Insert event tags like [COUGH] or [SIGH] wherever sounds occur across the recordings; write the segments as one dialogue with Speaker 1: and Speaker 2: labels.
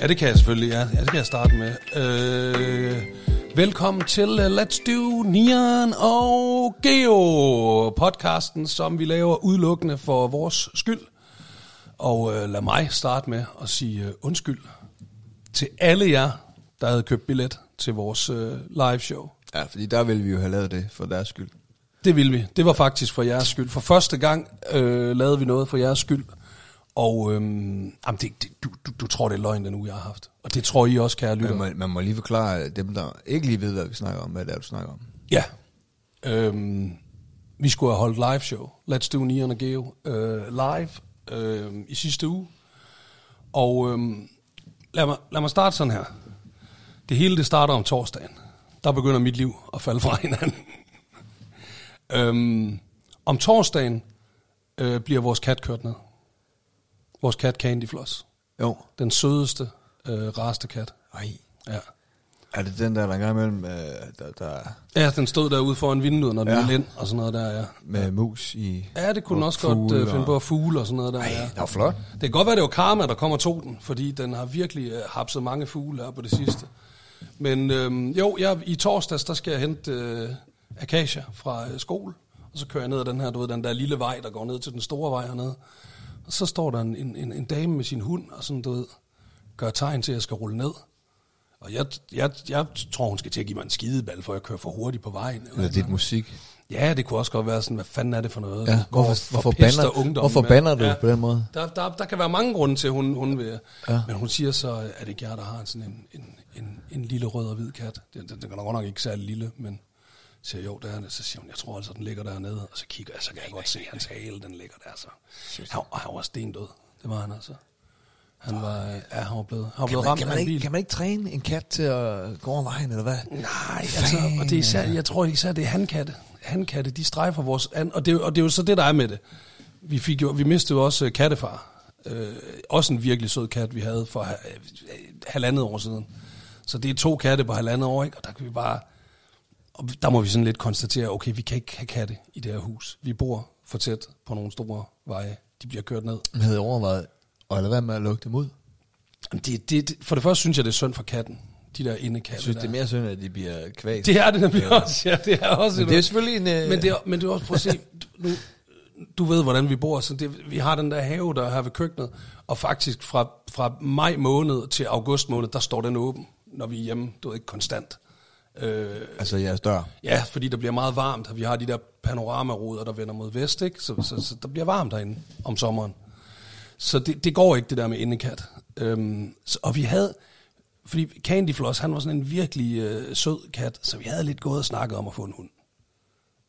Speaker 1: Ja, det kan jeg selvfølgelig. Ja, ja det kan jeg starte med. Øh, velkommen til øh, Let's Do Nian og Geo, podcasten, som vi laver udelukkende for vores skyld. Og øh, lad mig starte med at sige øh, undskyld til alle jer, der havde købt billet til vores øh, live show.
Speaker 2: Ja, fordi der ville vi jo have lavet det for deres skyld.
Speaker 1: Det ville vi. Det var faktisk for jeres skyld. For første gang øh, lavede vi noget for jeres skyld. Og øhm, jamen det, det, du, du, du tror, det er løgn, den uge, jeg har haft. Og det tror I også, kære lytter.
Speaker 2: Man må, man må lige forklare dem, der ikke lige ved, hvad vi snakker om, hvad det er, du snakker om.
Speaker 1: Ja. Øhm, vi skulle have holdt live show. Let's do Neon og Geo øh, live øh, i sidste uge. Og øhm, lad, mig, lad mig starte sådan her. Det hele det starter om torsdagen. Der begynder mit liv at falde fra hinanden. [LAUGHS] øhm, om torsdagen øh, bliver vores kat kørt ned. Vores kat Candy Floss.
Speaker 2: Jo.
Speaker 1: Den sødeste, øh, rareste kat.
Speaker 2: Ej.
Speaker 1: Ja.
Speaker 2: Er det den der, der engang imellem, øh, der, der
Speaker 1: ja, den stod derude foran vinduet, når den
Speaker 2: Ja.
Speaker 1: ville ind og sådan noget der, ja.
Speaker 2: med mus i...
Speaker 1: Ja, det kunne den
Speaker 2: og
Speaker 1: også godt
Speaker 2: fugle
Speaker 1: øh, finde
Speaker 2: og-
Speaker 1: på at fugle og sådan noget der. Ej, ja.
Speaker 2: Det var flot.
Speaker 1: Det kan godt være, det var karma, der kommer tog den, fordi den har virkelig øh, hapset mange fugle her på det sidste. Men øhm, jo, jeg, i torsdags, der skal jeg hente øh, Akasia fra øh, skole, og så kører jeg ned ad den her, du ved, den der lille vej, der går ned til den store vej hernede. Og så står der en, en, en, en dame med sin hund, og sådan, du ved, gør tegn til, at jeg skal rulle ned. Og jeg, jeg, jeg tror, hun skal til at give mig en skideball, for jeg kører for hurtigt på vejen. eller
Speaker 2: Eller
Speaker 1: et eller
Speaker 2: dit musik.
Speaker 1: Ja, det kunne også godt være sådan, hvad fanden er det for noget?
Speaker 2: Ja,
Speaker 1: Du går
Speaker 2: hvorfor-
Speaker 1: og
Speaker 2: hvorfor
Speaker 1: forpester
Speaker 2: bander-
Speaker 1: ungdommen
Speaker 2: hvorfor
Speaker 1: med-
Speaker 2: bander du på den måde?
Speaker 1: Der, der, der kan være mange grunde til, hun, hun vil. Ja.
Speaker 2: Ja.
Speaker 1: Men hun siger så, at det ikke jer, der har sådan en, en, en, en lille rød og hvid kat. Den, den, den er godt nok ikke særlig lille, men siger jeg, jo, der er det. Så siger hun, jeg tror altså, den ligger dernede. Og så kigger jeg, så kan jeg godt se hans hale, den ligger der. Så. Han, var- han var stendød. Det var han altså. Han var, øh, ja, han var blevet, han var blevet ramt
Speaker 2: kan,
Speaker 1: af
Speaker 2: man
Speaker 1: en
Speaker 2: ikke,
Speaker 1: bil.
Speaker 2: kan man ikke træne en kat til at gå over vejen, eller hvad?
Speaker 1: Nej, altså, og det er især, jeg tror især, det er hankatte. Hankatte, de strejfer vores... An, og, det, er jo- og det er jo så det, der er med det. Vi, fik jo, vi mistede jo også øh, kattefar. Øh, også en virkelig sød kat, vi havde for ha- øh, halvandet år siden. Så det er to katte på halvandet år, ikke? Og der kan vi bare... Og der må vi sådan lidt konstatere, okay, vi kan ikke have katte i det her hus. Vi bor for tæt på nogle store veje. De bliver kørt ned.
Speaker 2: Man havde overvejet at lade være med at lukke dem ud.
Speaker 1: Jamen, Det, det, det, for det første synes jeg, det er synd for katten. De der indekatte
Speaker 2: Jeg synes,
Speaker 1: der.
Speaker 2: det er mere synd, at de bliver kvalt.
Speaker 1: det er det nemlig også, ja. Det er også
Speaker 2: Men det er selvfølgelig en... Øh,
Speaker 1: Men det, er- men det er også, prøv at se, du, nu, du ved, hvordan vi bor. Så det, vi har den der have, der er her ved køkkenet, og faktisk fra, fra maj måned til august måned, der står den åben, når vi er hjemme, du ved ikke, konstant. Øh,
Speaker 2: Altså jeres dør.
Speaker 1: ja, fordi der bliver meget varmt, og vi har de der panoramaruder, der vender mod vest, ikke? Så, så, så der bliver varmt derinde om sommeren. Så det, det går ikke, det der med indekat. Øhm, så, og vi havde, fordi Candy Floss, han var sådan en virkelig øh, sød kat, så vi havde lidt gået og snakket om at få en hund.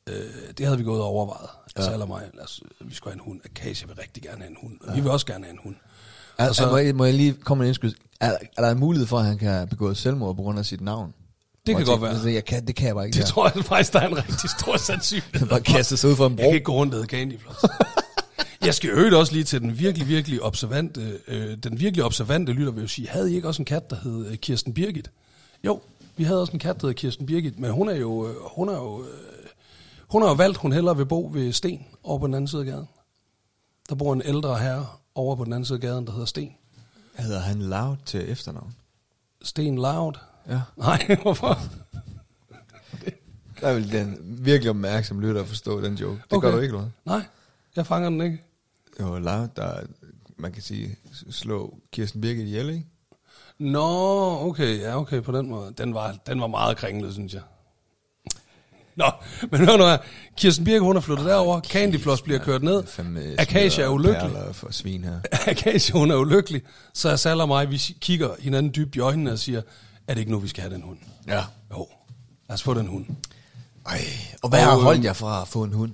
Speaker 1: Øh, det havde vi gået og overvejet. Altså, ja. mig, lad os, vi skulle have en hund. Akasia vil rigtig gerne have en hund, og ja. vi vil også gerne have en hund.
Speaker 2: Er,
Speaker 1: Og så-
Speaker 2: så, Altså, må, jeg, må jeg lige komme med en indskud? Er, er der en mulighed for, at han kan have begået selvmord på grund af sit navn?
Speaker 1: Det
Speaker 2: Hvor
Speaker 1: kan
Speaker 2: jeg
Speaker 1: godt
Speaker 2: tænker,
Speaker 1: være.
Speaker 2: altså, Jeg kan, det kan jeg bare ikke.
Speaker 1: Det
Speaker 2: her.
Speaker 1: tror jeg faktisk, der er en rigtig stor sandsynlighed.
Speaker 2: Han bare kaster sig ud for en
Speaker 1: Jeg
Speaker 2: bro.
Speaker 1: kan ikke gå rundt og hedde Candy
Speaker 2: [LAUGHS]
Speaker 1: Floss. Jeg skal øvrigt også lige til den virkelig, virkelig observante, øh, den virkelig observante lytter vil jo sige, havde I ikke også en kat, der hed øh, Kirsten Birgit? Jo, vi havde også en kat, der hed Kirsten Birgit, men hun er jo, øh, hun er jo, øh, hun har jo valgt, hun hellere vil bo ved Sten over på den anden side af gaden. Der bor en ældre herre over på den anden side af gaden, der hedder Sten.
Speaker 2: Hedder han Loud til efternavn?
Speaker 1: Sten Loud?
Speaker 2: Ja.
Speaker 1: Nej, [LAUGHS] hvorfor?
Speaker 2: Der vil den virkelig opmærksom lytter at forstå den joke. Det okay. gør du ikke, noget.
Speaker 1: Nej, jeg fanger den ikke.
Speaker 2: Jo, Loud, der, man kan sige, slå Kirsten Birgit ihjel, ikke?
Speaker 1: Nå, okay, ja, okay, på den måde. Den var, den var meget kringlet, synes jeg. Nå, men hør nu her. Kirsten Birke, hun er flyttet derover. Candy Floss bliver kørt ned. Akasia er ulykkelig.
Speaker 2: Eller øh, for svin her.
Speaker 1: [LAUGHS] Akasia, hun er ulykkelig. Så er Sal og mig, vi kigger hinanden dybt i øjnene og siger, er det ikke nu, vi skal have den hund?
Speaker 2: Ja.
Speaker 1: Jo, lad os få den hund.
Speaker 2: Ej, og øh, hvad har
Speaker 1: Og,
Speaker 2: holdt
Speaker 1: øhm,
Speaker 2: jer fra at få en hund?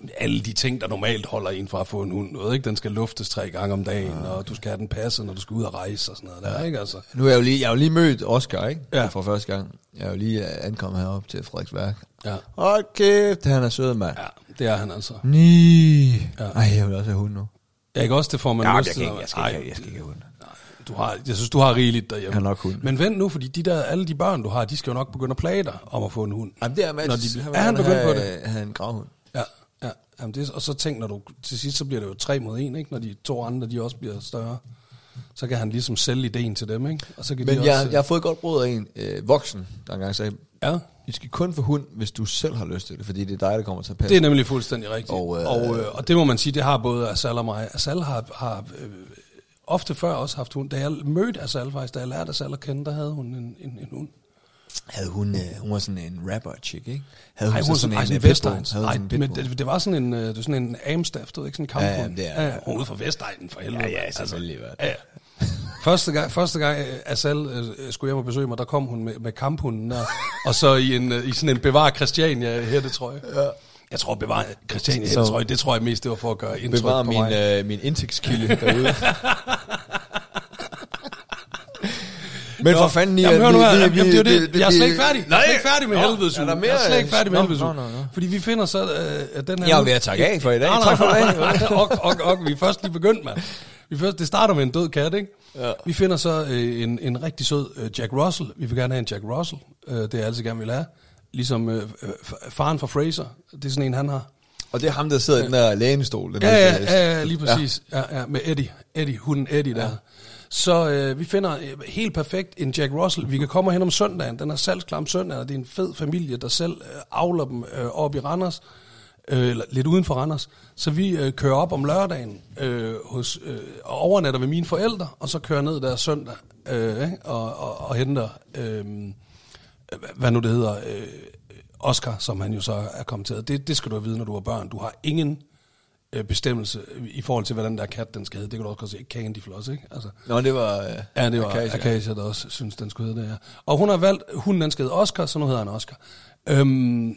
Speaker 1: Jamen, alle de ting, der normalt holder en fra at få en hund. Noget, ikke? Den skal luftes tre gange om dagen, og du skal have den passet, når du skal ud og rejse og sådan noget der, ikke? Altså,
Speaker 2: Nu er jeg jo lige, jeg har jo lige mødt Oscar, ikke?
Speaker 1: Ja.
Speaker 2: For første gang. Jeg er jo lige øh, ankommet herop til Frederiksværk.
Speaker 1: ja.
Speaker 2: Hold kæft, han er sød, mand. Ja.
Speaker 1: ja, det er han altså.
Speaker 2: Ni. Ja. Ej, jeg vil også have hund nu.
Speaker 1: Ja, ikke også? Det får man
Speaker 2: Ja,
Speaker 1: lyst
Speaker 2: jeg
Speaker 1: til.
Speaker 2: kan ikke-
Speaker 1: når-
Speaker 2: jeg skal ikke
Speaker 1: Ej,
Speaker 2: have- jeg skal ikke have hund.
Speaker 1: nej, Du har, jeg synes, du har rigeligt derhjemme.
Speaker 2: Jeg har nok hund.
Speaker 1: Men vent nu, fordi de der, alle de børn, du har, de skal jo nok begynde at plage dig om at få en hund.
Speaker 2: Jamen, det er Mads.
Speaker 1: Når de- er han begyndt på det?
Speaker 2: Han en gravhund.
Speaker 1: Ja, ja. Jamen det, er- og så tænk, når du til sidst, så bliver det jo tre mod en, ikke? Når de to andre, de også bliver større. så kan han ligesom sælge ideen til dem, ikke? Og så kan
Speaker 2: Men
Speaker 1: de
Speaker 2: jeg,
Speaker 1: også, øh.
Speaker 2: jeg har fået et godt råd af en øh, voksen, der engang sagde,
Speaker 1: Ja,
Speaker 2: I skal kun få hund, hvis du selv har lyst til det, fordi det er dig, der kommer til at passe.
Speaker 1: det er nemlig fuldstændig rigtigt.
Speaker 2: Og,
Speaker 1: Og,
Speaker 2: øh,
Speaker 1: øh, og, øh, og det må man sige, det har både Asal og mig. Asal har, har øh, ofte før også haft hund. Da jeg mødte Asal faktisk, da jeg lærte Asal at kende, der havde hun en, en, en hund.
Speaker 2: Havde hun, øh, hun var sådan en rapper chick, ikke? Havde
Speaker 1: Nej,
Speaker 2: så
Speaker 1: hun var sådan, ej,
Speaker 2: øh,
Speaker 1: sådan en
Speaker 2: pitbull?
Speaker 1: Vestegns.
Speaker 2: Havde hun
Speaker 1: Nej,
Speaker 2: sådan en
Speaker 1: men
Speaker 2: pitbull?
Speaker 1: det, det, var sådan en, øh, det var sådan en Amstaff, det var ikke sådan en
Speaker 2: Ja, ja,
Speaker 1: kamphund.
Speaker 2: det er-
Speaker 1: hun er ude fra Vestegnen for helvede.
Speaker 2: ja,
Speaker 1: mand. Altså,
Speaker 2: selvfølgelig, hvad?
Speaker 1: Ja. Første gang, første gang øh, Asal øh, skulle hjem og besøge mig, der kom hun med, med
Speaker 2: [LAUGHS]
Speaker 1: kamphunden der, og så i, en, øh, i sådan en bevar Christiania hættetrøje. Ja. Jeg tror, bevar Christiania
Speaker 2: Så-
Speaker 1: hættetrøje, det tror jeg mest, det var for at gøre indtryk
Speaker 2: Bevar
Speaker 1: på mig.
Speaker 2: min, øh, min indtægtskilde
Speaker 1: [LAUGHS]
Speaker 2: derude. Men for
Speaker 1: Nå,
Speaker 2: fanden, Nia,
Speaker 1: Jamen, hør nu her. Jamen,
Speaker 2: vi-
Speaker 1: det er jo det.
Speaker 2: vi-
Speaker 1: Jeg er slet
Speaker 2: vi-
Speaker 1: ikke færdig. Jeg er slet ikke færdig med
Speaker 2: Nå,
Speaker 1: helvedes
Speaker 2: er
Speaker 1: uge.
Speaker 2: der mere?
Speaker 1: Jeg er slet ikke færdig med
Speaker 2: Nå,
Speaker 1: helvedes
Speaker 2: nå,
Speaker 1: uge.
Speaker 2: nå, nå.
Speaker 1: Fordi vi finder så øh, at den her...
Speaker 2: Jeg er
Speaker 1: uge-
Speaker 2: ved at takke af for i dag.
Speaker 1: Nej, nej,
Speaker 2: Tak for i dag.
Speaker 1: nej. og, og, og, vi er først lige begyndt, mand. Vi er først, det starter med en død kat, ikke? Ja. Vi finder så øh, en, en rigtig sød øh, Jack Russell. Vi vil gerne have en Jack Russell. Øh, det er jeg altid gerne vil have. Ligesom øh, øh, faren fra Fraser. Det er sådan en, han har.
Speaker 2: Og det er ham, der sidder i den der lænestol. Den
Speaker 1: Ja,
Speaker 2: der-
Speaker 1: ja, ja, ja, lige præcis. Ja. Ja, ja, med Eddie. Eddie, hunden Eddie der. Så øh, vi finder øh, helt perfekt en Jack Russell. Vi kan komme hen om søndagen. Den er salgsklam søndag, og det er en fed familie, der selv øh, avler dem øh, op i Randers. Øh, eller lidt uden for Randers. Så vi øh, kører op om lørdagen øh, hos, øh, og overnatter ved mine forældre, og så kører ned der søndag øh, ikke? og, og, og henter, øh, hvad nu det hedder, øh, Oscar, som han jo så er kommet til. Det, det skal du vide, når du har børn. Du har ingen øh, bestemmelse i forhold til, hvad den der kat, den skal hedde. Det kan du også godt se. Candy Floss, ikke? Altså,
Speaker 2: Nå, det var... øh,
Speaker 1: ja, det var
Speaker 2: Akasia.
Speaker 1: Akasia, Akasia der også synes, den skulle hedde det her. Og hun har valgt, hun den skal hedde Oscar, så nu hedder han Oscar. Øhm,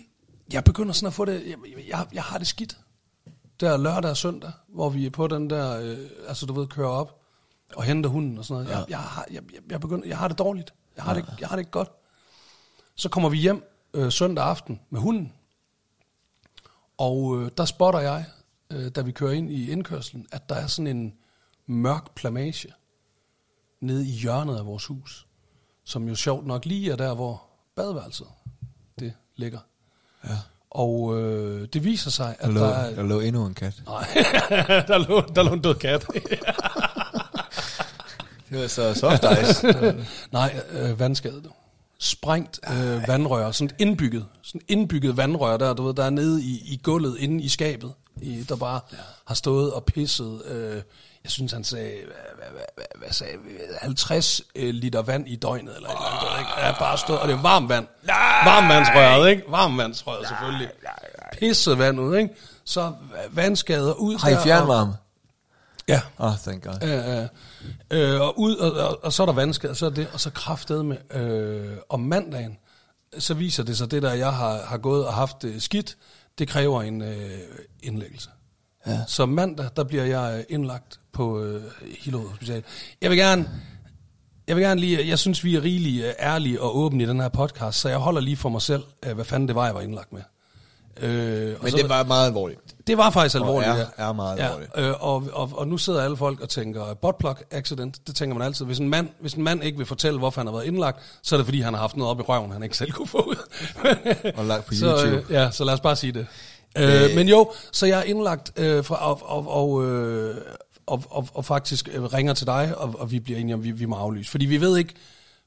Speaker 1: jeg begynder sådan at få det, jeg, jeg, jeg har det skidt. Der lørdag og søndag, hvor vi er på den der, øh, altså du ved, kører op og henter hunden og sådan noget. Jeg, jeg, har, jeg, jeg- jeg, begynder, jeg har det dårligt. Jeg har, det, jeg har det ikke godt. Så kommer vi hjem øh, søndag aften med hunden. Og øh, der spotter jeg, øh, da vi kører ind i indkørslen, at der er sådan en mørk plamage nede i hjørnet af vores hus, som jo sjovt nok lige er der, hvor badeværelset det ligger.
Speaker 2: Ja.
Speaker 1: Og øh, det viser sig, at
Speaker 2: Der lå,
Speaker 1: der er...
Speaker 2: der lå endnu en kat.
Speaker 1: Nej, [LAUGHS] der, lå, der lå en død kat.
Speaker 2: Det var så soft
Speaker 1: [LAUGHS]
Speaker 2: ice.
Speaker 1: Nej, øh, vandskade. du. Sprængt øh, vandrør, sådan et indbygget, sådan et indbygget vandrør der, du ved, der er nede i, i gulvet inde i skabet, i, der bare ja. har stået og pisset. Øh, jeg synes, han sagde, hvad, hvad, hvad, hvad, hvad sagde vi? 50 øh, liter vand i døgnet, eller et eller andet, ikke? Ja, bare stået, og det er varmt vand. Nej. Varmvandsrøret, ikke? Varmvandsrøret, selvfølgelig. Pisset vand ud, ikke? Så øh, vandskader ud
Speaker 2: Har I
Speaker 1: der, og-
Speaker 2: fjernvarme?
Speaker 1: Ja.
Speaker 2: Åh, oh, thank god.
Speaker 1: Øh, øh, øh, og ud, og, og, og så er der vandskade, og så er det, og så kraftede med øh, om mandagen, så viser det sig, det der, jeg har, har gået og haft øh, skidt, det kræver en øh, indlæggelse. Ja. Så mandag, der bliver jeg øh, indlagt på øh, Hillerød Hospital. Jeg vil gerne... Jeg vil gerne lige, jeg synes, vi er rigelig øh, ærlige og åbne i den her podcast, så jeg holder lige for mig selv, øh, hvad fanden det var, jeg var indlagt med. Øh, og
Speaker 2: Men
Speaker 1: så-
Speaker 2: det var meget alvorligt.
Speaker 1: det var faktisk alvorligt,
Speaker 2: er-
Speaker 1: ja.
Speaker 2: er meget alvorligt.
Speaker 1: Ja, øh, og, og, og nu sidder alle folk og tænker, buttplug accident, det tænker man altid. Hvis en, mand, hvis en mand ikke vil fortælle, hvorfor han har været indlagt, så er det fordi, han har haft noget op i røven, han ikke selv kunne få ud.
Speaker 2: [LAUGHS] Og lagt på
Speaker 1: [LAUGHS] Så, øh,
Speaker 2: YouTube.
Speaker 1: ja, så lad os bare sige det. Øh, men jo, så jeg er indlagt, øh, fra, og, og, og, øh, og, og, og faktisk øh, ringer til dig, og, og vi bliver enige om, vi, vi må aflyse. Fordi vi ved ikke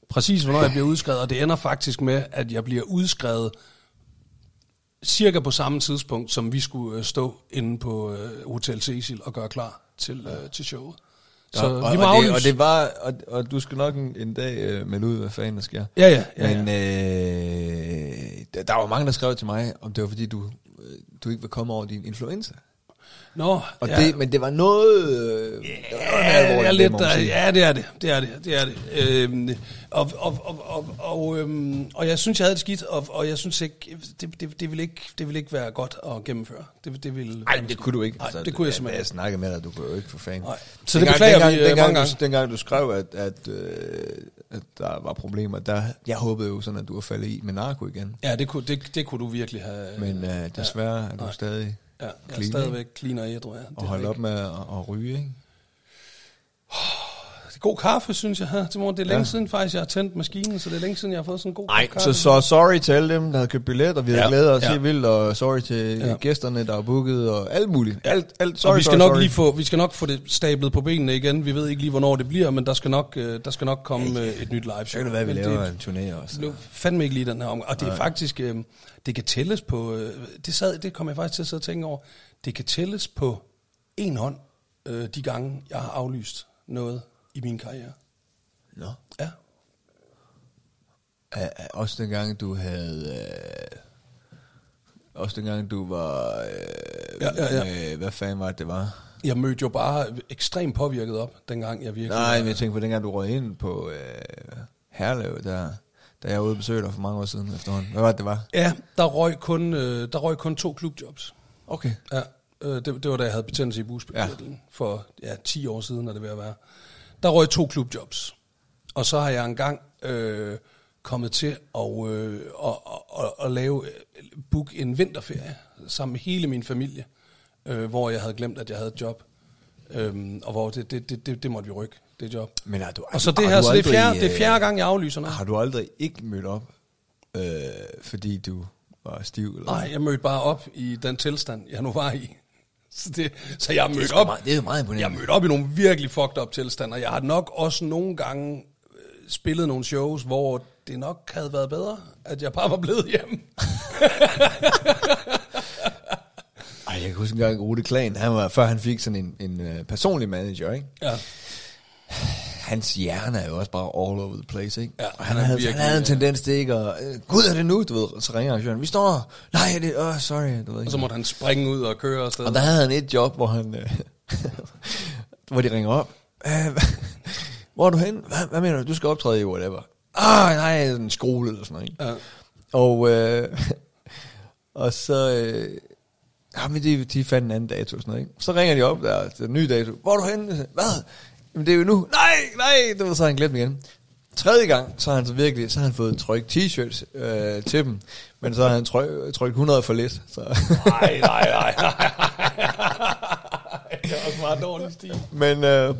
Speaker 1: præcis, hvornår jeg bliver udskrevet, og det ender faktisk med, at jeg bliver udskrevet cirka på samme tidspunkt, som vi skulle øh, stå inde på øh, Hotel Cecil og gøre klar til, øh, til showet. Så
Speaker 2: og, og,
Speaker 1: vi må
Speaker 2: og, det,
Speaker 1: aflyse.
Speaker 2: og det var, og, og du skal nok en, en dag øh, melde ud, hvad fanden der sker.
Speaker 1: Ja, ja, ja,
Speaker 2: Men øh, der, der var mange, der skrev til mig, om det var fordi, du, øh, du ikke var kommet over din influenza.
Speaker 1: Nå,
Speaker 2: Og
Speaker 1: ja.
Speaker 2: det, men det var noget... Øh, yeah, det var noget
Speaker 1: Ja, det er
Speaker 2: alvorligt,
Speaker 1: lidt,
Speaker 2: må man
Speaker 1: der,
Speaker 2: sige.
Speaker 1: ja, det er det. Det er det. det, er det. Øhm, og, og, og, og, og, øhm, og jeg synes, jeg havde det skidt, og, og jeg synes ikke det, det, det ville ikke, det ville ikke være godt at gennemføre. Det, det ville,
Speaker 2: Nej, det kunne du ikke.
Speaker 1: Nej, det kunne jeg simpelthen
Speaker 2: Altså, Jeg
Speaker 1: ikke.
Speaker 2: snakkede med dig, du kunne jo ikke for fanden.
Speaker 1: Nej. Så det beklager vi, øh, mange
Speaker 2: Du,
Speaker 1: gange.
Speaker 2: dengang du skrev, at, at, øh, at der var problemer, der, jeg håbede jo sådan, at du var faldet i med narko igen.
Speaker 1: Ja, det kunne, det, det kunne du virkelig have.
Speaker 2: Men øh, desværre er du
Speaker 1: Nej.
Speaker 2: stadig
Speaker 1: ja, jeg
Speaker 2: clean,
Speaker 1: er
Speaker 2: ikke?
Speaker 1: stadigvæk clean og ædru, ja. Det
Speaker 2: og
Speaker 1: har
Speaker 2: holde
Speaker 1: jeg
Speaker 2: op med at, at ryge, ikke?
Speaker 1: ikke. rigtig Altså, god kaffe, synes jeg, her til morgen. Det er længe
Speaker 2: Ja.
Speaker 1: ja. siden faktisk, jeg har tændt maskinen, så det er længe siden, jeg har fået sådan en god
Speaker 2: Nej,
Speaker 1: kop
Speaker 2: så,
Speaker 1: kaffe.
Speaker 2: så sorry til alle dem, der havde købt billet, og vi havde ja,
Speaker 1: Ja,
Speaker 2: glædet os ja.
Speaker 1: ja.
Speaker 2: helt vildt, og sorry til ja.
Speaker 1: Ja.
Speaker 2: gæsterne, der var booket, og alt muligt. Alt, alt, sorry,
Speaker 1: og vi skal
Speaker 2: sorry,
Speaker 1: nok
Speaker 2: sorry.
Speaker 1: lige få, vi skal nok få det stablet på benene igen. Vi ved ikke lige hvornår det bliver, men der skal nok, øh, der skal nok komme øh, et nyt live
Speaker 2: Så
Speaker 1: show.
Speaker 2: kan det være, vi
Speaker 1: Men
Speaker 2: laver
Speaker 1: Det
Speaker 2: en turné også.
Speaker 1: blev fandme ikke lige den her omgang. Og det er faktisk, øh, det kan tælles på, øh, det, sad, det kom jeg faktisk til at sidde og tænke over, det kan tælles på en hånd, øh, de gange jeg har aflyst noget i min karriere.
Speaker 2: Nå.
Speaker 1: Ja.
Speaker 2: Ja, ja, Også dengang, du havde... Øh, også dengang, du var... Øh,
Speaker 1: Ja, ja, ja.
Speaker 2: Øh, hvad fanden var det, det var?
Speaker 1: Jeg mødte jo bare ekstremt påvirket op, dengang jeg virkelig...
Speaker 2: Nej, men jeg tænkte på dengang, du røg ind på øh, Herlev, der, da jeg var ude og besøge dig for mange år siden efterhånden. Hvad var det, det var?
Speaker 1: Ja, der røg kun, øh, der røg kun to klubjobs.
Speaker 2: Okay.
Speaker 1: Ja, øh, det, det var da jeg havde betændelse i
Speaker 2: Ja.
Speaker 1: bugspytkirtlen ja. for ja, 10 år siden, er det ved at være. Der røg to klubjobs. Og så har jeg engang øh, kommet til at, øh, at, at, at, at lave, øh, book en vinterferie sammen med hele min familie, øh, hvor jeg havde glemt, at jeg havde et job. Øhm, og hvor det, det, det, det, det måtte vi rykke, det job.
Speaker 2: Men har du,
Speaker 1: Og så
Speaker 2: har
Speaker 1: det her,
Speaker 2: du
Speaker 1: så det er
Speaker 2: aldrig,
Speaker 1: fjerde, det er
Speaker 2: øh,
Speaker 1: fjerde gang, jeg aflyser noget.
Speaker 2: Har du aldrig ikke mødt op, øh, fordi du var stiv? Eller?
Speaker 1: Nej, jeg mødte bare op i den tilstand, jeg nu var i. Så, det, så jeg mødte
Speaker 2: sgu
Speaker 1: op.
Speaker 2: meget- det er jo meget imponerende.
Speaker 1: Jeg mødte op i nogle virkelig fucked up tilstander. Jeg har nok også nogle gange øh, spillet nogle shows, hvor det nok havde været bedre, at jeg bare var blevet hjemme.
Speaker 2: Ej, jeg kan huske engang Rute Klagen, han var, før han fik sådan en, en øh, personlig manager, ikke?
Speaker 1: Ja.
Speaker 2: Hans hjerne er jo også bare all over the place, ikke?
Speaker 1: Ja,
Speaker 2: og han,
Speaker 1: han er
Speaker 2: havde,
Speaker 1: virkelig,
Speaker 2: han havde en
Speaker 1: ja.
Speaker 2: tendens til ikke at... øh, Gud, er det nu? Du ved, så ringer arrangøren. Vi står... Nej, er det... Åh, oh, sorry. Du ved, ikke.
Speaker 1: Og så måtte han springe ud og køre afsted.
Speaker 2: Og der havde han et job, hvor han... Øh, [LAUGHS] hvor de ringer op. "Øh, hva- Hvor er du hen? Hvad, hvad mener du? Du skal optræde i whatever. Ah, nej, en skole eller sådan noget. ikke?
Speaker 1: Ja.
Speaker 2: Og, øh, [LAUGHS] og så... Øh, jamen, de, de fandt en anden dato og sådan noget, ikke? Så ringer de op der, den nye dato. Hvor er du henne? Hvad? Jamen, det er jo nu. Nej, nej! Det var så har han glemt igen. Tredje gang, så har han så virkelig, så har han fået trykt t-shirts øh, til dem, men så har han tryk, trykt 100 for lidt. Så.
Speaker 1: Nej, nej, nej, nej. det er også meget dårlig stil.
Speaker 2: Men øh,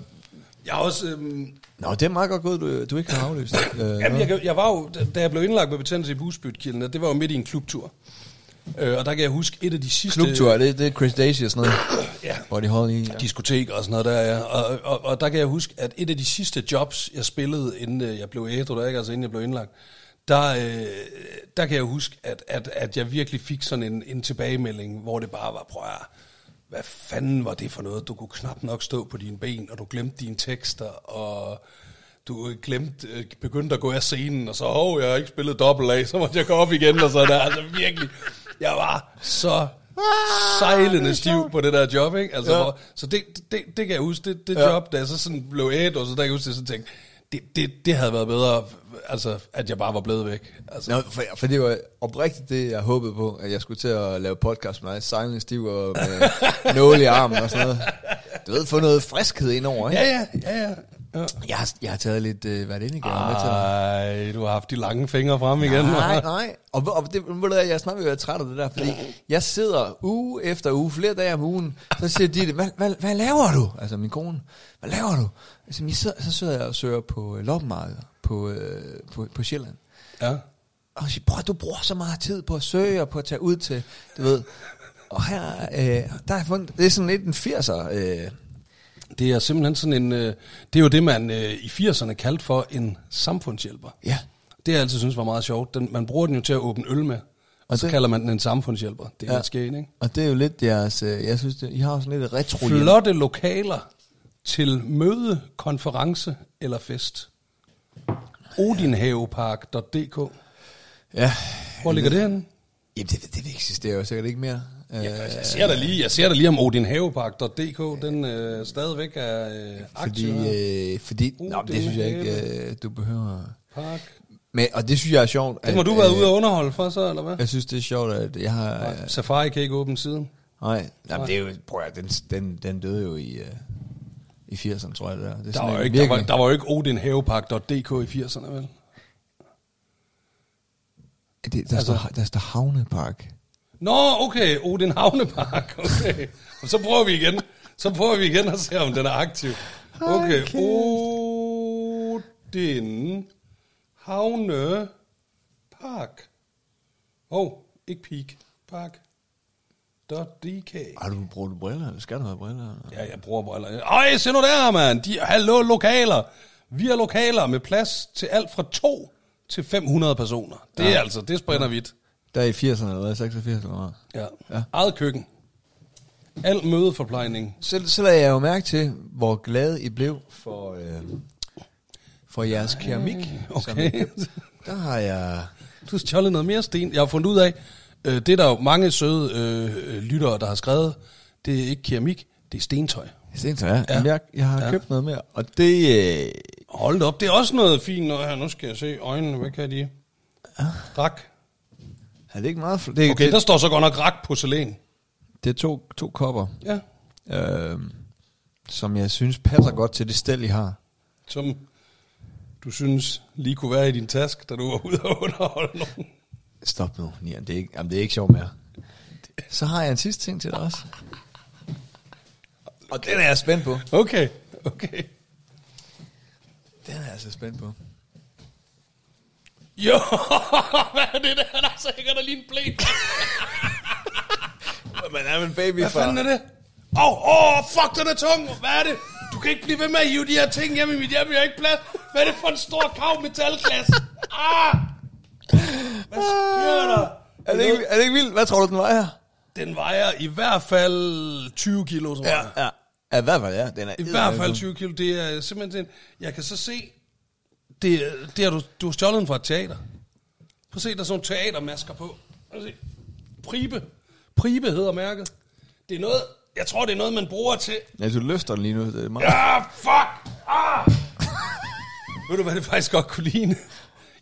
Speaker 1: Jeg har også... Øhm,
Speaker 2: Nå, det er meget godt gået, du, du ikke har aflyst. øh,
Speaker 1: Jamen, jeg,
Speaker 2: noget.
Speaker 1: kan- jeg var jo, da- da jeg blev indlagt med betændelse i bugspytkirtlen, og det var jo midt i en klubtur. Øh, og der kan jeg huske et af de sidste...
Speaker 2: Klubtur, det, det er Chris Daisy og sådan noget,
Speaker 1: Ja.
Speaker 2: hvor de holder i. Ja.
Speaker 1: diskotek og sådan noget der, ja. Og, og, og der kan jeg huske, at et af de sidste jobs, jeg spillede, inden øh, jeg blev ædru, der, ikke? altså inden jeg blev indlagt, der, øh, der kan jeg huske, at, at, at jeg virkelig fik sådan en, en tilbagemelding, hvor det bare var, prøv at, høre, hvad fanden var det for noget? Du kunne knap nok stå på dine ben, og du glemte dine tekster, og du glemte, øh, begyndte at gå af scenen, og så, åh, oh, jeg har ikke spillet dobbelt af, [LAUGHS] så måtte jeg gå op igen, og sådan der. Altså virkelig, jeg var så
Speaker 2: Ah,
Speaker 1: sejlende stiv på det der job, ikke? Altså,
Speaker 2: Ja.
Speaker 1: ja. hvor, så det, det, det kan jeg huske, det, det
Speaker 2: Ja.
Speaker 1: ja. job, da jeg så sådan blev ædt, og så der kan jeg huske, at jeg sådan tænkte, det, det, det havde været bedre, altså, at jeg bare var blevet væk. Altså,
Speaker 2: Nå, for, for det var oprigtigt det, jeg håbede på, at jeg skulle til at lave podcast med dig, sejlende stiv og med [LAUGHS] nåle i armen og sådan noget. Du ved, få noget friskhed indover, ikke?
Speaker 1: ja, ja, ja, ja. ja.
Speaker 2: Jeg, har, jeg har taget lidt, øh, hvad er det egentlig, med til dig?
Speaker 1: Ej, du har haft de lange fingre frem igen.
Speaker 2: Nej,
Speaker 1: [LAUGHS] hva'?
Speaker 2: nej. Og, og det, ved du hvad, jeg er snart ved at være træt af det der, fordi jeg sidder uge efter uge, flere dage om ugen, så siger de, hvad, hvad, hvad laver du? Altså min kone, hvad laver du? Altså, jeg sidder, så sidder jeg og søger på øh, loppemarkeder på, øh, på, på Sjælland.
Speaker 1: Ja.
Speaker 2: Og jeg siger, prøv at- du bruger så meget tid på at søge og på at tage ud til, du ved. Og her, øh, der har jeg fundet, det er sådan lidt en 80'er, øh,
Speaker 1: Det er simpelthen sådan en, øh, det er jo det, man øh, i 80'erne kaldte for en samfundshjælper.
Speaker 2: ja.
Speaker 1: Det har jeg altid synes var meget sjovt. Den, man bruger den jo til at åbne øl med, og så
Speaker 2: det-
Speaker 1: kalder man den en samfundshjælper. Det er
Speaker 2: Ja.
Speaker 1: ja. lidt skægt, ikke?
Speaker 2: Og det er jo lidt jeres, øh, jeg synes, det, I har jo sådan lidt retro
Speaker 1: flotte lokaler til møde, konference eller fest. Odinhavepark.dk
Speaker 2: Ja.
Speaker 1: Hvor ligger det henne?
Speaker 2: Jamen, det, det eksisterer jo sikkert ikke mere. Øh,
Speaker 1: Jeg ser da lige, jeg ser da lige om odinhavepark.dk, den øh, stadigvæk er øh, aktiv. Fordi,
Speaker 2: Fordi, øh, fordi uh,
Speaker 1: Uh,
Speaker 2: nå, men
Speaker 1: det
Speaker 2: det
Speaker 1: er
Speaker 2: synes jeg ikke,
Speaker 1: have.
Speaker 2: øh, du behøver.
Speaker 1: park.
Speaker 2: Men, og det synes jeg er sjovt.
Speaker 1: Det må du
Speaker 2: øh,
Speaker 1: være ude og underholde for så, eller hvad?
Speaker 2: Jeg synes, det er sjovt, at jeg har... Nej,
Speaker 1: Nej, Safari kan ikke åbne siden.
Speaker 2: nej, nej det er jo... Prøv at, den, den, den døde jo i, øh, i 80'erne, tror jeg, det er. Det er
Speaker 1: Der
Speaker 2: sådan
Speaker 1: var, jo
Speaker 2: en
Speaker 1: ikke, der, var,
Speaker 2: virkelig-
Speaker 1: der var jo ikke odinhavepark.dk i 80'erne, vel?
Speaker 2: det, der, altså,
Speaker 1: altså-
Speaker 2: står, der står Havnepark.
Speaker 1: Nå, okay, Oh, Odin Havnepark, okay. Og så prøver vi igen. Så prøver vi igen og ser, om den er aktiv. Okay,
Speaker 2: kæft.
Speaker 1: okay. den havne park. Åh, oh, ikke peak. Park. Dot .dk.
Speaker 2: Har du brugt briller, eller skal du have briller? Eller?
Speaker 1: Ja, jeg bruger briller. Øj, se nu der, mand. De hallo lokaler. Vi er lokaler med plads til alt fra 2 til 500 personer. Det er
Speaker 2: Ja.
Speaker 1: altså, det sprænder vidt.
Speaker 2: Der er i 80'erne eller hvad, 86 eller hvad?
Speaker 1: Ja.
Speaker 2: Ja.
Speaker 1: ja. Eget køkken. Al mødeforplejning.
Speaker 2: Så, så lagde jeg jo mærke til, hvor glad I blev for, øh, for jeres keramik.
Speaker 1: Okay.
Speaker 2: Der har jeg...
Speaker 1: Du har stjålet noget mere sten. Jeg har fundet ud af, øh, det er der jo mange søde øh, øh, lyttere, der har skrevet, det er ikke keramik, det er stentøj.
Speaker 2: Stentøj, ja.
Speaker 1: Ja.
Speaker 2: Jamen, Jeg, jeg har ja.
Speaker 1: Ja.
Speaker 2: købt noget mere, og det... Øh,
Speaker 1: Hold da op, det er også noget fint noget her. Nu skal jeg se øjnene, hvad kan de? Rak.
Speaker 2: er det ikke meget... fl- Det,
Speaker 1: Okay,
Speaker 2: det,
Speaker 1: der står så godt nok rak porcelæn.
Speaker 2: det er to, to kopper,
Speaker 1: Ja,
Speaker 2: øh, som jeg synes passer godt til det stel, I har.
Speaker 1: som du synes lige kunne være i din task, da du var ude og underholde nogen.
Speaker 2: Stop nu, Nian. Det er ikke, jamen, det er ikke sjovt mere. Så har jeg en sidste ting til dig også. Og den er jeg spændt på.
Speaker 1: Okay, okay.
Speaker 2: Den er jeg så spændt på.
Speaker 1: Jo, [LAUGHS] hvad er det der? Der er sikkert lige en blæk.
Speaker 2: Man er en baby,
Speaker 1: Hvad fanden er det? Åh, oh, oh, fuck, den er tung. Hvad er det? Du kan ikke blive ved med at hive de her ting hjem i mit hjem. Jeg har ikke plads. Hvad er det for en stor kav metalglas? Ah! Hvad sker der?
Speaker 2: Er det, ikke, er det ikke vildt? Hvad tror du, den var her?
Speaker 1: Den vejer i hvert fald 20 kilo, tror jeg.
Speaker 2: ja. Ja, i hvert fald, ja. Den er
Speaker 1: I hvert fald 20 kilo. Det er simpelthen... Jeg kan så se... Det, er- det er du, du har stjålet den fra et teater. Prøv at se, der er sådan nogle teatermasker på. Prøv at se. Pribe. Pribe hedder mærket. Det er noget... Jeg tror, det er noget, man bruger til...
Speaker 2: Ja, du løfter den lige nu. Det er meget.
Speaker 1: Ah, fuck! Ah! Ved du, hvad det faktisk godt kunne ligne?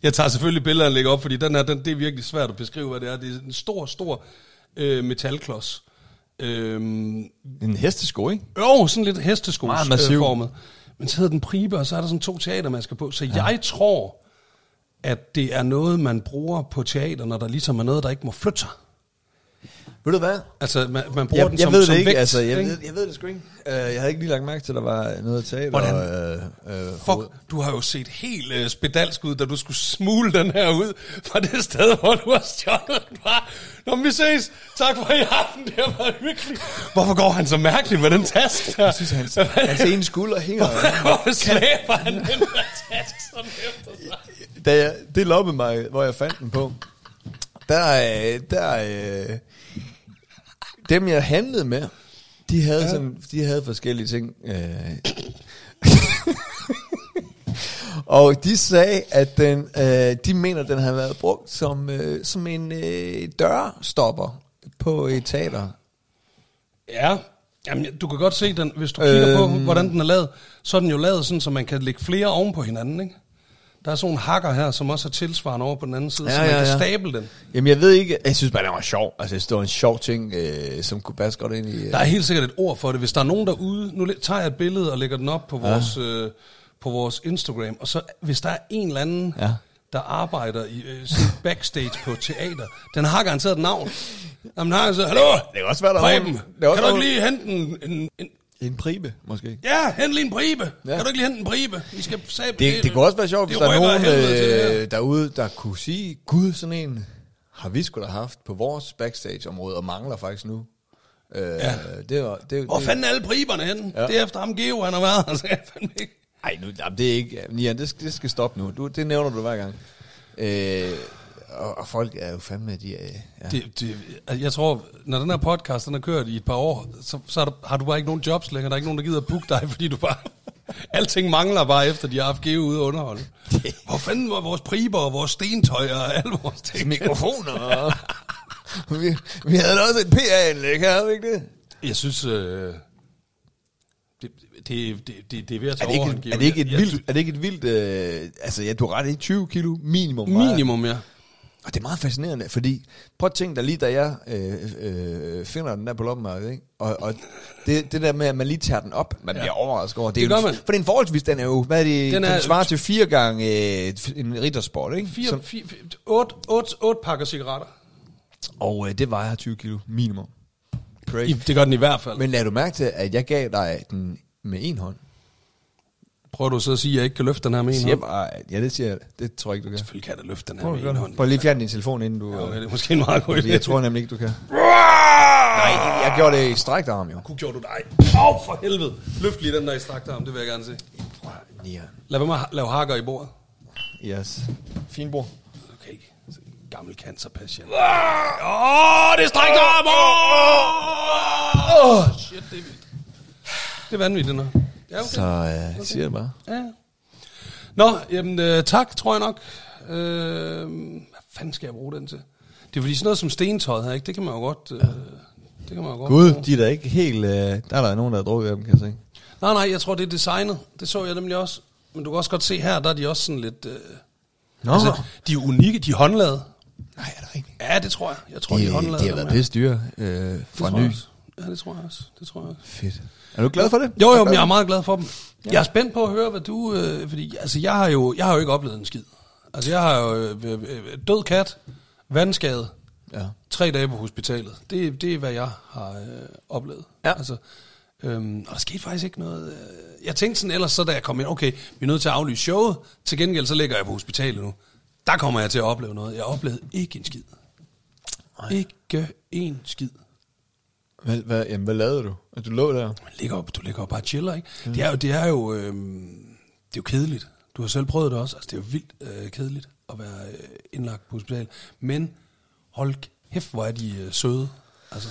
Speaker 1: Jeg tager selvfølgelig billederne og lægger op, fordi den her, den, det er virkelig svært at beskrive, hvad det er. Det er en stor, stor øh, metalklods. Øhm,
Speaker 2: En hestesko, ikke?
Speaker 1: jo, sådan lidt hesteskos
Speaker 2: Meget massiv.
Speaker 1: øh, formet. Men så hedder den pribe, og så er der sådan to teatermasker på. Så ja. jeg tror, at det er noget, man bruger på teater, når der ligesom er noget, der ikke må flytte sig.
Speaker 2: Ved du hvad?
Speaker 1: Altså, man, man bruger
Speaker 2: Jeg,
Speaker 1: den
Speaker 2: jeg
Speaker 1: som,
Speaker 2: ved det
Speaker 1: som
Speaker 2: ikke,
Speaker 1: vægt.
Speaker 2: altså, jeg,
Speaker 1: ikke?
Speaker 2: ved, jeg ved det sgu ikke. Uh, jeg havde ikke lige lagt mærke til, at der var noget teater.
Speaker 1: Hvordan?
Speaker 2: Øh, øh, hoved.
Speaker 1: Fuck, du har jo set helt øh, spedalsk ud, da du skulle smule den her ud fra det sted, [LAUGHS] hvor du har stjålet den fra. Nå, men vi ses. Tak for i aften. Det har været hyggeligt. Hvorfor går han så mærkeligt med den taske der? Jeg
Speaker 2: synes, hans, hans ene skulder hænger.
Speaker 1: [LAUGHS] Hvorfor slæber han den der taske sådan efter sig?
Speaker 2: da jeg, det loppede mig, hvor jeg fandt den på, der, øh, der øh, dem jeg handlede med, de havde, ja. sådan, de havde forskellige ting. Øh. [LAUGHS] Og de sagde, at den, øh, de mener, at den har været brugt som, øh, som en øh, dørstopper på et teater.
Speaker 1: Ja, Jamen, du kan godt se den, hvis du kigger på,
Speaker 2: Øhm.
Speaker 1: hvordan den er lavet, så er den jo lavet sådan, så man kan lægge flere oven på hinanden, ikke? Der er sådan en hakker her, som også er tilsvarende over på den anden side, ja, så man ja, kan ja. stable den.
Speaker 2: Jamen jeg ved ikke, jeg synes bare, den var sjov. Altså jeg synes, det var en sjov ting, øh, som kunne passe godt ind i... Øh.
Speaker 1: Der er helt sikkert et ord for det. Hvis der er nogen derude, nu læ- tager jeg et billede og lægger den op på vores, øh, på vores Instagram, og så hvis der er en eller anden,
Speaker 2: Ja.
Speaker 1: ja. der arbejder i øh, sådan backstage på teater, den har garanteret et navn. Jamen, den har garanteret, hallo,
Speaker 2: Det kan også være, der er
Speaker 1: Preben,
Speaker 2: nogen- det er også
Speaker 1: kan du ikke
Speaker 2: nogen-
Speaker 1: lige hente en, en, en
Speaker 2: En pribe, måske.
Speaker 1: ja, hente lige en bribe.
Speaker 2: Ja.
Speaker 1: Ja. Kan du ikke lige hente en bribe? Vi skal sable
Speaker 2: Det, det kunne også være sjovt, hvis
Speaker 1: det
Speaker 2: der er
Speaker 1: rykker af helvede til det her.
Speaker 2: nogen øh, derude, der kunne sige, gud, sådan en har vi skulle da haft på vores backstage-område, og mangler faktisk nu. Øh, ja. Det var, det,
Speaker 1: Hvor
Speaker 2: det,
Speaker 1: fanden er alle briberne henne?
Speaker 2: øh, Ja.
Speaker 1: Ja. Det er efter ham Geo, han har været her, så jeg fandme ikke.
Speaker 2: Ej, nu, jamen, det er ikke... Nian, det, skal- det skal stoppe nu. Du, det nævner du hver gang. Øh, og, og folk er jo fandme, de er... Ja.
Speaker 1: Det, det, altså, jeg tror, når den her podcast den har kørt i et par år, så, så er der, har du bare ikke nogen jobs længere. Der er ikke nogen, der gider at booke dig, [LAUGHS] fordi du bare... Alting mangler bare efter, de har haft GU ude og [LAUGHS] underholde. Hvor fanden var vores priber og vores stentøj og alle vores ting?
Speaker 2: Mikrofoner og... [LAUGHS] vi, vi havde da også et PA-anlæg her, havde vi ikke det?
Speaker 1: Jeg synes... Øh, det, det, det, det, det er ved at
Speaker 2: Er
Speaker 1: tage
Speaker 2: det
Speaker 1: overhånd,
Speaker 2: ikke,
Speaker 1: Geo.
Speaker 2: er det ikke et
Speaker 1: Jeg- jeg-
Speaker 2: vildt... Er det ikke et vildt øh, altså, ja, du har ret i 20 kilo minimum. vejer den.
Speaker 1: Minimum, ja.
Speaker 2: Og det er meget fascinerende, fordi prøv at tænke dig lige, da jeg øh, øh, finder den der på loppemarkedet, ikke? Og, og det, det der med, at man lige tager den op, man ja. bliver overrasket over. Det,
Speaker 1: Det
Speaker 2: er jo
Speaker 1: gør
Speaker 2: en-
Speaker 1: man.
Speaker 2: For det er en forholdsvis, den er jo, hvad er det, den,
Speaker 1: Den
Speaker 2: er,
Speaker 1: er-
Speaker 2: den svarer til fire gange øh, en riddersport, ikke?
Speaker 1: Fire,
Speaker 2: Som,
Speaker 1: fire, fire, otte, otte, otte pakker cigaretter.
Speaker 2: og øh, det vejer 20 kilo minimum. Crazy.
Speaker 1: det gør den i hvert fald.
Speaker 2: Men lad du mærke til, at jeg gav dig den med en hånd.
Speaker 1: Prøver du så at sige, at jeg ikke kan løfte den her med en
Speaker 2: Siger jeg
Speaker 1: hånd?
Speaker 2: bare, ja, det siger jeg. Det tror jeg ikke, du kan.
Speaker 1: Selvfølgelig kan jeg da løfte den her
Speaker 2: Prøv,
Speaker 1: med
Speaker 2: at
Speaker 1: en
Speaker 2: gøre
Speaker 1: hånd.
Speaker 2: det. Prøv lige at fjerne din telefon, inden du...
Speaker 1: Ja,
Speaker 2: øh,
Speaker 1: det er måske en meget god idé.
Speaker 2: Fordi jeg tror nemlig ikke, du kan. Nej, jeg gjorde det i strækt arm, jo.
Speaker 1: Kunne gjorde du dig? Åh, oh, for helvede. Løft lige den der i strakt arm, det vil jeg gerne se.
Speaker 2: Ja.
Speaker 1: Lad være med at lave hakker i bordet.
Speaker 2: Yes. Fin bror.
Speaker 1: Okay. Så en Gammel cancerpatient. oh,
Speaker 2: Åh, det er strækt arm!
Speaker 1: Åh, oh, shit, det er vildt. Det er vanvittigt nok. Ja, okay.
Speaker 2: Så øh, siger det bare.
Speaker 1: Ja. Nå, jamen, øh, tak, tror jeg nok. Øh, hvad fanden skal jeg bruge den til? Det er fordi sådan noget som stentøj her, ikke? Det kan man jo godt... Øh, det kan man jo godt
Speaker 2: Gud,
Speaker 1: bruge.
Speaker 2: de er da ikke helt... Øh, der er der nogen, der har drukket af dem, kan jeg se.
Speaker 1: Nej, nej, jeg tror, det er designet. Det så jeg nemlig også. Men du kan også godt se her, der er de også sådan lidt... Øh,
Speaker 2: Nå,
Speaker 1: altså, de er unikke, de er håndlavede.
Speaker 2: nej, er det rigtigt?
Speaker 1: Ja, det tror jeg. Jeg tror, de, de er
Speaker 2: De,
Speaker 1: håndlavede.
Speaker 2: de har været
Speaker 1: dem her.
Speaker 2: pisse dyre øh,
Speaker 1: Det tror
Speaker 2: fra
Speaker 1: jeg
Speaker 2: ny.
Speaker 1: også. Ja, det tror jeg også. Det tror jeg også.
Speaker 2: Fedt. Er du glad for det?
Speaker 1: Jo, jo, men jeg er meget glad for dem. Jeg er spændt på at høre, hvad du... Øh, fordi altså, jeg, har jo, jeg har jo ikke oplevet en skid. Altså, jeg har jo øh, øh, øh, død kat, vandskade,
Speaker 2: Ja.
Speaker 1: tre dage på hospitalet. Det, det er, hvad jeg har øh, oplevet.
Speaker 2: Ja.
Speaker 1: Altså, øhm, og der skete faktisk ikke noget... Øh, jeg tænkte sådan ellers, så da jeg kom ind, okay, vi er nødt til at aflyse showet. Til gengæld, så ligger jeg på hospitalet nu. Der kommer jeg til at opleve noget. Jeg oplevede ikke en skid. Ikke en skid.
Speaker 2: Hvad, hvad, jamen, hvad lavede du? At du lå der?
Speaker 1: Man ligger op, du ligger op og bare chiller, ikke? Mm. Det er jo, det er jo, øh, det er jo kedeligt. Du har selv prøvet det også. Altså, det er jo vildt øh, kedeligt at være øh, indlagt på hospital. Men hold kæft, hvor er de øh, søde. Altså,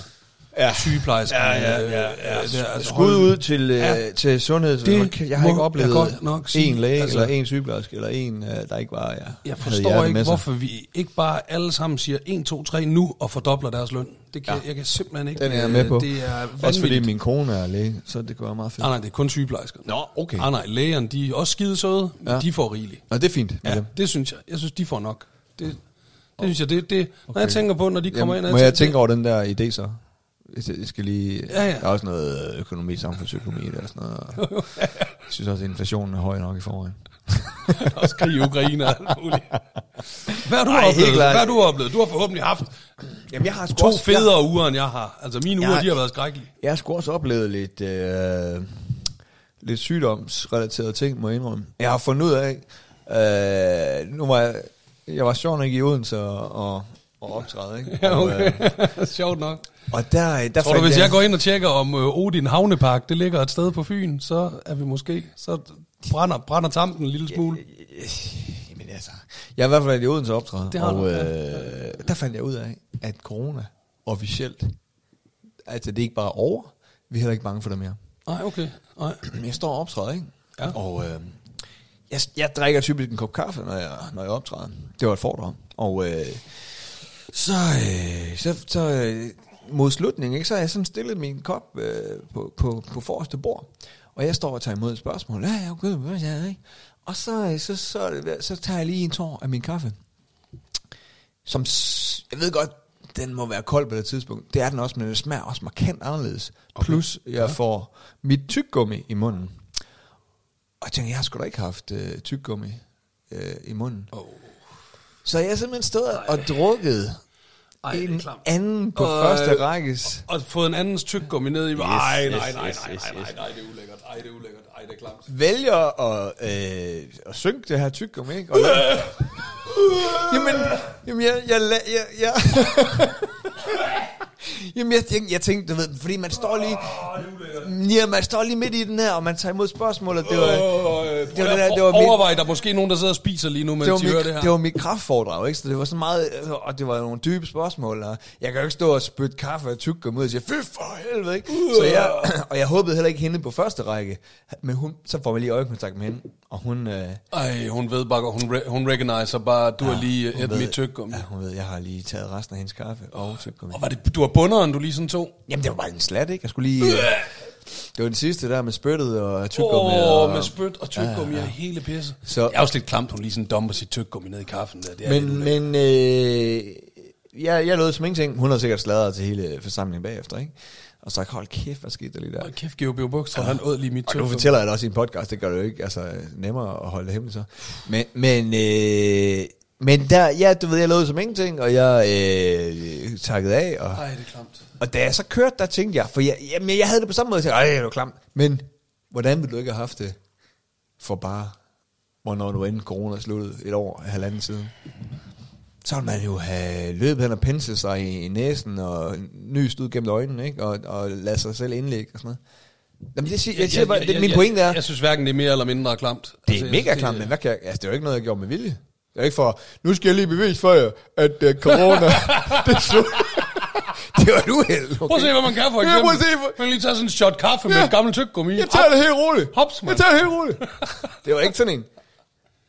Speaker 2: Ja.
Speaker 1: sygeplejersker.
Speaker 2: Ja, ja, ja, ja.
Speaker 1: Øh, der,
Speaker 2: Skud
Speaker 1: altså, hold-
Speaker 2: ud til, øh,
Speaker 1: Ja.
Speaker 2: ja. til sundhed.
Speaker 1: Det
Speaker 2: Det jeg har
Speaker 1: må
Speaker 2: ikke oplevet
Speaker 1: jeg godt nok sige.
Speaker 2: en læge,
Speaker 1: Altså-
Speaker 2: altså, eller en sygeplejerske, eller en, øh, der ikke var... Ja,
Speaker 1: Jeg
Speaker 2: havde
Speaker 1: forstår
Speaker 2: hjertet
Speaker 1: ikke,
Speaker 2: med sig.
Speaker 1: hvorfor vi ikke bare alle sammen siger 1, 2, 3 nu og fordobler deres løn. Det kan, ja. Jeg kan simpelthen ikke...
Speaker 2: Den er jeg
Speaker 1: øh,
Speaker 2: med på.
Speaker 1: Det er
Speaker 2: Også fordi
Speaker 1: vanvittigt. Ah,
Speaker 2: min kone er læge, så det kunne være meget fedt.
Speaker 1: Nej, nej, det er kun sygeplejersker. Ah,
Speaker 2: Nå, okay.
Speaker 1: Nej, nej, lægerne, de er også skide søde, men ja.
Speaker 2: Ja.
Speaker 1: de får rigeligt.
Speaker 2: Nå, det er fint. med
Speaker 1: Ja,
Speaker 2: dem.
Speaker 1: det synes jeg. Jeg synes, de får nok. Det, det synes jeg, det, det når jeg tænker på, når de kommer
Speaker 2: Jamen,
Speaker 1: ind...
Speaker 2: Må jeg
Speaker 1: tænker-
Speaker 2: tænke over den der idé så? Hvis Jeg jeg skal lige...
Speaker 1: Ja, ja.
Speaker 2: Der er også noget økonomi, samfundsøkonomi eller sådan
Speaker 1: [LAUGHS]
Speaker 2: noget. og Jeg synes også, at inflationen er høj nok i forvejen.
Speaker 1: [LAUGHS] også krig i Ukraine og alt muligt.
Speaker 2: [LAUGHS]
Speaker 1: Hvad har du
Speaker 2: Ej, helt
Speaker 1: oplevet?
Speaker 2: klart.
Speaker 1: Hvad har du oplevet? Du har forhåbentlig haft
Speaker 2: Jamen, jeg har sgu
Speaker 1: to federe uger, end jeg har. Altså, mine uger,
Speaker 2: Jeg-
Speaker 1: de har været skrækkelige.
Speaker 2: Jeg har sgu også oplevet lidt, øh, lidt sygdomsrelaterede ting, må jeg indrømme. Jeg har fundet ud af, øh, nu var jeg, jeg var sjov nok i Odense og, og, og optræde, ikke?
Speaker 1: [LAUGHS] Ja,
Speaker 2: Og, øh,
Speaker 1: okay. [LAUGHS] Sjovt nok.
Speaker 2: og der, øh, der
Speaker 1: Tror du,
Speaker 2: fandt
Speaker 1: hvis jeg går ind og tjekker, om øh, Odin Havnepark, det ligger et sted på Fyn, så er vi måske... Så brænder, brænder tampen en lille smule.
Speaker 2: Øh, Jamen altså, jeg har i hvert fald været i Odense optræde,
Speaker 1: Det har
Speaker 2: og
Speaker 1: du,
Speaker 2: øh,
Speaker 1: ja.
Speaker 2: der fandt jeg ud af, at corona officielt, altså det er ikke bare over, vi er heller ikke bange for det mere.
Speaker 1: Nej, okay. Nej.
Speaker 2: Men [CLEARS THROAT] jeg står og optræder, ikke?
Speaker 1: Ja.
Speaker 2: Og øh, jeg, jeg drikker typisk en kop kaffe, når jeg, når jeg optræder. Det var et foredrag. Og øh, så, øh, så, så øh, mod slutningen, ikke, så har jeg sådan stillet min kop øh, på, på, på forreste bord. Og jeg står og tager imod et spørgsmål. Ja, ja, okay, hvad er det, ikke? Og så, øh, så, så, så, så tager jeg lige en tår af min kaffe. Som, s- jeg ved godt, den må være kold på det tidspunkt. Det er den også, men den smager også markant anderledes. Okay. Plus, jeg får mit tyggegummi i munden. Og jeg tænker, jeg har sgu da ikke haft øh, tyggegummi øh, i munden.
Speaker 1: Åh.
Speaker 2: Så jeg har simpelthen stået og drukket
Speaker 1: Ej,
Speaker 2: Ej,
Speaker 1: det er
Speaker 2: en
Speaker 1: klamt.
Speaker 2: anden på
Speaker 1: Øh,
Speaker 2: øh, første rækkes.
Speaker 1: Og fået en andens tyggegummi ned i... Ej, nej,
Speaker 2: yes,
Speaker 1: nej, nej, nej,
Speaker 2: yes,
Speaker 1: nej,
Speaker 2: yes,
Speaker 1: nej,
Speaker 2: yes.
Speaker 1: nej, det er ulækkert. Ej, det er ulækkert. Ej, det er klamt.
Speaker 2: Vælger at, øh, at synke det her tyggegummi, ikke? Og lad- jamen, jamen, jeg, jeg, jeg, jeg, jeg [LAUGHS] Jamen, jeg tænkte, jeg tænkte, du ved, fordi man står lige... Ja, man står lige midt i den her, og man tager imod spørgsmål, og det var...
Speaker 1: Det var
Speaker 2: det der-
Speaker 1: det,
Speaker 2: det
Speaker 1: var
Speaker 2: var mit-
Speaker 1: Overvej, der er måske nogen, der sidder og spiser lige nu, mens
Speaker 2: det var,
Speaker 1: de hører
Speaker 2: mit,
Speaker 1: det her.
Speaker 2: det var mit kraftforedrag, ikke? Så det var sådan meget, og det var nogle dybe spørgsmål, og jeg kan jo ikke stå og spytte kaffe og tykke ud og sige, fy for helvede, ikke? Så jeg, og jeg håbede heller ikke hende på første række, men hun, så får man lige øjekontakt med hende, og hun, øh,
Speaker 1: Ej, hun ved bare, godt, hun, re- hun recognizer bare, du har lige øh,
Speaker 2: hun
Speaker 1: et mit tyggegummi.
Speaker 2: ja, hun ved, jeg har lige taget resten af hendes kaffe og tykke
Speaker 1: Og var det, du var bunderen, du lige sådan tog?
Speaker 2: Jamen, det var bare en slat, ikke? Jeg skulle lige... Øh, det var den sidste der med spyttet og tykke
Speaker 1: Åh, oh, med spyt og tyggegummi ja, ja. hele pisse. Så.
Speaker 2: Så-
Speaker 1: Det er også lidt klamt, hun lige sådan dumper sit tyggegummi ned i kaffen der. Det er lidt
Speaker 2: Men,
Speaker 1: ulækkert.
Speaker 2: men øh, jeg, jeg lød som ingenting. Hun har sikkert sladret til hele forsamlingen bagefter, ikke? Og så hold kæft, hvad skete der lige der?
Speaker 1: Hold kæft, Georg Bjørn Bukstrøm, han åd lige mit
Speaker 2: Og nu
Speaker 1: tyggegummi.
Speaker 2: fortæller jeg det også i en podcast, det gør det jo ikke altså, nemmere at holde det hemmeligt så. Men, men, øh, men der, ja, du ved, jeg lød som ingenting, og jeg øh, takkede af. Og,
Speaker 1: Ej, det er klamt.
Speaker 2: og da jeg så kørte, der tænkte jeg, for jeg, jamen, jeg havde det på samme måde, jeg tænkte, ej, det var klamt. Men hvordan ville du ikke have haft det, for bare, hvornår nu end corona sluttede et år, halvanden siden. Så ville man jo have løbet hen og penslet sig i næsen og nyst ud gennem øjnene, ikke? Og, og lade sig selv indlægge og sådan noget. Jamen, det siger, jeg siger bare, det, min pointe er,
Speaker 1: Jeg synes hverken det er mere eller mindre klamt.
Speaker 2: det er
Speaker 1: jeg
Speaker 2: mega
Speaker 1: synes,
Speaker 2: klamt, men hvad kan jeg, altså, det er jo ikke noget, jeg gjorde med vilje. Det er ikke for, nu skal jeg lige bevise for jer, at uh, corona,
Speaker 1: [LAUGHS]
Speaker 2: [LAUGHS] det er slut. det var et uheld. Okay?
Speaker 1: Prøv at se, hvad man kan for
Speaker 2: Ja,
Speaker 1: eksempel.
Speaker 2: prøv at se, hvor-
Speaker 1: Man kan lige tage sådan en shot kaffe med
Speaker 2: Ja.
Speaker 1: et gammelt tyggegummi.
Speaker 2: Jeg tager det helt roligt.
Speaker 1: Hops, mand.
Speaker 2: jeg tager det helt roligt. [LAUGHS] det var ikke sådan en.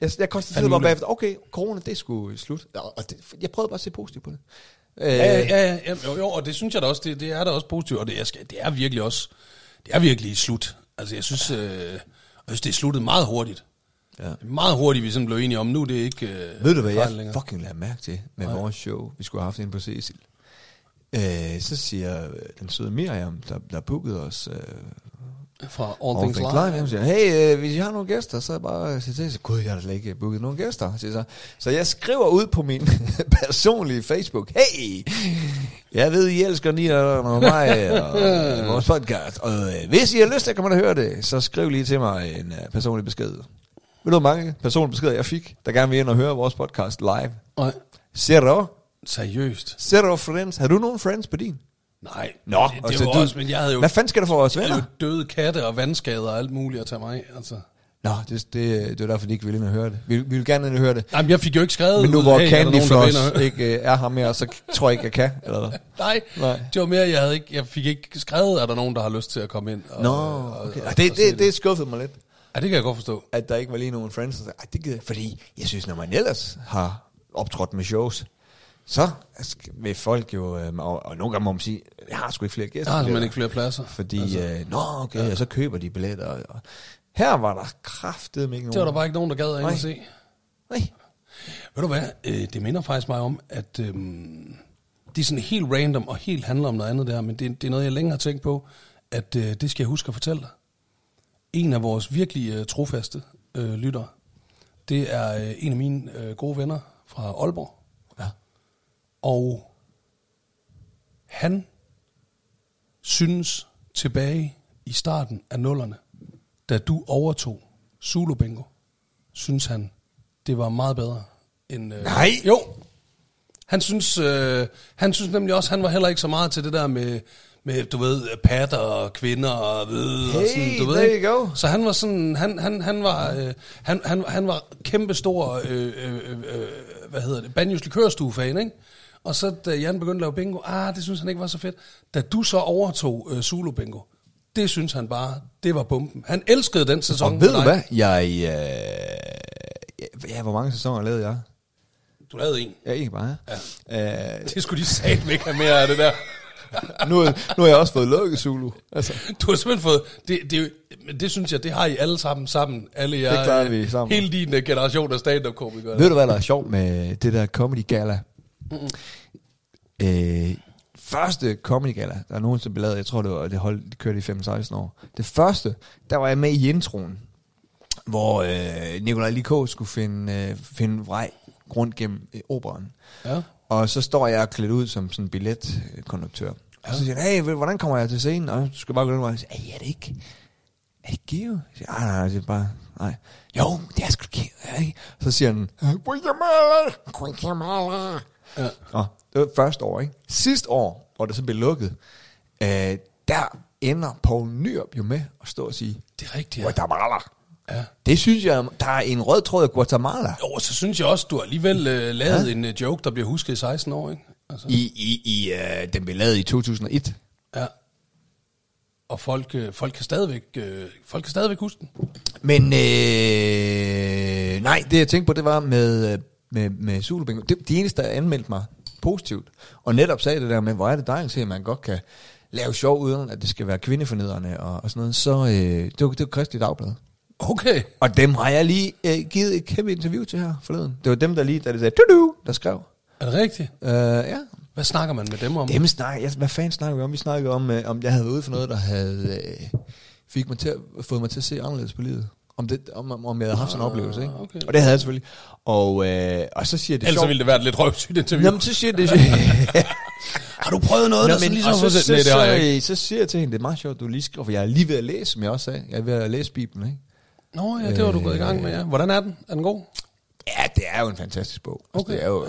Speaker 2: Jeg, jeg konstaterede
Speaker 1: Fandme
Speaker 2: bare
Speaker 1: ulækkert.
Speaker 2: bagefter, okay, corona, det skulle slut. Ja, og det, jeg prøvede bare at se positivt på det. Øh,
Speaker 1: Ja, ja, ja, ja, jo, jo, og det synes jeg da også, det, det er da også positivt, og det er, skal- det er virkelig også, det er virkelig slut. Altså jeg synes, øh, jeg synes det er sluttet meget hurtigt.
Speaker 2: Ja.
Speaker 1: Meget hurtigt, vi sådan blev enige om, nu er det ikke øh,
Speaker 2: Ved du, hvad jeg
Speaker 1: fejl længere.
Speaker 2: fucking lader mærke til med
Speaker 1: Nej.
Speaker 2: vores show? Vi skulle have haft en på Cecil. Øh, så siger øh, den søde Miriam, der, der bookede os øh,
Speaker 1: fra All,
Speaker 2: All Things Live. Live. Hun siger, hey, øh, hvis I har nogle gæster, så er jeg bare sige til. Så, Gud, jeg har da slet ikke booket nogen gæster. Siger jeg så. så jeg skriver ud på min [LAUGHS] personlige Facebook, hey, jeg ved, I elsker Nina og mig og øh, vores podcast. Og øh, hvis I har lyst til at komme ind og høre det, så skriv lige til mig en øh, personlig besked. Ved du, hvor mange personlige beskeder jeg fik, der gerne vil ind og høre vores podcast live?
Speaker 1: Nej,
Speaker 2: Zero.
Speaker 1: seriøst.
Speaker 2: Zero friends. Har du nogen friends på din?
Speaker 1: Nej,
Speaker 2: Nå,
Speaker 1: det, det
Speaker 2: altså,
Speaker 1: var
Speaker 2: du-
Speaker 1: også, men jeg havde jo,
Speaker 2: Hvad fanden skal der for vores
Speaker 1: jeg
Speaker 2: venner?
Speaker 1: havde jo døde katte og vandskader og alt muligt at tage mig af. Altså.
Speaker 2: Nå, det, det, det var derfor, de ikke ville ind og høre det. Vi, vi vil gerne ind og høre det.
Speaker 1: Jamen, jeg fik jo ikke skrevet,
Speaker 2: Men nu
Speaker 1: ud,
Speaker 2: hvor
Speaker 1: er
Speaker 2: hey,
Speaker 1: der nogen,
Speaker 2: Candy
Speaker 1: der vinder?
Speaker 2: Floss [LAUGHS] ikke øh, er her mere, så tror jeg ikke, jeg kan, eller hvad?
Speaker 1: Nej,
Speaker 2: Nej.
Speaker 1: Nej, det var mere, jeg, havde ikke, jeg fik ikke skrevet, er der nogen, der har lyst til at komme ind. Og,
Speaker 2: Nå,
Speaker 1: og-
Speaker 2: okay.
Speaker 1: og-
Speaker 2: Ej,
Speaker 1: og
Speaker 2: Det,
Speaker 1: se
Speaker 2: det, det skuffede mig lidt,
Speaker 1: Ja, det kan jeg godt forstå.
Speaker 2: at der ikke var lige nogen friends. der sagde, Ej, det gider jeg. Fordi jeg synes, når man ellers har optrådt med shows, så sk- vil folk jo, øh, og, og nogle gange må man sige, jeg har sgu ikke flere
Speaker 1: Jeg
Speaker 2: gæster.
Speaker 1: har simpelthen ikke flere pladser.
Speaker 2: Fordi, altså, øh, nå okay, ja. og så køber de billetter. Og, og her var der kraftedeme ikke nogen.
Speaker 1: Det var der bare ikke nogen, der gad at ind
Speaker 2: Nej.
Speaker 1: og se.
Speaker 2: Nej.
Speaker 1: Ved du hvad, øh, det minder faktisk mig om, at øh, det er sådan helt random og helt handler om noget andet der, men det, det er noget, jeg længe har tænkt på, at øh, det skal jeg huske at fortælle dig. En af vores virkelig øh, trofaste øh, lyttere, det er øh, en af mine øh, gode venner fra Aalborg,
Speaker 2: Ja.
Speaker 1: og han synes tilbage i starten af nullerne, da du overtog Zulu Bingo, synes han, det var meget bedre end... Øh,
Speaker 2: Nej.
Speaker 1: Jo. Han synes, øh, han synes nemlig også, han var heller ikke så meget til det der med, med du ved, patter og kvinder og ved, og
Speaker 2: Hey,
Speaker 1: sådan, du ved.
Speaker 2: there
Speaker 1: ikke?
Speaker 2: you go.
Speaker 1: Så han var sådan, han, han, han var, øh, han, han, han var kæmpestor, øh, øh, øh, øh, hvad hedder det, Banjos Likørstue-fan, ikke? Og så da Jan begyndte at lave bingo, ah, det synes han ikke var så fedt. Da du så overtog øh, Zulu Bingo, det synes han bare, det var bomben. Han elskede den sæson.
Speaker 2: Og ved
Speaker 1: med
Speaker 2: du
Speaker 1: dig.
Speaker 2: hvad? Jeg, øh, ja, hvor mange sæsoner lavede jeg?
Speaker 1: Du lavede en. [LAUGHS]
Speaker 2: Ja, ikke bare. Øh, Ja.
Speaker 1: Det skulle de satme ikke have mere af det der. [LAUGHS]
Speaker 2: nu, nu har jeg også fået lukket Zulu. Altså,
Speaker 1: Du har simpelthen fået, det, det, men det synes jeg, det har I alle sammen sammen. Alle jer,
Speaker 2: Det klarer
Speaker 1: øh,
Speaker 2: vi sammen.
Speaker 1: Hele din øh, generation af stand-up-komikere.
Speaker 2: ved du, hvad der er sjovt med det der Comedy Gala? Øh, første Comedy Gala, der er nogen, som blev lavet, jeg tror, det, var, det, holdt, det kørte i 5-16 år. Det første, der var jeg med i introen, hvor øh, Nikolaj Likå skulle finde, øh, finde vej rundt gennem øh, operen.
Speaker 1: Ja.
Speaker 2: Og så står jeg klædt ud som sådan en billetkonduktør. Og så siger han, hey, ved du, hvordan kommer jeg til scenen? Og så skal jeg bare gå den vej. Og siger, hey, er det ikke, er det Geo? Jeg siger, nej, nej, nej, det er bare, nej. Jo, det er sgu da Geo. er det ikke?" Så siger han, Guatemala, Guatemala. Ja. Og det var første år, ikke? Sidste år, hvor det så blev lukket, øh, der ender Poul Nyrup jo med at stå og sige,
Speaker 1: Det er rigtigt. Ja.
Speaker 2: Guatemala.
Speaker 1: Ja.
Speaker 2: Det synes jeg, der er en rød tråd af Guatemala.
Speaker 1: Jo, og så synes jeg også, du har alligevel øh, lavet ja. en øh, joke, der bliver husket i 16 år, ikke? Altså,
Speaker 2: I, i, i øh, den blev lavet i 2001.
Speaker 1: ja. Og folk, øh, folk, kan stadigvæk, øh, folk kan stadigvæk huske den.
Speaker 2: Men øh, nej, det jeg tænkte på, det var med, øh, med, med Zulu Bingo. Det, de eneste, der anmeldte mig positivt, og netop sagde det der med, hvor er det dejligt at se, at man godt kan lave sjov, uden at det skal være kvindefornedrende og, og sådan noget, så øh, det, var, det var Kristelig Dagblad.
Speaker 1: Okay.
Speaker 2: Og dem har jeg lige øh, givet et kæmpe interview til her forleden. Det var dem, der lige, da det sagde, du, du, der skrev.
Speaker 1: Er det rigtigt?
Speaker 2: Øh, ja,
Speaker 1: Hvad snakker man med dem om?
Speaker 2: dem snakker, jeg, hvad fanden snakker vi om? Vi snakkede om, øh, om jeg havde været ude for noget, der havde øh, fik mig til at, fået mig til at se anderledes på livet. Om, det, om, om- om jeg havde haft sådan en oplevelse, ikke?
Speaker 1: okay.
Speaker 2: Og det havde jeg selvfølgelig. Og, øh, og så siger det
Speaker 1: Ellers så
Speaker 2: sjovt.
Speaker 1: ville det være et lidt røvsygt interview.
Speaker 2: Jamen, så siger
Speaker 1: [LAUGHS]
Speaker 2: det... Nå,
Speaker 1: har du prøvet noget, Nå, der sådan ligesom...
Speaker 2: og så, så, så,
Speaker 1: nej, det har jeg ikke.
Speaker 2: så, så, siger jeg til hende, det er meget sjovt, du lige skriver, for jeg er lige ved at læse, som jeg også sagde. Jeg er ved at læse Bibelen, ikke?
Speaker 1: Nå ja, det var du gået i gang med, ja.
Speaker 2: Øh.
Speaker 1: Hvordan er den? Er den god?
Speaker 2: Ja, det er jo en fantastisk bog. Altså,
Speaker 1: Okay.
Speaker 2: det er jo,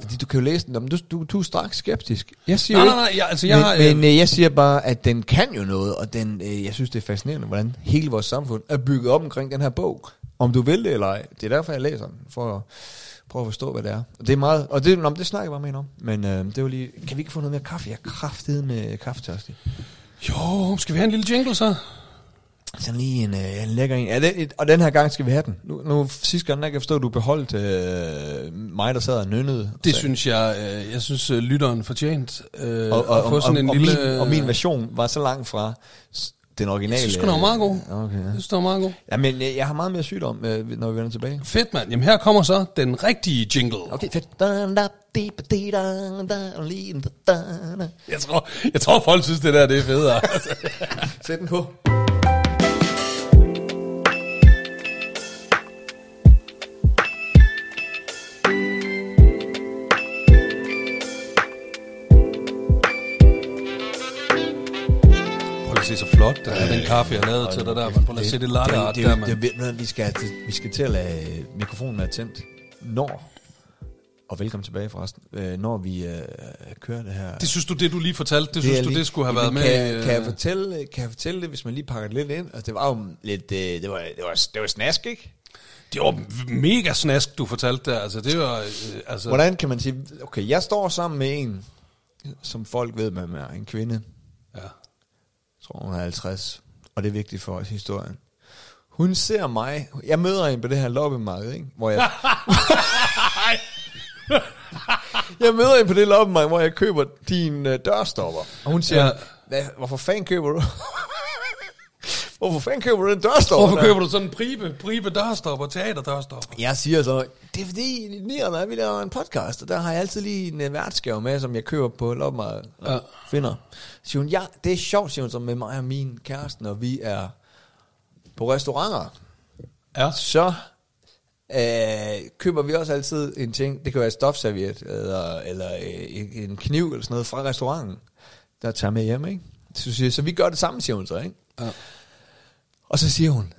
Speaker 2: Fordi du kan jo læse den, men du, du, du er straks skeptisk. Jeg siger
Speaker 1: Nej,
Speaker 2: jo
Speaker 1: nej, nej,
Speaker 2: ikke-
Speaker 1: jeg- altså, jeg-
Speaker 2: men, men øh, jeg siger bare, at den kan jo noget, og den, øh, jeg synes, det er fascinerende, hvordan hele vores samfund er bygget op omkring den her bog. Om du vil det eller ej. Det er derfor, jeg læser den, for at prøve at forstå, hvad det er. Og det er meget, og det, nå, men det snakker jeg bare med hende om. Men øh, det var lige, kan vi ikke få noget mere kaffe? Jeg er kraftet med kaffetørstig.
Speaker 1: Jo, skal vi have en lille jingle så?
Speaker 2: Sådan lige en, øh, en lækker en. Ja, det, et- og den her gang skal vi have den. Nu, nu sidste gang, der kan jeg forstå, at du beholdt øh, mig, der sad og nynnede.
Speaker 1: Det
Speaker 2: Så-
Speaker 1: synes jeg, øh, jeg synes, øh, lytteren fortjent øh,
Speaker 2: og, og,
Speaker 1: at få
Speaker 2: og,
Speaker 1: sådan
Speaker 2: og,
Speaker 1: en
Speaker 2: og,
Speaker 1: lille...
Speaker 2: min, og min version var så langt fra s- den originale. øh,
Speaker 1: Jeg synes sgu, den var meget god.
Speaker 2: Okay, ja.
Speaker 1: Jeg synes, den var meget god.
Speaker 2: Jamen, jeg, jeg har meget mere sygdom, øh, når vi vender tilbage.
Speaker 1: Fedt, mand. Jamen her kommer så den rigtige jingle.
Speaker 2: Okay, fedt. Da, da, di, ba, di, da, da, li, da, da, da.
Speaker 1: Jeg tror, jeg tror folk synes, det der det er federe.
Speaker 2: Sæt den på.
Speaker 1: Prøv lige at se så flot, der er den kaffe, jeg lavede til dig der. mand. Prøv lige at se det latte art
Speaker 2: øh, det,
Speaker 1: der,
Speaker 2: det, det,
Speaker 1: mand.
Speaker 2: det, det, vi, skal, det, vi skal til at lade øh, mikrofonen være tændt, når, og velkommen tilbage forresten, øh, når vi øh, kører det her.
Speaker 1: Det synes du, det du lige fortalte, det
Speaker 2: er
Speaker 1: synes du,
Speaker 2: lige-
Speaker 1: det skulle have været
Speaker 2: Jamen,
Speaker 1: med.
Speaker 2: Kan,
Speaker 1: øh,
Speaker 2: kan, jeg fortælle, kan jeg fortælle det, hvis man lige pakker det lidt ind? Altså, det var jo lidt, øh, det, var, det, var, det var snask, ikke?
Speaker 1: øh, Det var mega snask, du fortalte der. Altså, det var... Øh, altså,
Speaker 2: Hvordan kan man sige, okay, jeg står sammen med en, som folk ved, man er en kvinde, jeg
Speaker 1: Ja.
Speaker 2: tror hun er 50, og det er vigtigt for os i historien. Hun ser mig, jeg møder hende på det her loppemarked, ikke? Hvor
Speaker 1: [LAUGHS]
Speaker 2: jeg, jeg møder hende på det loppemarked, hvor jeg køber din øh, dørstopper. Og hun siger,
Speaker 1: Ja.
Speaker 2: ja. Hvad, hvorfor fanden køber du? [LAUGHS] hvorfor fanden køber du den dørstopper?
Speaker 1: Hvorfor
Speaker 2: der?"
Speaker 1: køber du sådan en pribe, pribe dørstopper, teaterdørstopper?
Speaker 2: Jeg siger så, det er fordi, i nierne er vi laver en podcast, og der har jeg altid lige en øh, værtsgave med, som jeg køber på loppemarkedet og
Speaker 1: Ja.
Speaker 2: ja. finder. Så Siger hun, ja, det er sjovt, siger hun så med mig og min kæreste, når vi er på restauranter,
Speaker 1: Ja.
Speaker 2: så øh, køber vi også altid en ting, det kan være et stofserviet, eller, eller øh, en- en kniv eller sådan noget fra restauranten, der tager med hjem, ikke? Så, siger, jeg, så vi gør det sammen, siger hun så, ikke?
Speaker 1: Ja.
Speaker 2: Og så siger hun,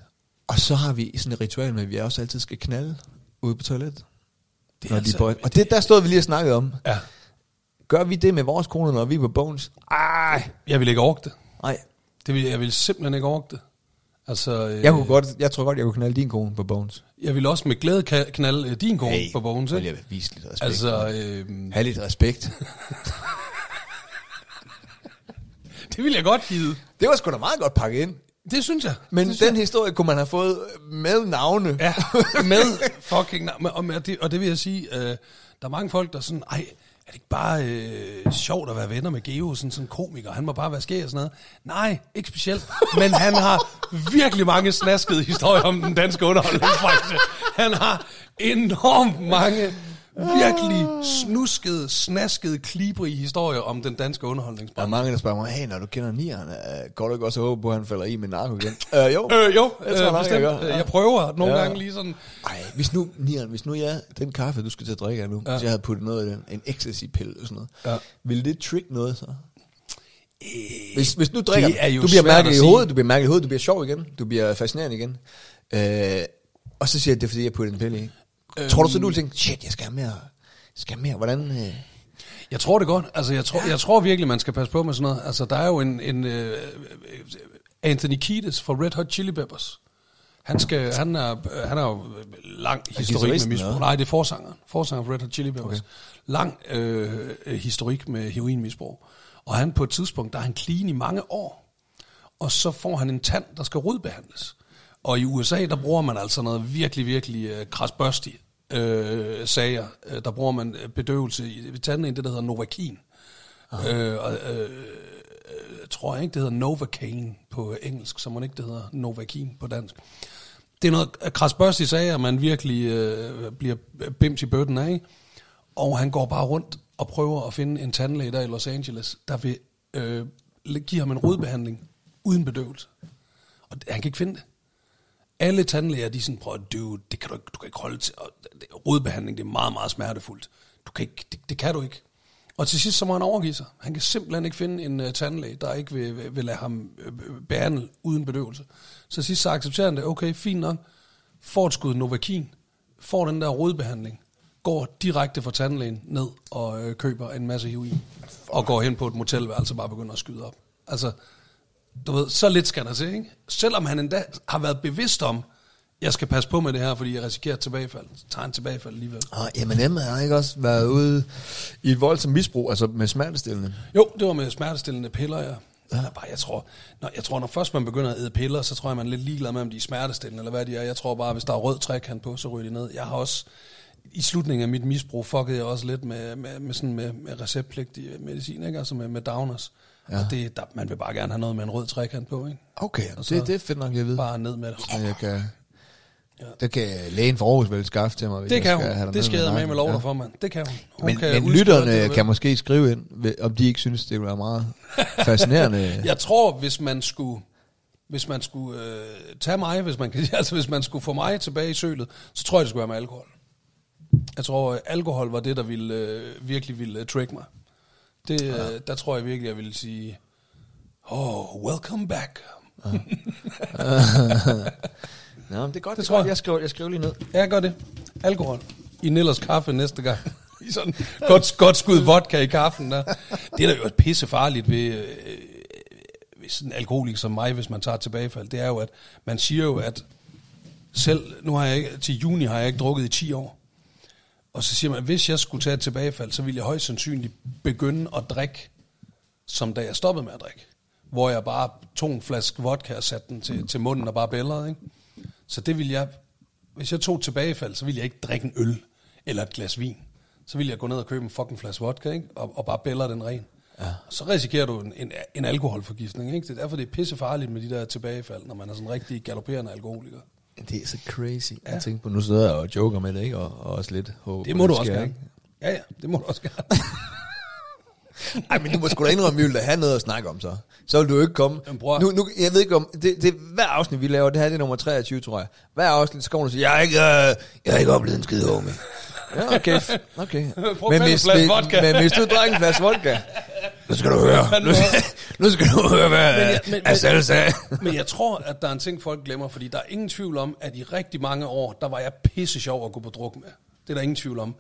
Speaker 2: og så har vi sådan et ritual med, at vi også altid skal knalde ude på toilettet.
Speaker 1: Det
Speaker 2: Det
Speaker 1: er
Speaker 2: er
Speaker 1: altså-
Speaker 2: altså, på, og det der stod vi lige og snakkede om.
Speaker 1: ja.
Speaker 2: Gør vi det med vores koner, når vi er på Bones? Ej,
Speaker 1: Jeg ville ikke orke det.
Speaker 2: nej.
Speaker 1: det ville, jeg ville simpelthen ikke orke det. Altså, øh,
Speaker 2: Jeg, kunne godt, jeg tror godt, jeg kunne knalde din kone på Bones.
Speaker 1: jeg ville også med glæde ka- knalde øh, din kone hey, på bogen,
Speaker 2: hold
Speaker 1: ikke?
Speaker 2: Jeg vil vise lidt respekt. Altså,
Speaker 1: Altså, øh,
Speaker 2: have lidt respekt.
Speaker 1: det ville jeg godt give.
Speaker 2: det var sgu da meget godt pakket ind.
Speaker 1: Det synes jeg.
Speaker 2: Men
Speaker 1: det synes
Speaker 2: den historie kunne man have fået med navne.
Speaker 1: Ja, [LAUGHS] med fucking navn. Og, med det, og det vil jeg sige, øh, der er mange folk, der er sådan, ej, er det ikke bare øh, sjovt at være venner med Geo, sådan sådan en komiker, han må bare være skæg og sådan noget. Nej, ikke specielt, men han har virkelig mange snaskede historier om den danske underholdningsbranche. Han har enormt mange virkelig snuskede, snaskede, klibrige historier om den danske
Speaker 2: Der er
Speaker 1: underholdningsbranche.
Speaker 2: mange, der spørger mig, hey, når du kender nieren, øh, går du ikke også og håber på, at han falder i med narko igen? [LAUGHS] øh, jo.
Speaker 1: Øh, jo,
Speaker 2: jeg tror
Speaker 1: øh,
Speaker 2: nok, jeg
Speaker 1: bestemt.
Speaker 2: gør.
Speaker 1: Øh,
Speaker 2: Ja.
Speaker 1: Jeg prøver nogle
Speaker 2: Ja.
Speaker 1: gange lige sådan,
Speaker 2: Ej, hvis nu, Nian, hvis nu jeg, den kaffe, du skal til at drikke af nu, ja. hvis jeg havde puttet noget i den, en ecstasy-pille eller sådan noget,
Speaker 1: Ja.
Speaker 2: ja. ville det trick noget så? Hvis, hvis nu drikker,
Speaker 1: "Øh, det er jo
Speaker 2: du bliver
Speaker 1: svært
Speaker 2: mærket
Speaker 1: at
Speaker 2: i
Speaker 1: sige.
Speaker 2: hovedet, du bliver mærket i hovedet, du bliver sjov igen, du bliver fascinerende igen. Øh, og så siger jeg, det er fordi, jeg puttede en pille i. Øhm. Tror du så, du ville tænke, shit, jeg skal have mere, jeg skal have mere, hvordan... Øh?
Speaker 1: Jeg tror det godt. Altså, jeg tror, jeg tror virkelig, man skal passe på med sådan noget. Altså, der er jo en... en øh, Anthony Kiedis fra Red Hot Chili Peppers. Han, skal, han, er, øh, han er jo lang historik med
Speaker 2: guitaristen,
Speaker 1: misbrug.
Speaker 2: eller?
Speaker 1: Nej, det er forsangeren. Forsangeren fra Red Hot Chili Peppers. Okay. Lang øh, øh, historik med heroinmisbrug. Og han på et tidspunkt, der er han clean i mange år. Og så får han en tand, der skal rodbehandles. Og i USA, der bruger man altså noget virkelig, virkelig øh, krasbørstig øh, sager. Øh, Der bruger man øh, bedøvelse i i tanden, det der hedder Novakin. Øh, og, øh, jeg tror ikke, det hedder Novocaine på engelsk, som man ikke det hedder Novocaine på dansk. Det er noget krasbørstigt sager, man virkelig øh, bliver bimt i bøtten af, ikke? og han går bare rundt og prøver at finde en tandlæge der i Los Angeles, der vil øh, give ham en rodbehandling uden bedøvelse. Og det- han kan ikke finde det. Alle tandlæger, de er sådan, prøv at dude, det kan du, ikke, du kan ikke holde til. Og det- det- rodbehandling, det er meget, meget smertefuldt. Du kan ikke, det, det kan du ikke. Og til sidst så må han overgive sig. Han kan simpelthen ikke finde en uh, tandlæge, der ikke vil, vil, vil lade ham øh, øh, behandle uden bedøvelse. Så til sidst så accepterer han det. Okay, fint nok. Får et skud Novakin. Får den der rodbehandling. Går direkte fra tandlægen ned og øh, køber en masse heroin. Og går hen på et motelværelse og bare begynder at skyde op. Altså, du ved, så lidt skal der til, ikke? Selvom han endda har været bevidst om, jeg skal passe på med det her, fordi jeg risikerer et tilbagefald. Så tager han tilbagefald alligevel.
Speaker 2: Og M&M har ikke også været ude i et voldsomt misbrug, altså med smertestillende.
Speaker 1: Jo, det var med smertestillende piller, ja. Eller bare, jeg tror, når, jeg tror, når først man begynder at æde piller, så tror jeg, man er lidt ligeglad med, om de er smertestillende, eller hvad de er. Jeg tror bare, hvis der er rød trekant på, så ryger de ned. Jeg har også, i slutningen af mit misbrug, fuckede jeg også lidt med, med, med, sådan med, med receptpligtig medicin, ikke? altså med, med downers. Ja. Og det, der, man vil bare gerne have noget med en rød trekant på, ikke?
Speaker 2: Okay,
Speaker 1: Og så-
Speaker 2: det, det er fedt nok, jeg ved.
Speaker 1: Bare ned med det.
Speaker 2: Og jeg kan,
Speaker 1: Ja.
Speaker 2: Det kan lægen for Aarhus vel skaffe til mig. hvis
Speaker 1: Det
Speaker 2: jeg
Speaker 1: kan
Speaker 2: skal have
Speaker 1: hun.
Speaker 2: dig
Speaker 1: Det skal jeg med
Speaker 2: nakken.
Speaker 1: med lov
Speaker 2: Ja.
Speaker 1: dig for, mand. Det kan hun. hun
Speaker 2: Men,
Speaker 1: kan
Speaker 2: men
Speaker 1: udskrive alt det,
Speaker 2: lytterne
Speaker 1: hun vil.
Speaker 2: kan måske skrive ind, ved- om de ikke synes, det ville være meget
Speaker 1: [LAUGHS]
Speaker 2: fascinerende. ja.
Speaker 1: Jeg tror, hvis man skulle, hvis man skulle øh, tage mig, hvis man, kan- [LAUGHS] altså hvis man skulle få mig tilbage i sølet, så tror jeg, det skulle være med alkohol. Jeg tror, øh, alkohol var det, der ville, øh, virkelig ville øh, trick mig. Det, øh, Der tror jeg virkelig, jeg ville sige, oh, welcome back.
Speaker 2: Nå, men det er godt,
Speaker 1: Det
Speaker 2: det,
Speaker 1: tror
Speaker 2: tror
Speaker 1: jeg.
Speaker 2: jeg. Jeg skriver, jeg skriver lige ned.
Speaker 1: Ja, gør det. Alkohol. I Nellers kaffe næste gang. [LAUGHS] I sådan godt, godt skud vodka i kaffen. Der. Det er da jo pissefarligt ved, øh, ved sådan en alkoholiker som mig, hvis man tager et tilbagefald. Det er jo, at man siger jo, at selv nu har jeg ikke, til juni har jeg ikke drukket i 10 år. Og så siger man, at hvis jeg skulle tage et tilbagefald, så ville jeg højst sandsynligt begynde at drikke, som da jeg stoppede med at drikke. Hvor jeg bare tog en flaske vodka og satte den til, til munden og bare bælrede. Ikke? Så det ville jeg, hvis jeg tog et tilbagefald, så ville jeg ikke drikke en øl eller et glas vin. Så ville jeg gå ned og købe en fucking flaske vodka, ikke? Og, og bare bælre den ren. Ja. Så risikerer du en, en, en alkoholforgiftning. Ikke? Det er derfor, det er pissefarligt med de der tilbagefald, når man er sådan en rigtig galopperende alkoholiker.
Speaker 2: Det er så crazy. Ja. Jeg tænker på, nu sidder jeg og joker med det, ikke? Og, og også lidt håber.
Speaker 1: Det må
Speaker 2: på,
Speaker 1: du også
Speaker 2: sker,
Speaker 1: gerne.
Speaker 2: ikke?
Speaker 1: Ja, ja, det må du også gerne.
Speaker 2: Ej, men du må sgu da indrømme, vi ville da have noget at snakke om så. Så vil du jo ikke komme.
Speaker 1: Jamen, bror.
Speaker 2: Nu, nu, jeg ved ikke om, det, det, hver afsnit, vi laver, det her det er nummer 23, tror jeg. Hver afsnit, så kommer du og siger, jeg har ikke, øh, jeg har ikke oplevet en skid, homie. Ja, okay. f- okay.
Speaker 1: [LAUGHS] Prøv at tage en flaske
Speaker 2: vi-
Speaker 1: vodka.
Speaker 2: men hvis du drak en flaske
Speaker 1: [LAUGHS]
Speaker 2: vodka, nu skal du høre, nu, [LAUGHS] nu skal du høre, hvad øh,
Speaker 1: Men jeg-
Speaker 2: men,
Speaker 1: [LAUGHS] men- men-
Speaker 2: men, Assel sagde.
Speaker 1: Men jeg tror, at der er en ting, folk glemmer, fordi der er ingen tvivl om, at i rigtig mange år, der var jeg pisse sjov at gå på druk med. Det er der ingen tvivl om.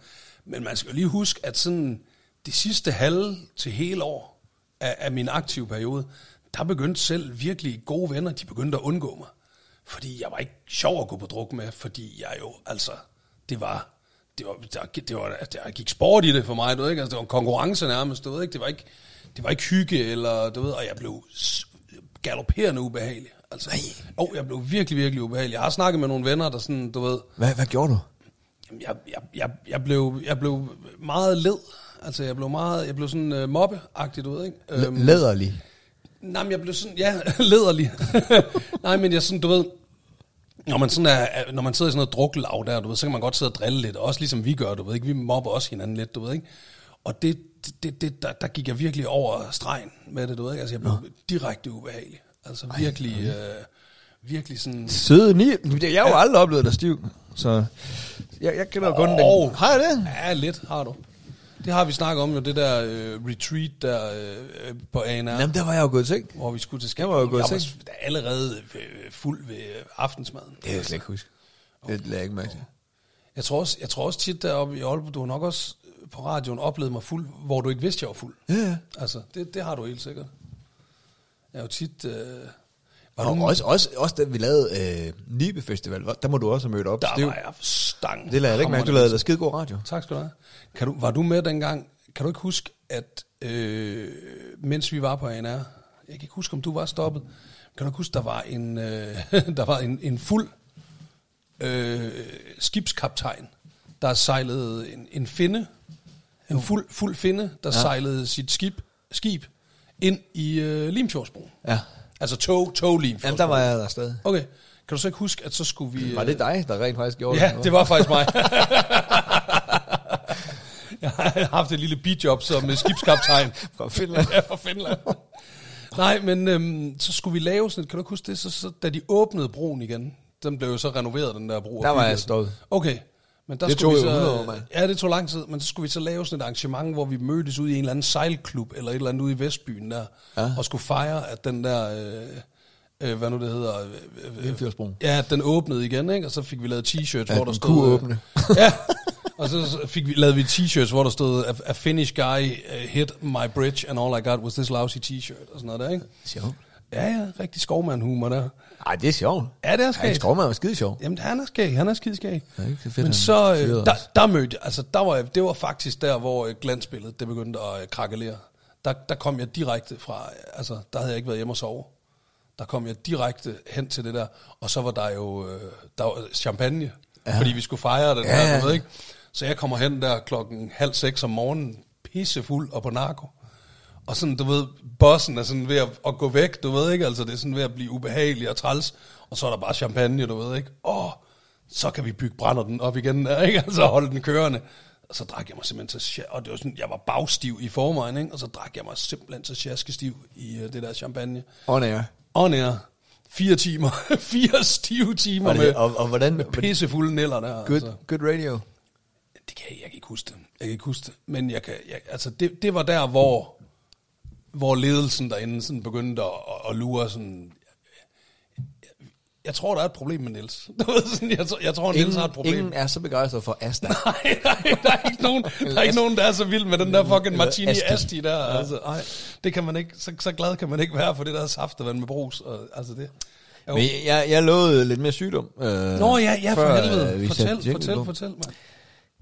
Speaker 1: Men man skal jo lige huske, at sådan de sidste halve til hele år af, af min aktive periode, der begyndte selv virkelig gode venner, de begyndte at undgå mig. Fordi jeg var ikke sjov at gå på druk med, fordi jeg jo, altså, det var, det var, der, det var, der gik sport i det for mig, du ved ikke, altså, det var en konkurrence nærmest, du ved ikke, det var ikke, det var ikke hygge, eller, du ved, og jeg blev s- galopperende ubehagelig. Altså, oh, jeg blev virkelig, virkelig ubehagelig. Jeg har snakket med nogle venner, der sådan, du ved,
Speaker 2: Hvad, hvad gjorde du?
Speaker 1: jamen, jeg, jeg, jeg, jeg, blev, jeg blev meget led. Altså, jeg blev meget, jeg blev sådan øh, mobbeagtig, du ved, ikke? Øhm,
Speaker 2: L- læderlig.
Speaker 1: Nej, men jeg blev sådan, ja, [LAUGHS] lederlig. Nej, men jeg sådan, du ved, når man, sådan er- er, når man sidder i sådan noget druklag der, du ved, så kan man godt sidde og drille lidt, også ligesom vi gør, du ved ikke, vi mobber også hinanden lidt, du ved ikke. Og det, det, det der, der gik jeg virkelig over stregen med det, du ved ikke, altså jeg blev direkte ubehagelig. Altså virkelig, øh, virkelig sådan,
Speaker 2: Søde ni. Jeg har jo aldrig oplevet dig stiv, så jeg, jeg kender jo kun
Speaker 1: Åh.
Speaker 2: den. Har jeg det?
Speaker 1: ja, lidt har du. Det har vi snakket om jo, det der øh, retreat der øh, øh, på ANR.
Speaker 2: Jamen, der var jeg jo gået til, ikke?
Speaker 1: hvor vi skulle til
Speaker 2: Jeg var jo gået
Speaker 1: Jeg
Speaker 2: i seng.
Speaker 1: var allerede øh, fuld ved øh, aftensmaden.
Speaker 2: Det kan jeg slet ikke huske. Det lader jeg ikke mærke til.
Speaker 1: Jeg tror også, jeg tror også tit deroppe i Aalborg, du har nok også øh, på radioen oplevet mig fuld, hvor du ikke vidste, jeg var fuld.
Speaker 2: Ja, ja.
Speaker 1: Altså, det, det har du helt sikkert. Jeg er jo tit... Øh, var
Speaker 2: Og også, også, også da vi lavede øh, Nibe Festival, hvor- der må du også have mødt op.
Speaker 1: der
Speaker 2: stiv.
Speaker 1: var jeg stang.
Speaker 2: Det lader jeg ikke mærke, du lavede der skide god radio.
Speaker 1: Tak skal du have. Kan du, var du med dengang? Kan du ikke huske, at øh, mens vi var på ANR, jeg kan ikke huske, om du var stoppet, kan du ikke huske, der var en, øh, [LAUGHS] der var en, en fuld øh, skibskaptajn, der sejlede en, en finde, en fuld, fuld finde, der ja. sejlede sit skib, skib ind i øh, Limfjordsbroen.
Speaker 2: Ja.
Speaker 1: Altså tog, tog
Speaker 2: Jamen,
Speaker 1: Limfjordsbroen.
Speaker 2: der var jeg der stadig.
Speaker 1: Okay, kan du så ikke huske, at så skulle vi...
Speaker 2: Var
Speaker 1: øh,
Speaker 2: det dig, der rent faktisk gjorde
Speaker 1: Ja, det var faktisk
Speaker 2: [LAUGHS]
Speaker 1: mig. [LAUGHS] jeg har haft et lille bijob som øh, skibskaptajn.
Speaker 2: [LAUGHS] Fra Finland.
Speaker 1: Ja, fra Finland. Nej, men øhm, så skulle vi lave sådan et, kan du ikke huske det, så, så, da de åbnede broen igen, den blev jo så renoveret, den der bro. og
Speaker 2: Der var jeg
Speaker 1: bygget.
Speaker 2: stoppet.
Speaker 1: Okay, Men der
Speaker 2: Det
Speaker 1: skulle
Speaker 2: tog
Speaker 1: vi
Speaker 2: jo
Speaker 1: så,
Speaker 2: 100 år, mand.
Speaker 1: Ja, det tog lang tid, men så skulle vi så lave sådan et arrangement, hvor vi mødtes ude i en eller anden sejlklub, eller et eller andet ude i Vestbyen der, ja. og skulle fejre, at den der, øh, øh, hvad nu det hedder, øh, øh, øh,
Speaker 2: Limfjordsbroen.
Speaker 1: ja, at den åbnede igen, ikke? og så fik vi lavet t-shirts,
Speaker 2: Ja,
Speaker 1: hvor der
Speaker 2: den
Speaker 1: stod...
Speaker 2: kunne
Speaker 1: øh,
Speaker 2: åbne.
Speaker 1: [LAUGHS] ja, og så så fik vi, lavede vi t-shirts, hvor der stod, a, a Finnish guy øh, hit my bridge, and all I got was this lousy t-shirt, og sådan noget der, ikke?
Speaker 2: Sjovt.
Speaker 1: Ja, ja, rigtig skovmand-humor der.
Speaker 2: Ej, det er sjovt.
Speaker 1: Ja, det er
Speaker 2: Ej,
Speaker 1: skægt.
Speaker 2: skovmand var skide sjov.
Speaker 1: Jamen, han er skæg, han er skidskæg.
Speaker 2: Ja, ikke? Det er fedt,
Speaker 1: Men
Speaker 2: han
Speaker 1: så, øh,
Speaker 2: fyrede
Speaker 1: der,
Speaker 2: os.
Speaker 1: der mødte jeg, altså der var, jeg- det var faktisk der, hvor øh, glansbilledet, det begyndte at øh, krakelere. Der, der kom jeg direkte fra, øh, altså der havde jeg ikke været hjemme og sove. Der kom jeg direkte hen til det der, og så var der jo øh, der var champagne, ja. fordi vi skulle fejre den ja. her, du ved ikke? Så jeg kommer hen der klokken halv seks om morgenen, pissefuld og på narko. Og sådan, du ved, bossen er sådan ved at, at gå væk, du ved ikke, altså det er sådan ved at blive ubehagelig og træls, og så er der bare champagne, du ved ikke. Åh, så kan vi bygge brænder den op igen, der, [LAUGHS] ikke? Altså holde den kørende. Og så drak jeg mig simpelthen til, sja- og det var sådan, jeg var bagstiv i forvejen, ikke? Og så drak jeg mig simpelthen til sjaskestiv i uh, det der champagne.
Speaker 2: Åh, nej, ja.
Speaker 1: On air. Fire timer. [LAUGHS] Fire stive timer
Speaker 2: Og,
Speaker 1: med,
Speaker 2: det, og, og hvordan...
Speaker 1: pissefulde niller der. altså.
Speaker 2: Good, good radio.
Speaker 1: Det kan jeg, jeg kan ikke huske det. Jeg kan ikke huske det. Men jeg kan, jeg, altså det, det var der, hvor, hvor ledelsen derinde sådan begyndte at, at, at lure sådan... Jeg tror, der er et problem med Niels. [LAUGHS] Du ved, sådan, jeg, tror- jeg tror, Niels har et problem.
Speaker 2: ingen er så begejstret for Asta.
Speaker 1: [LAUGHS] Nej, nej, der er ikke nogen, der er ikke nogen, der er så vild med den der fucking Martini
Speaker 2: Asti.
Speaker 1: Asti der. Altså, ej, det kan man ikke, så, så glad kan man ikke være for det der saftevand med brus. Og, altså det. [LAUGHS] Jo.
Speaker 2: Men jeg, jeg lovede lidt mere sygdom. Øh,
Speaker 1: Nå ja, ja, for
Speaker 2: før, øh, vi
Speaker 1: helvede.
Speaker 2: satte
Speaker 1: Fortæl,
Speaker 2: jingle
Speaker 1: fortæl,
Speaker 2: på.
Speaker 1: fortæl mig.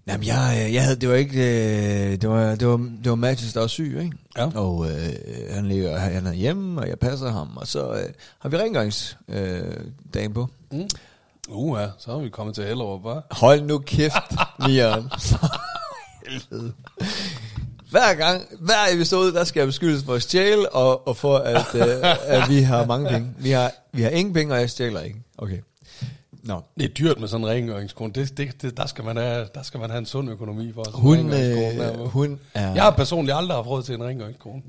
Speaker 2: Jamen, jeg, øh, jeg havde, det var ikke, øh, det var, det var, det var Mathias, der var syg, ikke?
Speaker 1: Ja.
Speaker 2: Og øh, han ligger, han er hjemme, og jeg passer ham, og så øh, har vi rengøringsdagen øh, dagen på.
Speaker 1: Mm. Uh, ja, så er vi kommet til Hellerup, hva'?
Speaker 2: Hold nu kæft,
Speaker 1: [LAUGHS]
Speaker 2: Nian. Helvede. Hver gang, hver episode, der skal jeg beskyldes for at stjæle, og, og for at, øh, at vi har mange penge. Vi har, vi har ingen penge, og jeg stjæler ikke. Okay. Nå.
Speaker 1: Det er dyrt med sådan en rengøringskone. Det, det, det, der, skal man have, der skal man have en sund økonomi for. Sådan en
Speaker 2: Hun,
Speaker 1: rengøringskone
Speaker 2: øh,
Speaker 1: der.
Speaker 2: hun er...
Speaker 1: Jeg har personligt aldrig haft råd til en rengøringskone.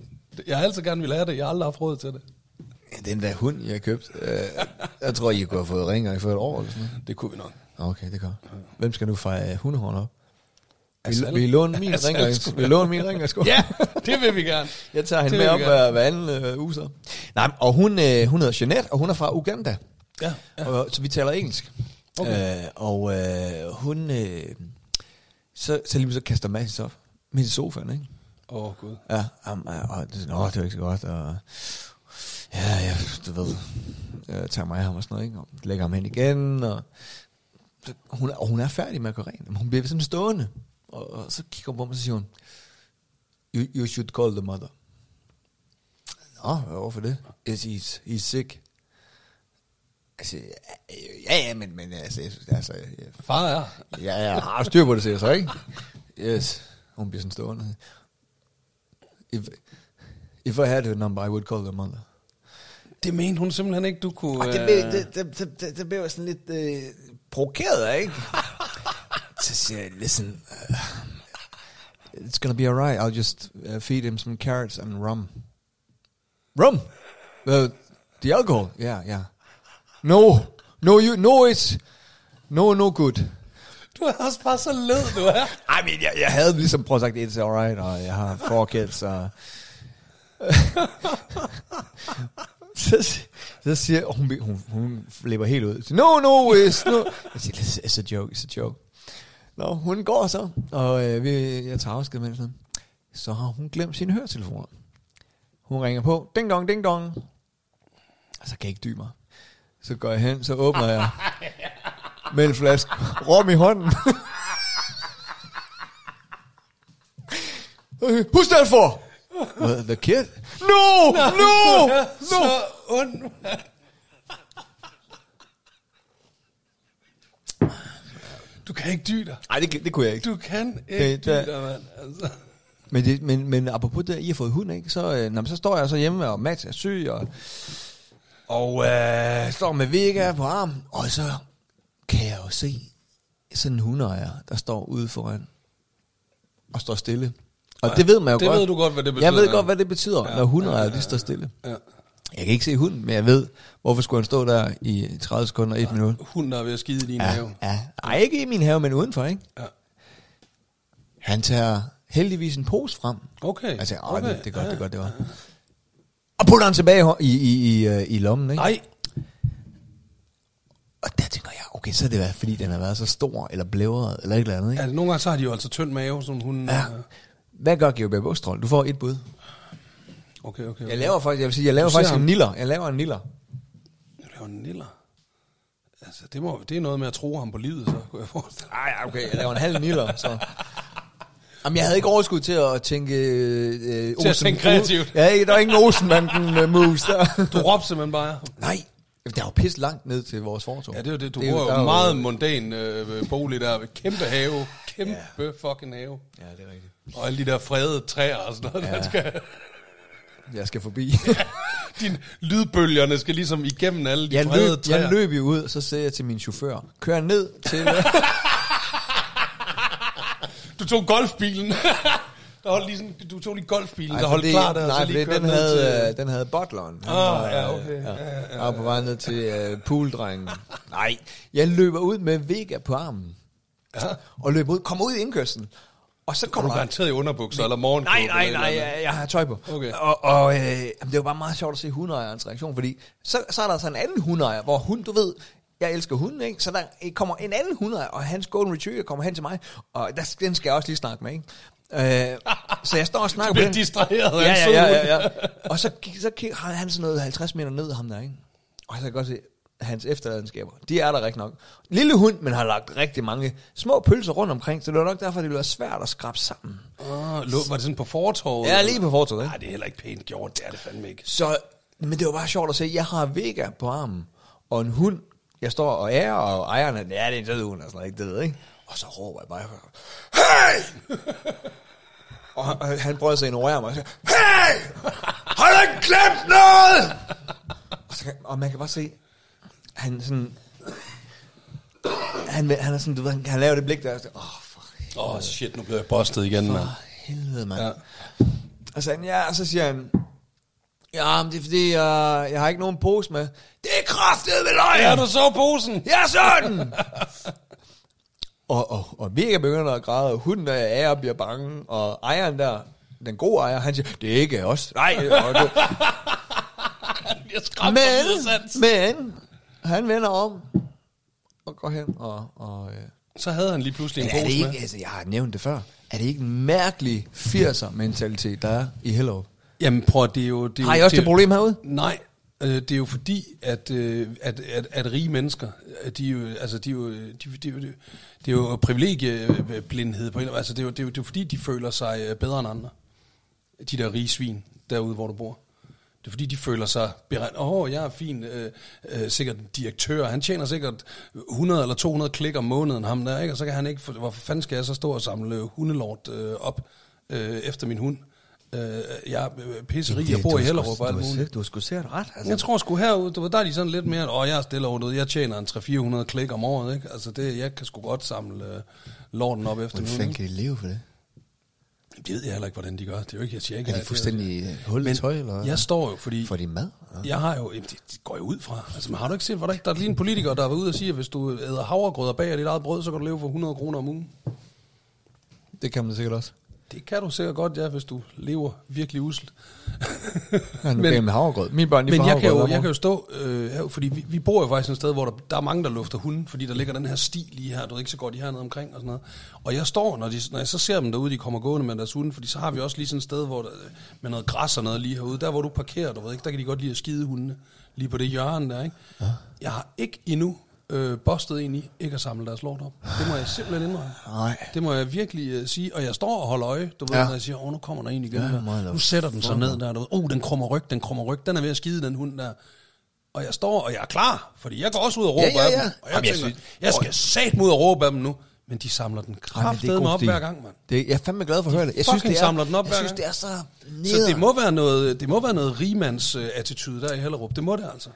Speaker 1: Jeg har altid gerne vil have det, jeg har aldrig haft råd til det.
Speaker 2: Den der hund, jeg har købt, øh, jeg tror, I kunne have fået rengøring for et år eller sådan noget.
Speaker 1: Det kunne vi nok.
Speaker 2: Okay, det gør. Hvem skal nu fejre hundehorn op?
Speaker 1: Asal.
Speaker 2: Vi, vi låner min
Speaker 1: Asal
Speaker 2: rengøring.
Speaker 1: skulle-
Speaker 2: Vi låner min rengøring. [LAUGHS]
Speaker 1: [LAUGHS] Ja, det vil vi gerne.
Speaker 2: Jeg tager hende
Speaker 1: Det
Speaker 2: med
Speaker 1: vil
Speaker 2: op
Speaker 1: vi gerne.
Speaker 2: hver, hver anden øh, uge så. Nej, og hun, øh, hun hedder Jeanette, og hun er fra Uganda.
Speaker 1: Ja,
Speaker 2: Ja. Og, så vi taler engelsk.
Speaker 1: Okay.
Speaker 2: Øh, og øh, hun... Øh, så, så lige så kaster Mads op midt i sofaen, ikke?
Speaker 1: Åh, oh, gud.
Speaker 2: Ja, um, og det, er sådan, åh, det var ikke så godt, og ja, jeg, du ved, jeg tager mig af ham og sådan noget, ikke? og lægger ham hen igen, og, så, hun, er- og hun er færdig med at gøre rent, men hun bliver sådan stående, og, og så kigger hun på mig, og så siger hun, you, you should call the mother. Nå, hvad- hvorfor det? Yes, he's, he's sick. Altså, ja, ja, men, men altså, jeg synes, altså, jeg,
Speaker 1: Far er.
Speaker 2: Ja, jeg har styr på det, siger jeg så, ikke? Yes. Hun bliver sådan stående. If, if I had a number, I would call the mother.
Speaker 1: Det mente hun simpelthen ikke, du kunne...
Speaker 2: Og det
Speaker 1: øh,
Speaker 2: blev, det, det, det, det, det blev jeg sådan lidt øh, provokeret af, ikke? så siger jeg, listen, uh, it's gonna be alright, I'll just uh, feed him some carrots and rum. Rum? The, the alcohol? Yeah, yeah. No, no, you, no, it's, no, no good.
Speaker 1: Du er også bare så led, du
Speaker 2: [LAUGHS]
Speaker 1: er.
Speaker 2: Ej, men jeg, jeg havde ligesom prøvet at sagt, it's alright, og jeg har four kids, og... så, si- så siger og hun, hun, hun flipper helt ud. No, no, it's, no. Jeg siger, it's, it's a joke, it's a joke. Nå, hun går så, og øh, vi, jeg tager afsked med hende. Så har hun glemt sine høretelefoner. Hun ringer på, ding dong, ding dong. Og så kan jeg ikke dybe mig. Så går jeg hen, så åbner jeg med en flaske rom i hånden. [LAUGHS] Okay, Who's that for? Well, the kid? No! No!
Speaker 1: Så ond. Du kan ikke dyre dig.
Speaker 2: Nej, det, det kunne jeg ikke.
Speaker 1: Du kan ikke
Speaker 2: Det-
Speaker 1: dyre
Speaker 2: der-
Speaker 1: dig, mand. Altså.
Speaker 2: Men, det, men, men apropos det, I har fået hund, ikke? Så, øh, nå, men så står jeg så hjemme, og Max er syg, og, og øh, står med Vega på armen, og så kan jeg jo se sådan en hundeejer, der står ude foran, og står stille. Og det ved man jo
Speaker 1: det
Speaker 2: godt.
Speaker 1: ved du godt, hvad det betyder.
Speaker 2: Jeg ved godt, hvad det betyder,
Speaker 1: Ja,
Speaker 2: ja, når hundeejere,
Speaker 1: ja, ja,
Speaker 2: de står stille.
Speaker 1: Ja.
Speaker 2: Jeg kan ikke se hunden, men jeg ved, hvorfor skulle han stå der i 30 sekunder og 1 minut.
Speaker 1: Hunden der er ved at skide i din
Speaker 2: Ja,
Speaker 1: have.
Speaker 2: ja. Ej, ikke i min have, men udenfor, ikke?
Speaker 1: Ja.
Speaker 2: Han tager heldigvis en pose frem.
Speaker 1: Okay.
Speaker 2: Jeg tænker, åh,
Speaker 1: okay.
Speaker 2: Altså, det, det er godt, det er godt, det var. Og putter han tilbage i, hå- i, i, i, øh, i lommen, ikke?
Speaker 1: Nej,
Speaker 2: Og der tænker jeg, okay, så er det været, fordi den har været så stor, eller blævret, eller et eller andet, ikke?
Speaker 1: altså, nogle gange så har de jo altså tynd mave, som hunden.
Speaker 2: Ja.
Speaker 1: øh,
Speaker 2: Hvad gør Georg Bækstrøm? Du får et bud.
Speaker 1: Okay, okay. okay.
Speaker 2: Jeg laver faktisk, jeg vil sige, jeg laver
Speaker 1: Du ser
Speaker 2: faktisk
Speaker 1: ham.
Speaker 2: en niller. Jeg laver en niller.
Speaker 1: Jeg laver en niller. Altså, det, må, det er noget med at tro ham på livet, så kunne jeg forestille mig.
Speaker 2: Ej, okay, jeg laver en halv niller, så... Jamen, jeg havde ikke overskud til at tænke... Øh,
Speaker 1: Til at tænke kreativt.
Speaker 2: Ja, ikke, der var ingen Olsenbanden øh, moves der.
Speaker 1: Du råbte simpelthen bare.
Speaker 2: Nej, det er jo pisse langt ned til vores fortog.
Speaker 1: Ja, det er jo det. Du bor
Speaker 2: der
Speaker 1: jo meget mundæn øh, bolig der. Kæmpe have. Kæmpe fucking have.
Speaker 2: Ja, det er rigtigt.
Speaker 1: Og alle de der fredede træer og sådan noget. Ja.
Speaker 2: Ja.
Speaker 1: Der skal, [LAUGHS]
Speaker 2: Jeg skal forbi.
Speaker 1: din, lydbølgerne skal ligesom igennem alle de
Speaker 2: Jeg
Speaker 1: fredede
Speaker 2: løb,
Speaker 1: træer.
Speaker 2: jeg løb jo ud, og så sagde jeg til min chauffør, kør ned til...
Speaker 1: Du tog golfbilen. [LAUGHS] der holdt lige sådan, [LAUGHS] du tog lige golfbilen,
Speaker 2: Nej,
Speaker 1: der holdt
Speaker 2: fordi-
Speaker 1: klar der. og
Speaker 2: Nej,
Speaker 1: så
Speaker 2: fordi
Speaker 1: lige kørte
Speaker 2: den
Speaker 1: ned
Speaker 2: havde,
Speaker 1: til-
Speaker 2: øh, den havde bottleren. Han
Speaker 1: Ah,
Speaker 2: var,
Speaker 1: ja,
Speaker 2: øh,
Speaker 1: okay. Ja, ja,
Speaker 2: Han var på vej ned til øh, pooldrengen. Nej, jeg løber ud med Vega på armen.
Speaker 1: Ja.
Speaker 2: Og løber ud, kommer ud i indkørslen. Og så
Speaker 1: Var
Speaker 2: kommer
Speaker 1: du
Speaker 2: der...
Speaker 1: garanteret i underbukser eller morgenkåb?
Speaker 2: Nej, nej,
Speaker 1: eller et
Speaker 2: nej,
Speaker 1: eller andet?
Speaker 2: jeg, jeg har tøj på.
Speaker 1: Okay.
Speaker 2: Og, og øh, jamen, det var bare meget sjovt at se hundeejerens reaktion, fordi så, så er der så en anden hundeejer, hvor hun, du ved, jeg elsker hunden, ikke? Så der kommer en anden hundeejer, og hans golden retriever kommer hen til mig, og der, den skal jeg også lige snakke med, ikke? Øh, så jeg står og snakker
Speaker 1: [LAUGHS] Du bliver
Speaker 2: med den.
Speaker 1: distraheret af
Speaker 2: ja,
Speaker 1: en
Speaker 2: ja,
Speaker 1: sød
Speaker 2: ja,
Speaker 1: hund.
Speaker 2: ja, ja.
Speaker 1: [LAUGHS]
Speaker 2: Og så, gik- så kig, har han sådan noget 50 meter ned ham der, ikke? Og så kan jeg godt se, hans efterladenskaber, de er der rigtig nok. Lille hund, men har lagt rigtig mange små pølser rundt omkring, så det var nok derfor, det blev svært at skrabe sammen.
Speaker 1: Åh, Ah, lå, var det sådan på fortorvet?
Speaker 2: Jeg er lige på fortoget, ikke?
Speaker 1: Nej, det er heller ikke pænt gjort, det er det fandme ikke.
Speaker 2: Så, men det var bare sjovt at se, jeg har Vega på armen, og en hund, jeg står og ærer, og ejeren, er, ja, det er en død hund, og sådan noget, ikke? Det ved jeg, ikke? Og så råber jeg bare, hey! og han, og han prøver sig at ignorere mig, og siger, hey! Har du ikke glemt noget? og, så, kan- og man kan bare se, han sådan, han, han er sådan, du ved, han, han laver det blik der, og så, åh, oh, for
Speaker 1: Åh, oh, shit, nu blev jeg bustet igen, mand.
Speaker 2: for helvede, mand.
Speaker 1: Ja.
Speaker 2: Ja. Og, så, ja, og så siger han, ja, men det er fordi, jeg, jeg har ikke nogen pose med. Det er kraftet med løgn!
Speaker 1: Ja, du så posen!
Speaker 2: Ja, sådan! [LAUGHS] og, og, og Vega begynder at græde, og hunden der ærer bliver bange, og ejeren der, den gode ejer, han siger, det er ikke os. Nej, og [LAUGHS] det,
Speaker 1: Jeg skræmte
Speaker 2: men, men, han vender om, og går hen, og, og øh,
Speaker 1: Så havde han lige pludselig en
Speaker 2: Men er det
Speaker 1: pose med.
Speaker 2: ikke, altså jeg har nævnt det før, er det ikke en mærkelig 80'er mentalitet, der er i Hellerup?
Speaker 1: Jamen prøv at- det er jo... Det er
Speaker 2: Har
Speaker 1: jo-
Speaker 2: I også
Speaker 1: er
Speaker 2: det problem herude?
Speaker 1: Nej, øh, det er jo fordi, at, øh, at, at, at rige mennesker, at de er jo, altså, de er jo, de, de, de, det er jo privilegieblindhed på en eller altså, det er, jo, det, er jo, det er jo fordi, de føler sig øh, bedre end andre. De der rige svin, derude hvor du bor. Det er fordi, de føler sig beregnet. Åh, oh, jeg er fin, øh, øh, sikkert direktør. Han tjener sikkert 100 eller 200 klik om måneden, ham der, ikke? Og så kan han ikke, for, hvorfor fanden skal jeg så stå og samle øh, hundelort øh, op øh, efter min hund? Øh, jeg er øh, pisserig, jeg bor i Hellerup og alt muligt.
Speaker 2: Du har sgu sikkert ret. Altså.
Speaker 1: Jeg tror sgu herude, du ved, der er de sådan lidt mere, at åh, jeg er stille og roligt, jeg tjener en 300-400 klik om året, ikke? Altså, det, jeg kan sgu godt samle øh, lorten op efter
Speaker 2: Hvordan
Speaker 1: nu.
Speaker 2: fanden
Speaker 1: ikke?
Speaker 2: kan de leve for det?
Speaker 1: Det ved jeg heller ikke, hvordan de gør. Det er jo ikke, jeg siger ikke.
Speaker 2: Er de
Speaker 1: at-
Speaker 2: fuldstændig hullet
Speaker 1: Men
Speaker 2: tøj, eller
Speaker 1: Jeg står jo, fordi...
Speaker 2: får de mad?
Speaker 1: Jeg har jo, jamen, det, det går jeg ud fra. Altså, men har du ikke set, hvor der, ikke- der er lige en politiker, der var ude og sige, at hvis du æder havregrød og bager dit eget brød, så kan du leve for 100 kroner om ugen.
Speaker 2: Det kan man sikkert også.
Speaker 1: Det kan du sikkert godt, ja, hvis du lever virkelig uselt.
Speaker 2: Han
Speaker 1: Men-
Speaker 2: men, med havregrød. Mine børn, de
Speaker 1: Men
Speaker 2: får
Speaker 1: jeg kan,
Speaker 2: havregrød
Speaker 1: jo,
Speaker 2: hver
Speaker 1: jeg kan
Speaker 2: morgen.
Speaker 1: jo stå, øh, her, fordi vi, vi bor jo faktisk et sted, hvor der, der er mange, der lufter hunden, fordi der ligger den her sti lige her, du ved ikke, så går de hernede omkring og sådan noget. Og jeg står, når, de, når jeg så ser dem derude, de kommer gående med deres hunde, fordi så har vi også lige sådan et sted, hvor der, øh, med noget græs og noget lige herude, der hvor du parkerer, du ved ikke, der kan de godt lide at skide hundene, lige på det hjørne der, ikke? Ja. Jeg har ikke endnu øh, bustet en i, ikke at samle deres lort op. Det må jeg simpelthen indrømme.
Speaker 2: Nej.
Speaker 1: Det må jeg virkelig øh, sige, og jeg står og holder øje, du ved, ja.
Speaker 2: Ja.
Speaker 1: når jeg siger, åh, nu kommer der en igen
Speaker 2: Ja,
Speaker 1: her.
Speaker 2: meget
Speaker 1: Nu
Speaker 2: lov.
Speaker 1: sætter den sig ned der, du ved, oh, den krummer ryg, den krummer ryg, den er ved at skide, den hund der. Og jeg står, og jeg er klar, fordi jeg går også ud og råber
Speaker 2: Ja, ja,
Speaker 1: af
Speaker 2: ja.
Speaker 1: dem. Og jeg,
Speaker 2: Jamen, jeg
Speaker 1: tænker, jeg,
Speaker 2: synes-
Speaker 1: skal satme ud og råbe af dem nu, men de samler
Speaker 2: Ej,
Speaker 1: den
Speaker 2: men det er
Speaker 1: kraftedeme
Speaker 2: god
Speaker 1: op
Speaker 2: stil.
Speaker 1: hver gang, mand.
Speaker 2: Det, jeg er fandme glad for at høre det. Jeg
Speaker 1: Fucking
Speaker 2: synes, det er,
Speaker 1: samler den op
Speaker 2: jeg
Speaker 1: hver
Speaker 2: synes,
Speaker 1: gang.
Speaker 2: det er så
Speaker 1: Så
Speaker 2: nederen.
Speaker 1: det må være noget, det må være noget rimands øh, attitude der i Hellerup. Det må det altså.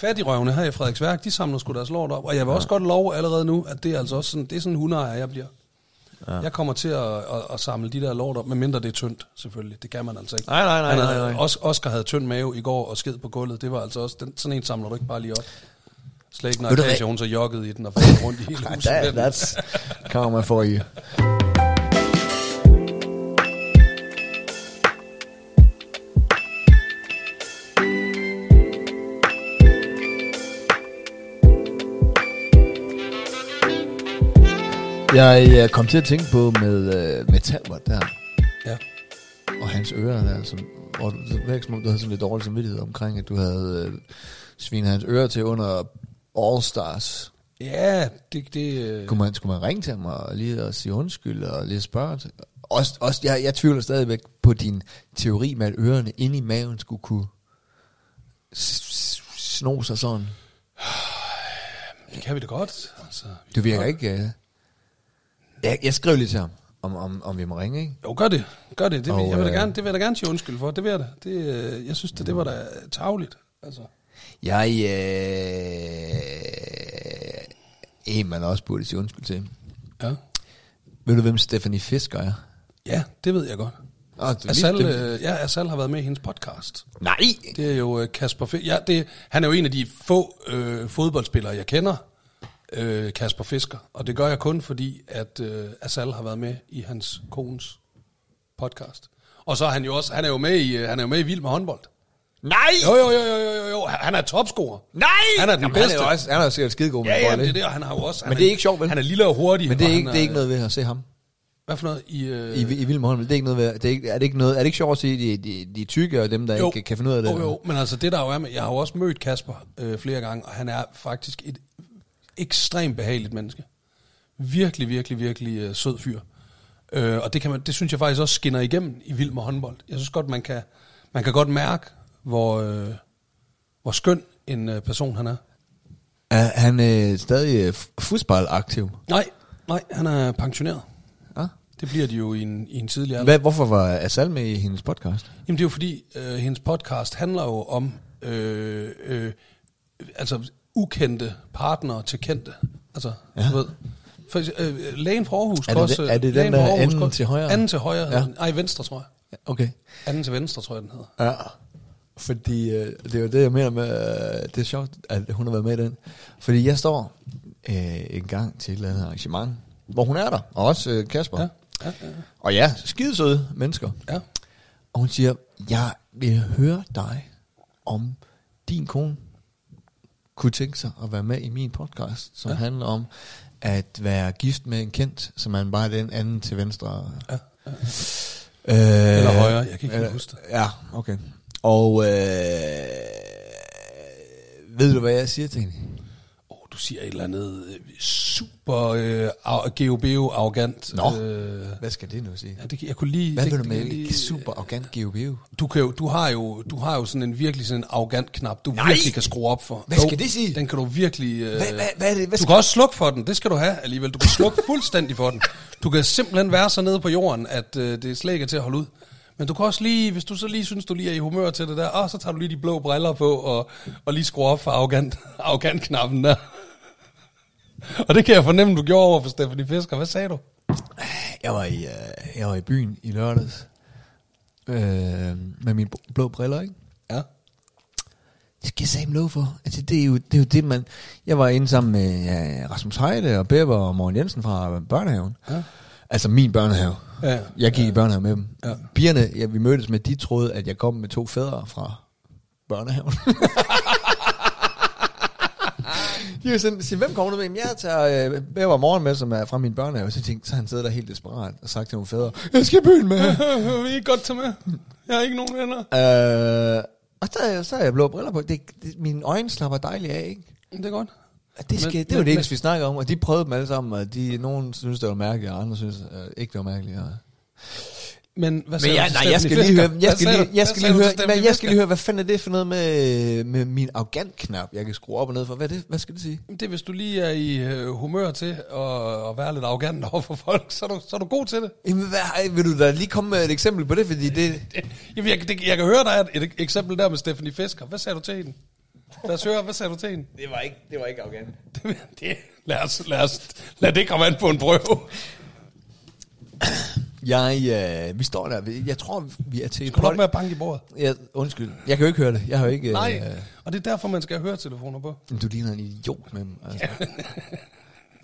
Speaker 1: Fattigrøvene her i Frederiksværk, de samler sgu deres lort op. Og jeg vil også godt love allerede nu, at det er altså også sådan, det er sådan en hundeejer, jeg bliver. Ja. Jeg kommer til at, at, at samle de der lort op, medmindre det er tyndt, selvfølgelig. Det kan man altså ikke.
Speaker 2: Nej, nej, nej,
Speaker 1: Han
Speaker 2: nej,
Speaker 1: havde-
Speaker 2: nej.
Speaker 1: Os- Oscar havde tynd mave i går og sked på gulvet. Det var altså også... Den, sådan en samler du ikke bare lige op. Slet ikke, når
Speaker 2: Ved du hvad?
Speaker 1: Akasia, hun så joggede i den og fandt rundt i hele
Speaker 2: Ah,
Speaker 1: huset.
Speaker 2: that,
Speaker 1: med den.
Speaker 2: that's karma for you. Jeg øh, kom til at tænke på med, øh, med Talbot der,
Speaker 1: Ja.
Speaker 2: og hans ører der, som, hvor du, det virker som om, du havde sådan lidt dårlig samvittighed omkring, at du havde øh, svinet hans ører til under All Stars.
Speaker 1: Ja, det... det øh,
Speaker 2: Kunne man, skulle man ringe til ham og lige og sige undskyld og lige spørge til? Også, også, jeg, jeg tvivler stadigvæk på din teori med, at ørerne inde i maven skulle kunne s- s- sno sig sådan.
Speaker 1: det kan vi da godt. Altså, vi
Speaker 2: Det
Speaker 1: kan
Speaker 2: virker
Speaker 1: godt-
Speaker 2: ikke... Uh... Jeg, jeg skrev lige til ham, om, om, om vi må ringe, ikke?
Speaker 1: Jo, gør det. Gør det. Det vil,
Speaker 2: Og,
Speaker 1: jeg vil da
Speaker 2: øh,
Speaker 1: gerne, det vil jeg da gerne sige undskyld for. Det vil jeg da. Det, øh, jeg synes, det, det var da tageligt. Altså.
Speaker 2: Jeg... Øh... En, man også burde sige undskyld til.
Speaker 1: Ja.
Speaker 2: Ved du, hvem Stephanie Fisker er?
Speaker 1: ja, det ved jeg godt.
Speaker 2: Oh, du,
Speaker 1: Asal, øh, ja, Asal har været med i hendes podcast.
Speaker 2: Nej!
Speaker 1: Det er jo øh, Kasper Fisk. Ja, det, han er jo en af de få øh, fodboldspillere, jeg kender, øh, Kasper Fisker. Og det gør jeg kun fordi, at øh, Asal har været med i hans kones podcast. Og så er han jo også, han er jo med i, øh, han er jo med i Vild med håndbold.
Speaker 2: Nej!
Speaker 1: Jo, jo, jo, jo, jo, jo, jo. Han er topscorer.
Speaker 2: Nej!
Speaker 1: Han er den
Speaker 2: Jamen,
Speaker 1: bedste.
Speaker 2: Han er, jo også, han er jo sikkert skidegod med
Speaker 1: Ja, ja,
Speaker 2: bold,
Speaker 1: men det er
Speaker 2: ikke?
Speaker 1: det, og han har jo også...
Speaker 2: Men
Speaker 1: han
Speaker 2: det er ikke sjovt, vel?
Speaker 1: Han er lille og hurtig.
Speaker 2: Men det er,
Speaker 1: og
Speaker 2: ikke,
Speaker 1: han
Speaker 2: det er ikke noget ved at se ham.
Speaker 1: Hvad for noget? I, øh,
Speaker 2: I, i Vilm Holm, det er ikke noget ved, det er, ikke, er, det ikke noget, er det ikke sjovt at sige, at de, de, de er tykke, og dem, der ikke kan finde ud af det?
Speaker 1: Jo, jo, men altså det der jo er med, jeg har jo også mødt Kasper øh, flere gange, og han er faktisk et ekstremt behageligt menneske. Virkelig, virkelig, virkelig øh, sød fyr. Øh, og det, kan man, det synes jeg faktisk også skinner igennem i vild med håndbold. Jeg synes godt, man kan, man kan godt mærke, hvor, øh, hvor skøn en øh, person han er.
Speaker 2: Er han øh, stadig øh, fodboldaktiv?
Speaker 1: Nej, nej, han er pensioneret.
Speaker 2: Ja?
Speaker 1: Det bliver de jo i en, i en tidlig alder.
Speaker 2: Hvad, hvorfor var Asal med i hendes podcast?
Speaker 1: Jamen det er jo fordi, øh, hendes podcast handler jo om øh, øh, altså ukendte partnere til kendte. Altså, ja. du ved. For, øh, lægen fra Aarhus
Speaker 2: Er det
Speaker 1: kan også...
Speaker 2: den- er det
Speaker 1: lægen
Speaker 2: den, der
Speaker 1: fra
Speaker 2: er
Speaker 1: Aarhus
Speaker 2: anden
Speaker 1: kan også-
Speaker 2: til højre?
Speaker 1: Anden til højre.
Speaker 2: Ja.
Speaker 1: Ja. Ej, venstre, tror jeg.
Speaker 2: Okay.
Speaker 1: Anden til venstre, tror jeg, den hedder.
Speaker 2: Ja. Fordi øh, det er jo det, jeg mener med, øh, det er sjovt, at hun har været med i den. Fordi jeg står øh, en gang til et eller andet arrangement, hvor hun er der, og også øh, Kasper. Ja.
Speaker 1: Ja, ja, ja.
Speaker 2: Og ja, skidesøde mennesker.
Speaker 1: ja.
Speaker 2: Og hun siger, jeg vil høre dig, om din kone kunne tænke sig at være med i min podcast, som ja.
Speaker 1: Ja.
Speaker 2: handler om at være gift med en kendt, som man bare er den anden til venstre.
Speaker 1: Ja,
Speaker 2: Øh,
Speaker 1: Eller højre, jeg kan ikke helt huske det.
Speaker 2: Ja, okay. Og øh, ved du, hvad jeg siger til hende?
Speaker 1: Oh, du siger et eller andet øh, super øh, ar- geobeo-arrogant.
Speaker 2: Nå.
Speaker 1: Øh,
Speaker 2: Hvad skal det nu sige?
Speaker 1: ja, det, kan- jeg kunne lige...
Speaker 2: Hvad
Speaker 1: det,
Speaker 2: vil du
Speaker 1: det
Speaker 2: med
Speaker 1: kan jeg
Speaker 2: lige... super arrogant GeoBio?
Speaker 1: Du, kan jo, du, har jo, du har jo sådan en virkelig sådan en arrogant knap, du
Speaker 2: Nej!
Speaker 1: Nej. virkelig kan skrue op for.
Speaker 2: Hvad
Speaker 1: Jo,
Speaker 2: skal det sige?
Speaker 1: Den kan du virkelig... Øh,
Speaker 2: Hvad, hvad, hvad er det? Hvad
Speaker 1: du
Speaker 2: skal...
Speaker 1: kan også slukke for den, det skal du have alligevel. Du kan
Speaker 2: [LAUGHS]
Speaker 1: slukke fuldstændig for den. Du kan simpelthen være så nede på jorden, at øh, det slet ikke er til at holde ud. Men du kan også lige, hvis du så lige synes, du lige er i humør til det der, og så tager du lige de blå briller på, og, og lige skruer op for arrogant, [LAUGHS] arrogant-knappen der. Og det kan jeg fornemme, du gjorde over for Stephanie Fisker. Hvad sagde du?
Speaker 2: Jeg var i, øh, jeg var i byen i lørdags øh, med mine bl- blå briller, ikke?
Speaker 1: Ja.
Speaker 2: Det skal jeg sammen love for. Altså, det, er jo, det er jo det, man... Jeg var inde sammen med ja, Rasmus Heide og Bepper og Morten Jensen fra børnehaven.
Speaker 1: Ja.
Speaker 2: Altså min børnehave.
Speaker 1: Ja.
Speaker 2: Jeg gik ja. i børnehave med dem. Ja.
Speaker 1: Ja.
Speaker 2: Pigerne, ja, vi mødtes med, de troede, at jeg kom med to fædre fra børnehaven. [LAUGHS] de var sådan, siger, hvem kommer du med? Jamen, jeg tager øh, Bepper og Morten med, som er fra min børnehave. Så tænkte jeg, så han sidder der helt desperat og sagt til nogle fædre, jeg skal i byen
Speaker 1: [LAUGHS]
Speaker 2: med.
Speaker 1: [LAUGHS] Vi er ikke godt til med. Jeg har ikke nogen venner.
Speaker 2: Øh, og så, er jeg- så har jeg blå briller på. Det, det, mine øjne slapper dejligt af, ikke?
Speaker 1: Det er godt.
Speaker 2: Og Det, skal,
Speaker 1: Men-
Speaker 2: det var
Speaker 1: men-
Speaker 2: det
Speaker 1: men-
Speaker 2: eneste, vi snakkede om, og de prøvede dem alle sammen, og de, nogen synes, det var mærkeligt, og andre synes øh, ikke, det var mærkeligt. Og...
Speaker 1: Men hvad
Speaker 2: Men
Speaker 1: sagde
Speaker 2: jeg,
Speaker 1: du til
Speaker 2: nej, jeg
Speaker 1: Stephanie
Speaker 2: skal lige
Speaker 1: Fisker?
Speaker 2: høre, jeg
Speaker 1: Hvad
Speaker 2: skal
Speaker 1: sagde
Speaker 2: lige, jeg skal lige
Speaker 1: du- hvad sagde du
Speaker 2: høre,
Speaker 1: til
Speaker 2: men
Speaker 1: Stephanie
Speaker 2: jeg skal
Speaker 1: Fisker?
Speaker 2: lige høre, hvad fanden er det for noget med, med min arrogant-knap, jeg kan skrue op og ned for? Hvad, er det, hvad skal det sige?
Speaker 1: Det er, hvis du lige er i øh, humør til at, at være lidt arrogant over for folk, så er du, så er du god til det.
Speaker 2: Jamen, hvad, ej, vil du da lige komme med et eksempel på det, fordi det...
Speaker 1: Jamen, jeg, det, jeg kan høre, der er et, et eksempel der med Stephanie Fisker. Hvad sagde du til hende? Lad os høre, hvad sagde du til hende? [LAUGHS]
Speaker 2: Det var ikke, det var ikke arrogant.
Speaker 1: Det, det, lad, os, lad, os, lad det komme an på en prøve.
Speaker 2: Jeg, øh, vi står der. Vi- Jeg tror, vi er til et
Speaker 1: Skal du nok
Speaker 2: podcast.
Speaker 1: med at banke i bordet?
Speaker 2: Ja, undskyld. Jeg kan jo ikke høre det. Jeg har jo ikke...
Speaker 1: Nej, og det er derfor, man skal have høretelefoner på.
Speaker 2: Øh, du ligner en idiot med dem. Altså.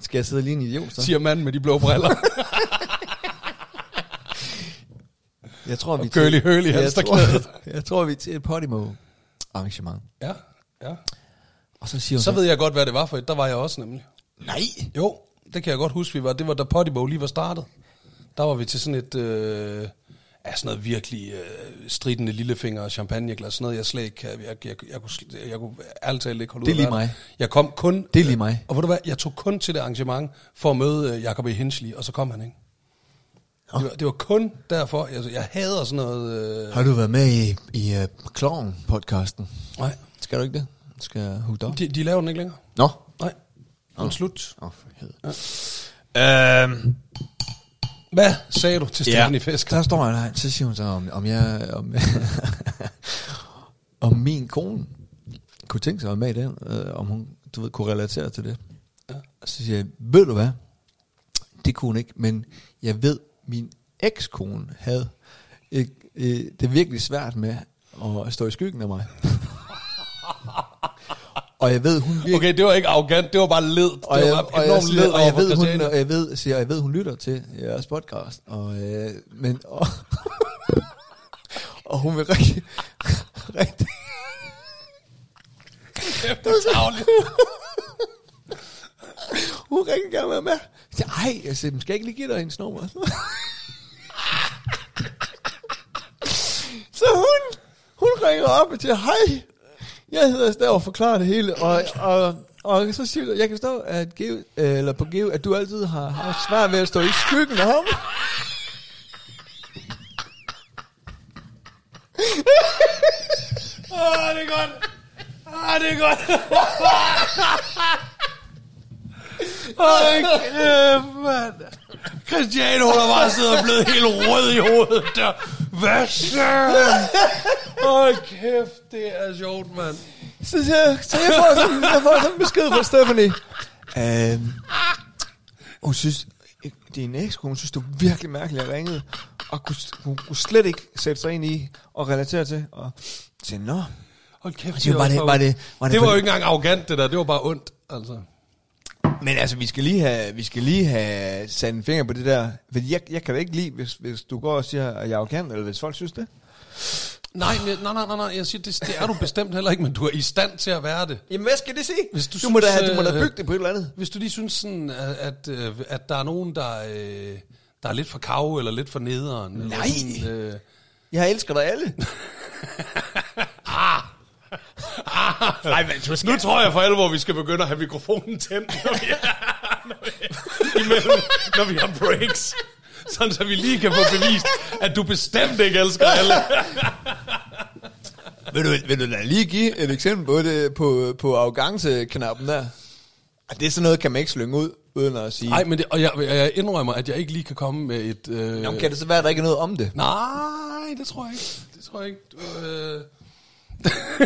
Speaker 2: Skal jeg sidde lige en idiot, så?
Speaker 1: Siger manden med de blå briller. [LAUGHS]
Speaker 2: Jeg tror, vi
Speaker 1: Og curly hurly
Speaker 2: jeg,
Speaker 1: halsterklædet.
Speaker 2: tror, [LAUGHS] jeg tror, vi er til et Podimo arrangement.
Speaker 1: ja, ja.
Speaker 2: Og så siger hun
Speaker 1: Så ved jeg godt, hvad det var for et. Der var jeg også nemlig.
Speaker 2: nej,
Speaker 1: Jo, det kan jeg godt huske, vi var. Det var da Podimo lige var startet. Der var vi til sådan et... Øh, ja, sådan noget virkelig øh, stridende lillefinger og champagneglas. Sådan noget, jeg slet ikke kan... Jeg, jeg, jeg, jeg, kunne, sl- jeg kunne ærligt talt ikke holde
Speaker 2: Det er
Speaker 1: ud
Speaker 2: lige
Speaker 1: at være der.
Speaker 2: mig.
Speaker 1: Jeg kom kun...
Speaker 2: Det er lige mig.
Speaker 1: Og ved du hvad, jeg tog kun til det arrangement for at møde øh, Jacob E. Hensley, og så kom han ikke. Det var, det var kun derfor. Altså, jeg hader sådan noget... Øh,
Speaker 2: har du været med i, i uh, Klovn-podcasten?
Speaker 1: nej,
Speaker 2: Skal du ikke det? Skal jeg hooked op?
Speaker 1: de, de laver den ikke længere.
Speaker 2: Nå.
Speaker 1: Nej, den er slut.
Speaker 2: Åh, for helvede. Øhm,
Speaker 1: Hvad sagde du til Stefanie ja. Fisker?
Speaker 2: Der står jeg der, så siger hun så, om, om jeg... Om, [LAUGHS] om min kone kunne tænke sig at være med i den, øh, om hun, du ved, kunne relatere til det.
Speaker 1: Ja.
Speaker 2: Ja. Så siger jeg, ved du hvad? Det kunne hun ikke, men jeg ved, min ekskone havde et, øh, det er virkelig svært med at stå i skyggen af mig. og jeg ved, hun virkelig...
Speaker 1: Okay, det var ikke arrogant, det var bare led. Det
Speaker 2: Og jeg,
Speaker 1: var
Speaker 2: og,
Speaker 1: bare
Speaker 2: jeg
Speaker 1: enormt led
Speaker 2: siger, og
Speaker 1: over
Speaker 2: jeg
Speaker 1: for
Speaker 2: ved, hun,
Speaker 1: Christiane.
Speaker 2: og jeg ved, siger, jeg ved, hun lytter til jeres podcast. Og, øh, men, og, [LAUGHS] og hun vil rigtig, [LAUGHS] rigtig,
Speaker 1: Kæft, det er tarveligt.
Speaker 2: [LAUGHS] hun vil rigtig gerne være med. Jeg siger, ej, jeg siger, skal jeg ikke lige give dig hendes nummer? Så hun, hun ringer op og siger, hej, jeg hedder Stav og forklarer det hele. Og, og, og så siger jeg, jeg kan forstå, at, Geo, eller på Geo, at du altid har, har svært ved at stå i skyggen af ham.
Speaker 1: Åh, det er godt. Ah, det er godt. Hold kæft, mand. Christiane, hun har bare siddet og blevet helt rød i hovedet der. Hvad søren? Hold kæft, det er sjovt, mand.
Speaker 2: Så, så, så jeg får sådan, jeg får sådan en besked fra Stephanie. Øhm, hun synes, din ekskone hun synes, det var virkelig mærkeligt at ringe, og kunne, hun kunne slet ikke sætte sig ind i og relatere til. Og så nå.
Speaker 1: Hold kæft,
Speaker 2: Det Altså, var bare
Speaker 1: også
Speaker 2: det-
Speaker 1: bare-
Speaker 2: var det- var det
Speaker 1: det var
Speaker 2: for-
Speaker 1: jo ikke engang arrogant, det der. Det var bare ondt, altså.
Speaker 2: Men altså, vi skal lige have, vi skal lige have sat en finger på det der. Fordi jeg, jeg kan da ikke lide, hvis, hvis du går og siger, at jeg er arrogant, eller hvis folk synes det.
Speaker 1: Nej, men- nej, nej, nej, nej, jeg siger, det, det er du bestemt heller ikke, men du er i stand til at være det.
Speaker 2: Jamen, hvad skal det sige?
Speaker 1: Hvis du
Speaker 2: du, må da,
Speaker 1: synes,
Speaker 2: have, du må da
Speaker 1: øh,
Speaker 2: bygge det på et eller andet.
Speaker 1: Hvis du lige synes sådan, at, at, øh, at der er nogen, der, øh, der er lidt for kav eller lidt for nederen.
Speaker 2: Nej.
Speaker 1: Eller sådan, øh,
Speaker 2: Jeg elsker dig alle.
Speaker 1: Nej, men du skal... Nu tror jeg for alvor, vi skal begynde at have mikrofonen tændt, når vi, når vi, [LAUGHS] imellem, når vi har breaks. Sådan, så vi lige kan få bevist, at du bestemt ikke elsker alle.
Speaker 2: Vil du, vil du da lige give et eksempel på, det, på, på arrogance-knappen der? Ej, Det er sådan noget, kan man ikke slynge ud, uden at sige...
Speaker 1: Nej, men det, og jeg, jeg indrømmer, at jeg ikke lige kan komme med et... Øh...
Speaker 2: Nå, men kan det så være, at der ikke er noget om det?
Speaker 1: Nej, det tror jeg ikke. Det tror jeg ikke. Du, øh... [LAUGHS]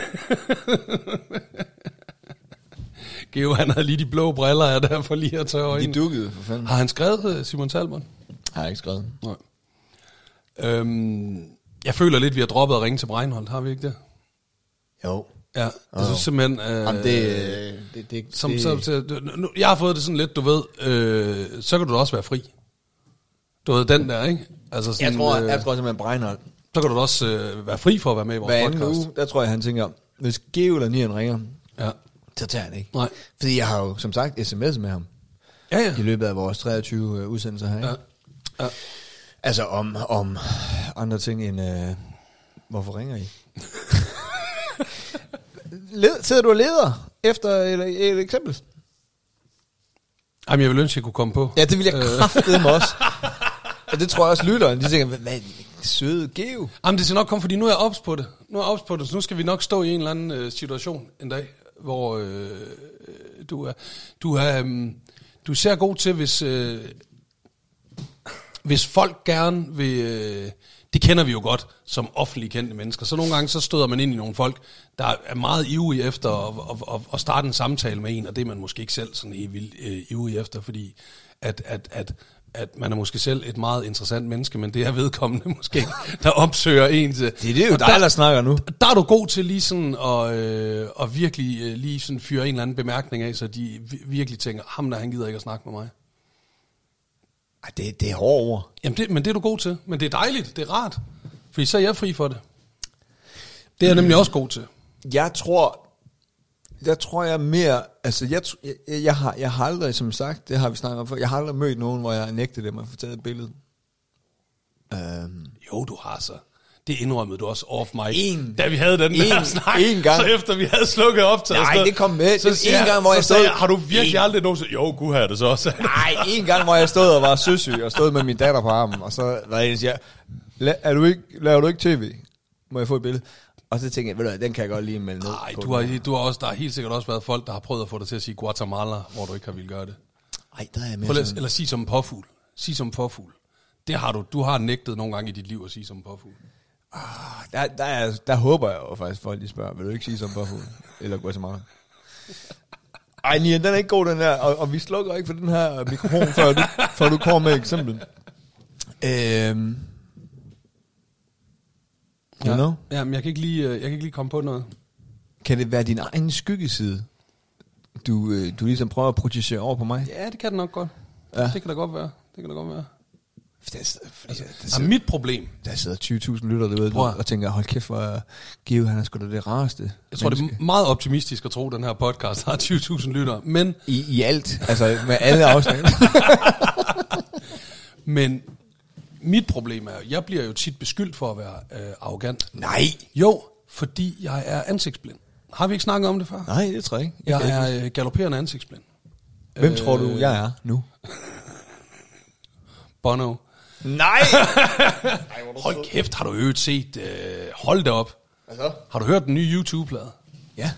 Speaker 1: Geo, han havde lige de blå briller, og derfor lige at tørre
Speaker 2: De
Speaker 1: øjnene.
Speaker 2: dukkede, for fanden.
Speaker 1: Har han skrevet øh, Simon Talbot?
Speaker 2: Har jeg ikke skrevet.
Speaker 1: Nej. Øhm, jeg føler lidt, vi har droppet at ringe til Breinholt, har vi ikke det?
Speaker 2: Jo.
Speaker 1: Ja, det oh. synes simpelthen... Øh,
Speaker 2: Jamen, det, øh, det, det,
Speaker 1: som,
Speaker 2: det,
Speaker 1: Så, så, du- nu, jeg har fået det sådan lidt, du ved, øh, så kan du da også være fri. Du ved, den der, ikke? Altså sådan,
Speaker 2: jeg, tror,
Speaker 1: øh,
Speaker 2: jeg tror simpelthen, Breinholt,
Speaker 1: så kan du da også øh, være fri for at være med i vores
Speaker 2: hver anden
Speaker 1: podcast.
Speaker 2: uge, der tror jeg, han tænker, hvis Geo eller Nian ringer,
Speaker 1: Ja.
Speaker 2: så tager han ikke.
Speaker 1: Nej.
Speaker 2: Fordi jeg har jo, som sagt, sms med ham
Speaker 1: Ja, ja.
Speaker 2: i løbet af vores 23 øh, udsendelser her. Ikke?
Speaker 1: Ja. Ja.
Speaker 2: Altså om, om andre ting end, øh, hvorfor ringer I? [LAUGHS] Led, sidder du og leder efter et, et eksempel?
Speaker 1: Jamen, jeg ville ønske, jeg kunne komme på.
Speaker 2: Ja, det vil jeg [LAUGHS] kraftedeme også. Og det tror jeg også lytteren, de tænker, hvad, hvad søde geo.
Speaker 1: Jamen, det skal nok komme, fordi nu er jeg ops på det. Nu er jeg ops på det, så nu skal vi nok stå i en eller anden øh, situation en dag, hvor øh, øh, du er... Du er, øh, du er især god til, hvis, øh, hvis folk gerne vil... Øh, det kender vi jo godt som offentligt kendte mennesker. Så nogle gange så støder man ind i nogle folk, der er meget ivrige efter at, at, at, at starte en samtale med en, og det er man måske ikke selv sådan helt vildt øh, ivrig efter, fordi at, at, at, at man er måske selv et meget interessant menneske, men det er vedkommende [LAUGHS] måske, der opsøger en til.
Speaker 2: Det, det er jo
Speaker 1: Og
Speaker 2: dig, der, der snakker nu.
Speaker 1: der er du god til lige sådan at, øh, at virkelig øh, lige sådan fyre en eller anden bemærkning af, så de vi- virkelig tænker, ham der, han gider ikke at snakke med mig.
Speaker 2: Ej, det, det er hårde ord.
Speaker 1: Jamen, det, men det er du god til. Men det er dejligt, det er rart. Fordi så er jeg fri for det. Det er jeg nemlig også god til.
Speaker 2: Jeg tror, jeg tror jeg er mere, altså jeg, tr- jeg, jeg, jeg, har, jeg har aldrig, som sagt, det har vi snakket om før, jeg har aldrig mødt nogen, hvor jeg nægter dem at få taget et billede. Øhm,
Speaker 1: Jo, du har så. Det indrømmede du også off mic,
Speaker 2: En-
Speaker 1: da vi havde den en, der
Speaker 2: en-
Speaker 1: snak.
Speaker 2: en gang.
Speaker 1: Så efter vi havde slukket op til
Speaker 2: Nej, det kom med. Det er en gang, hvor jeg
Speaker 1: sagde,
Speaker 2: stod-
Speaker 1: jeg, har du virkelig
Speaker 2: En-
Speaker 1: aldrig nogensinde... Jo, gud har jeg det så også.
Speaker 2: [LAUGHS] Nej, en gang, hvor jeg stod og var søsyg, og stod med min datter på armen, og så var jeg siger, "La- er du ikke, laver du ikke tv? Må jeg få et billede? Og så tænkte jeg, ved du hvad, den kan jeg godt lige melde ned.
Speaker 1: Nej,
Speaker 2: på
Speaker 1: du har, du har også, der har helt sikkert også været folk, der har prøvet at få dig til at sige Guatemala, hvor du ikke har ville gøre det.
Speaker 2: Ej, der er jeg
Speaker 1: Prøv
Speaker 2: mere
Speaker 1: lige,
Speaker 2: sådan,
Speaker 1: eller sige som en påfugl. Sig som en påfugl. Det har du. Du har nægtet nogle gange i dit liv at sige som en påfugl.
Speaker 2: der, der, er, der håber jeg jo faktisk, folk de spørger, vil du ikke sige som Buffalo? Eller Guatemala? Ej, Nia, den er ikke god, den der, og, og vi slukker ikke for den her mikrofon, før du, før du kommer med et eksempel. Øhm, you know?
Speaker 1: Ja, men jeg kan, ikke lige, øh, jeg kan ikke lige komme på noget.
Speaker 2: Kan det være din egen skyggeside, du, øh, du ligesom prøver at projicere over på mig?
Speaker 1: Ja, det kan det nok godt.
Speaker 2: Ja.
Speaker 1: Ja. Det kan da godt være. Det kan da godt være.
Speaker 2: Der, altså, der,
Speaker 1: Ja,
Speaker 2: sidder,
Speaker 1: mit problem,
Speaker 2: der sidder 20.000 lytter derude
Speaker 1: Prøv at-
Speaker 2: og tænker, hold kæft, hvor Give, han er sgu da det rareste.
Speaker 1: jeg tror, det
Speaker 2: menneske."
Speaker 1: er meget optimistisk at tro, at den her podcast har 20.000 lyttere, men,
Speaker 2: i, I alt, altså med [LAUGHS] alle afsnit.
Speaker 1: men mit problem er, jeg bliver jo tit beskyldt for at være øh, arrogant.
Speaker 2: Nej.
Speaker 1: Jo, fordi jeg er ansigtsblind. Har vi ikke snakket om det før?
Speaker 2: Nej, det tror jeg ikke. Jeg
Speaker 1: Jeg
Speaker 2: kan ikke.
Speaker 1: er øh, galopperende ansigtsblind.
Speaker 2: Hvem tror du, jeg er nu?
Speaker 1: Bono.
Speaker 2: Nej!
Speaker 1: Hold kæft, har du øvrigt set, øh, hold da op.
Speaker 2: Altså?
Speaker 1: Har du hørt den nye YouTube-plade?
Speaker 2: Ja.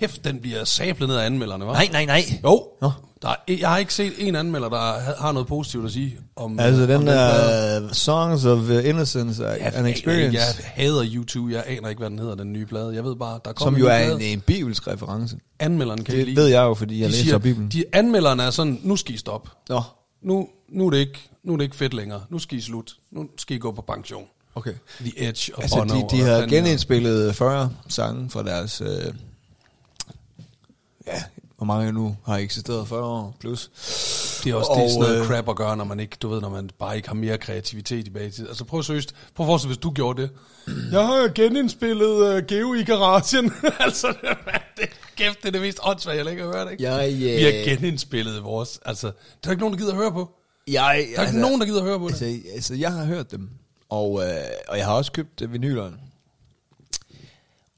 Speaker 1: Kæft, den bliver sablet ned af anmelderne, hva'?
Speaker 2: Nej, nej, nej.
Speaker 1: Jo,
Speaker 2: Nå.
Speaker 1: der er, jeg har ikke set en anmelder, der ha- har noget positivt at sige om øh,
Speaker 2: Altså
Speaker 1: om
Speaker 2: den der
Speaker 1: plade.
Speaker 2: uh, Songs of uh, Innocence uh,
Speaker 1: Jeg
Speaker 2: an
Speaker 1: aner
Speaker 2: Experience,
Speaker 1: ikke. Jeg hader YouTube, jeg aner ikke, hvad den hedder, den nye plade. Jeg ved bare, der
Speaker 2: som
Speaker 1: kommer
Speaker 2: jo er en, en bibelsk reference.
Speaker 1: Anmelderen kan
Speaker 2: Det
Speaker 1: ikke lide.
Speaker 2: ved jeg jo, fordi jeg
Speaker 1: de
Speaker 2: læser
Speaker 1: siger,
Speaker 2: Bibelen.
Speaker 1: De anmelderne er sådan, nu skal I stoppe.
Speaker 2: Nå,
Speaker 1: Nu, nu, er det ikke, nu er det ikke fedt længere. Nu skal I slut. Nu skal I gå på pension.
Speaker 2: okay.
Speaker 1: The Edge og
Speaker 2: Altså,
Speaker 1: Bono.
Speaker 2: de, de
Speaker 1: og
Speaker 2: har
Speaker 1: fanden-
Speaker 2: genindspillet 40 sange fra deres... Øh, ja, hvor mange nu har eksisteret 40 år plus.
Speaker 1: Det er også og, det er sådan
Speaker 2: øh,
Speaker 1: noget crap at gøre, når man ikke, du ved, når man bare ikke har mere kreativitet i bagtid. Altså prøv seriøst, prøv at forestille, hvis du gjorde det. [CLEARS THROAT] Jeg har genindspillet uh, Geo i garagen. [LAUGHS] altså, det, er- det, kæft, det er det mest åndssvagt, jeg ikke har hørt, ikke?
Speaker 2: Jeg, øh,
Speaker 1: Vi har genindspillet vores, altså, der er ikke nogen, der gider at høre på.
Speaker 2: Jeg,
Speaker 1: Der er ikke nogen, der gider at høre på det.
Speaker 2: Altså, altså, jeg har hørt dem, og, øh, og jeg har også købt øh, vinylerne.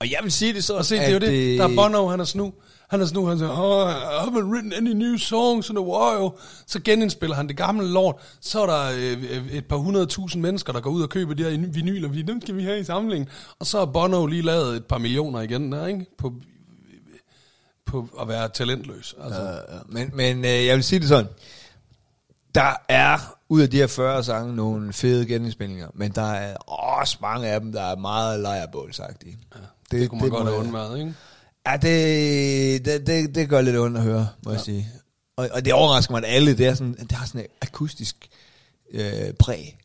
Speaker 2: Og jeg vil sige det øh, så,
Speaker 1: Og se, det er jo det. Der er Bono, han er snu. Han er snu, han siger, oh, I haven't written any new songs in a while. Så genindspiller han det gamle lort. Så er der øh, øh, et par hundredtusind mennesker, der går ud og køber de her vinyler, fordi dem skal vi have i samlingen. Og så har Bono lige lavet et par millioner igen, der, ikke? På, på at være talentløs. Altså, ja.
Speaker 2: Øh, men men øh, jeg vil sige det sådan. Der er ud af de her 40 sange nogle fede genindspilninger, men der er også mange af dem, der er meget lejrebålsagtige. Ja,
Speaker 1: det, det kunne man det godt
Speaker 2: må
Speaker 1: have
Speaker 2: jeg-
Speaker 1: undværet, ikke?
Speaker 2: Ja, det, det, det, det gør lidt ondt at høre, må ja. jeg sige. Og, og det overrasker mig, at alle, det, er sådan, det har sådan et akustisk øh, præg.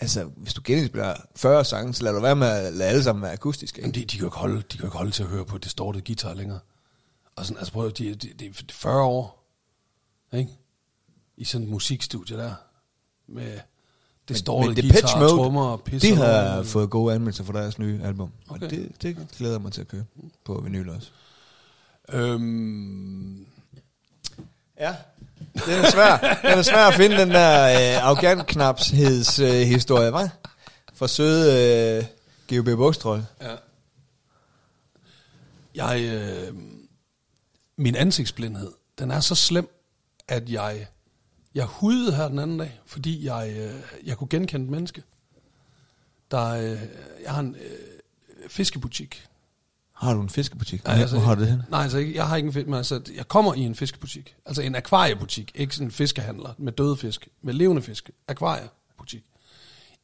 Speaker 2: Altså, hvis du genindspiller 40 sange, så lad du være med at lade alle sammen være akustiske.
Speaker 1: Jamen,
Speaker 2: Ikke?
Speaker 1: de, de, kan jo ikke holde, de kan jo ikke holde til at høre på distorted guitar længere. Og sådan, altså prøv, at- de, de, de, det er 40 år, ikke? I sådan et musikstudie der, med distorted
Speaker 2: Men
Speaker 1: guitar,
Speaker 2: Depeche Mode,
Speaker 1: trommer og pis.
Speaker 2: de
Speaker 1: og lort.
Speaker 2: har fået gode anmeldelser for deres nye album. Okay.
Speaker 1: Okay.
Speaker 2: Og det, det glæder jeg mig til at købe på vinyl også.
Speaker 1: Øhm,
Speaker 2: Ja, den er svær. den er svær at finde, den der øh, arrogantknapsheds øh, historie, hva'? For søde øh, G.B. Bogstrøl.
Speaker 1: ja. Jeg, øh, min ansigtsblindhed, den er så slem, at jeg, jeg hudede her den anden dag, fordi jeg, øh, jeg kunne genkende et menneske. Der, øh, jeg har en øh, fiskebutik
Speaker 2: Har du en fiskebutik?
Speaker 1: Nej,
Speaker 2: Hvor- Hvor har du det henne?
Speaker 1: Nej, altså, ikke- jeg har ikke en fisk, men altså, jeg kommer i en fiskebutik. Altså en akvariebutik, ikke sådan en fiskehandler med døde fisk, med levende fisk. Akvariebutik.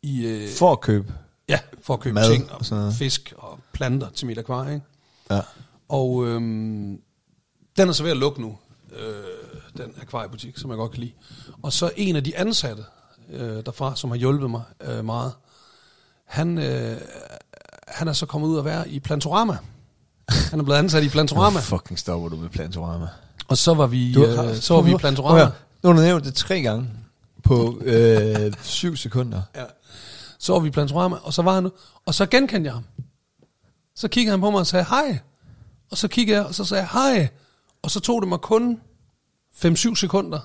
Speaker 1: I, øh,
Speaker 2: For at købe.
Speaker 1: ja, for at købe
Speaker 2: Mad
Speaker 1: ting og
Speaker 2: og sådan noget.
Speaker 1: fisk og planter til mit akvarie. Ikke?
Speaker 2: Ja.
Speaker 1: Og øhm, den er så ved at lukke nu. Øh, den akvariebutik, som jeg godt kan lide. Og så en af de ansatte øh, derfra, som har hjulpet mig øh, meget, han, øh, han er så kommet ud at være i Plantorama. Han er blevet ansat i Plantorama.
Speaker 2: Nu fucking stopper du med plantorama.
Speaker 1: Og så var vi,
Speaker 2: Du,
Speaker 1: øh, så var vi i Plantorama.
Speaker 2: Okay, nu har du nævnt det tre gange på øh, [LAUGHS] syv sekunder.
Speaker 1: Ja. Så var vi i Plantorama, og så var han, og så genkendte jeg ham. Så kiggede han på mig og sagde, hej. Og så kiggede jeg, og så sagde jeg, hej. Og så tog det mig kun 5-7 sekunder,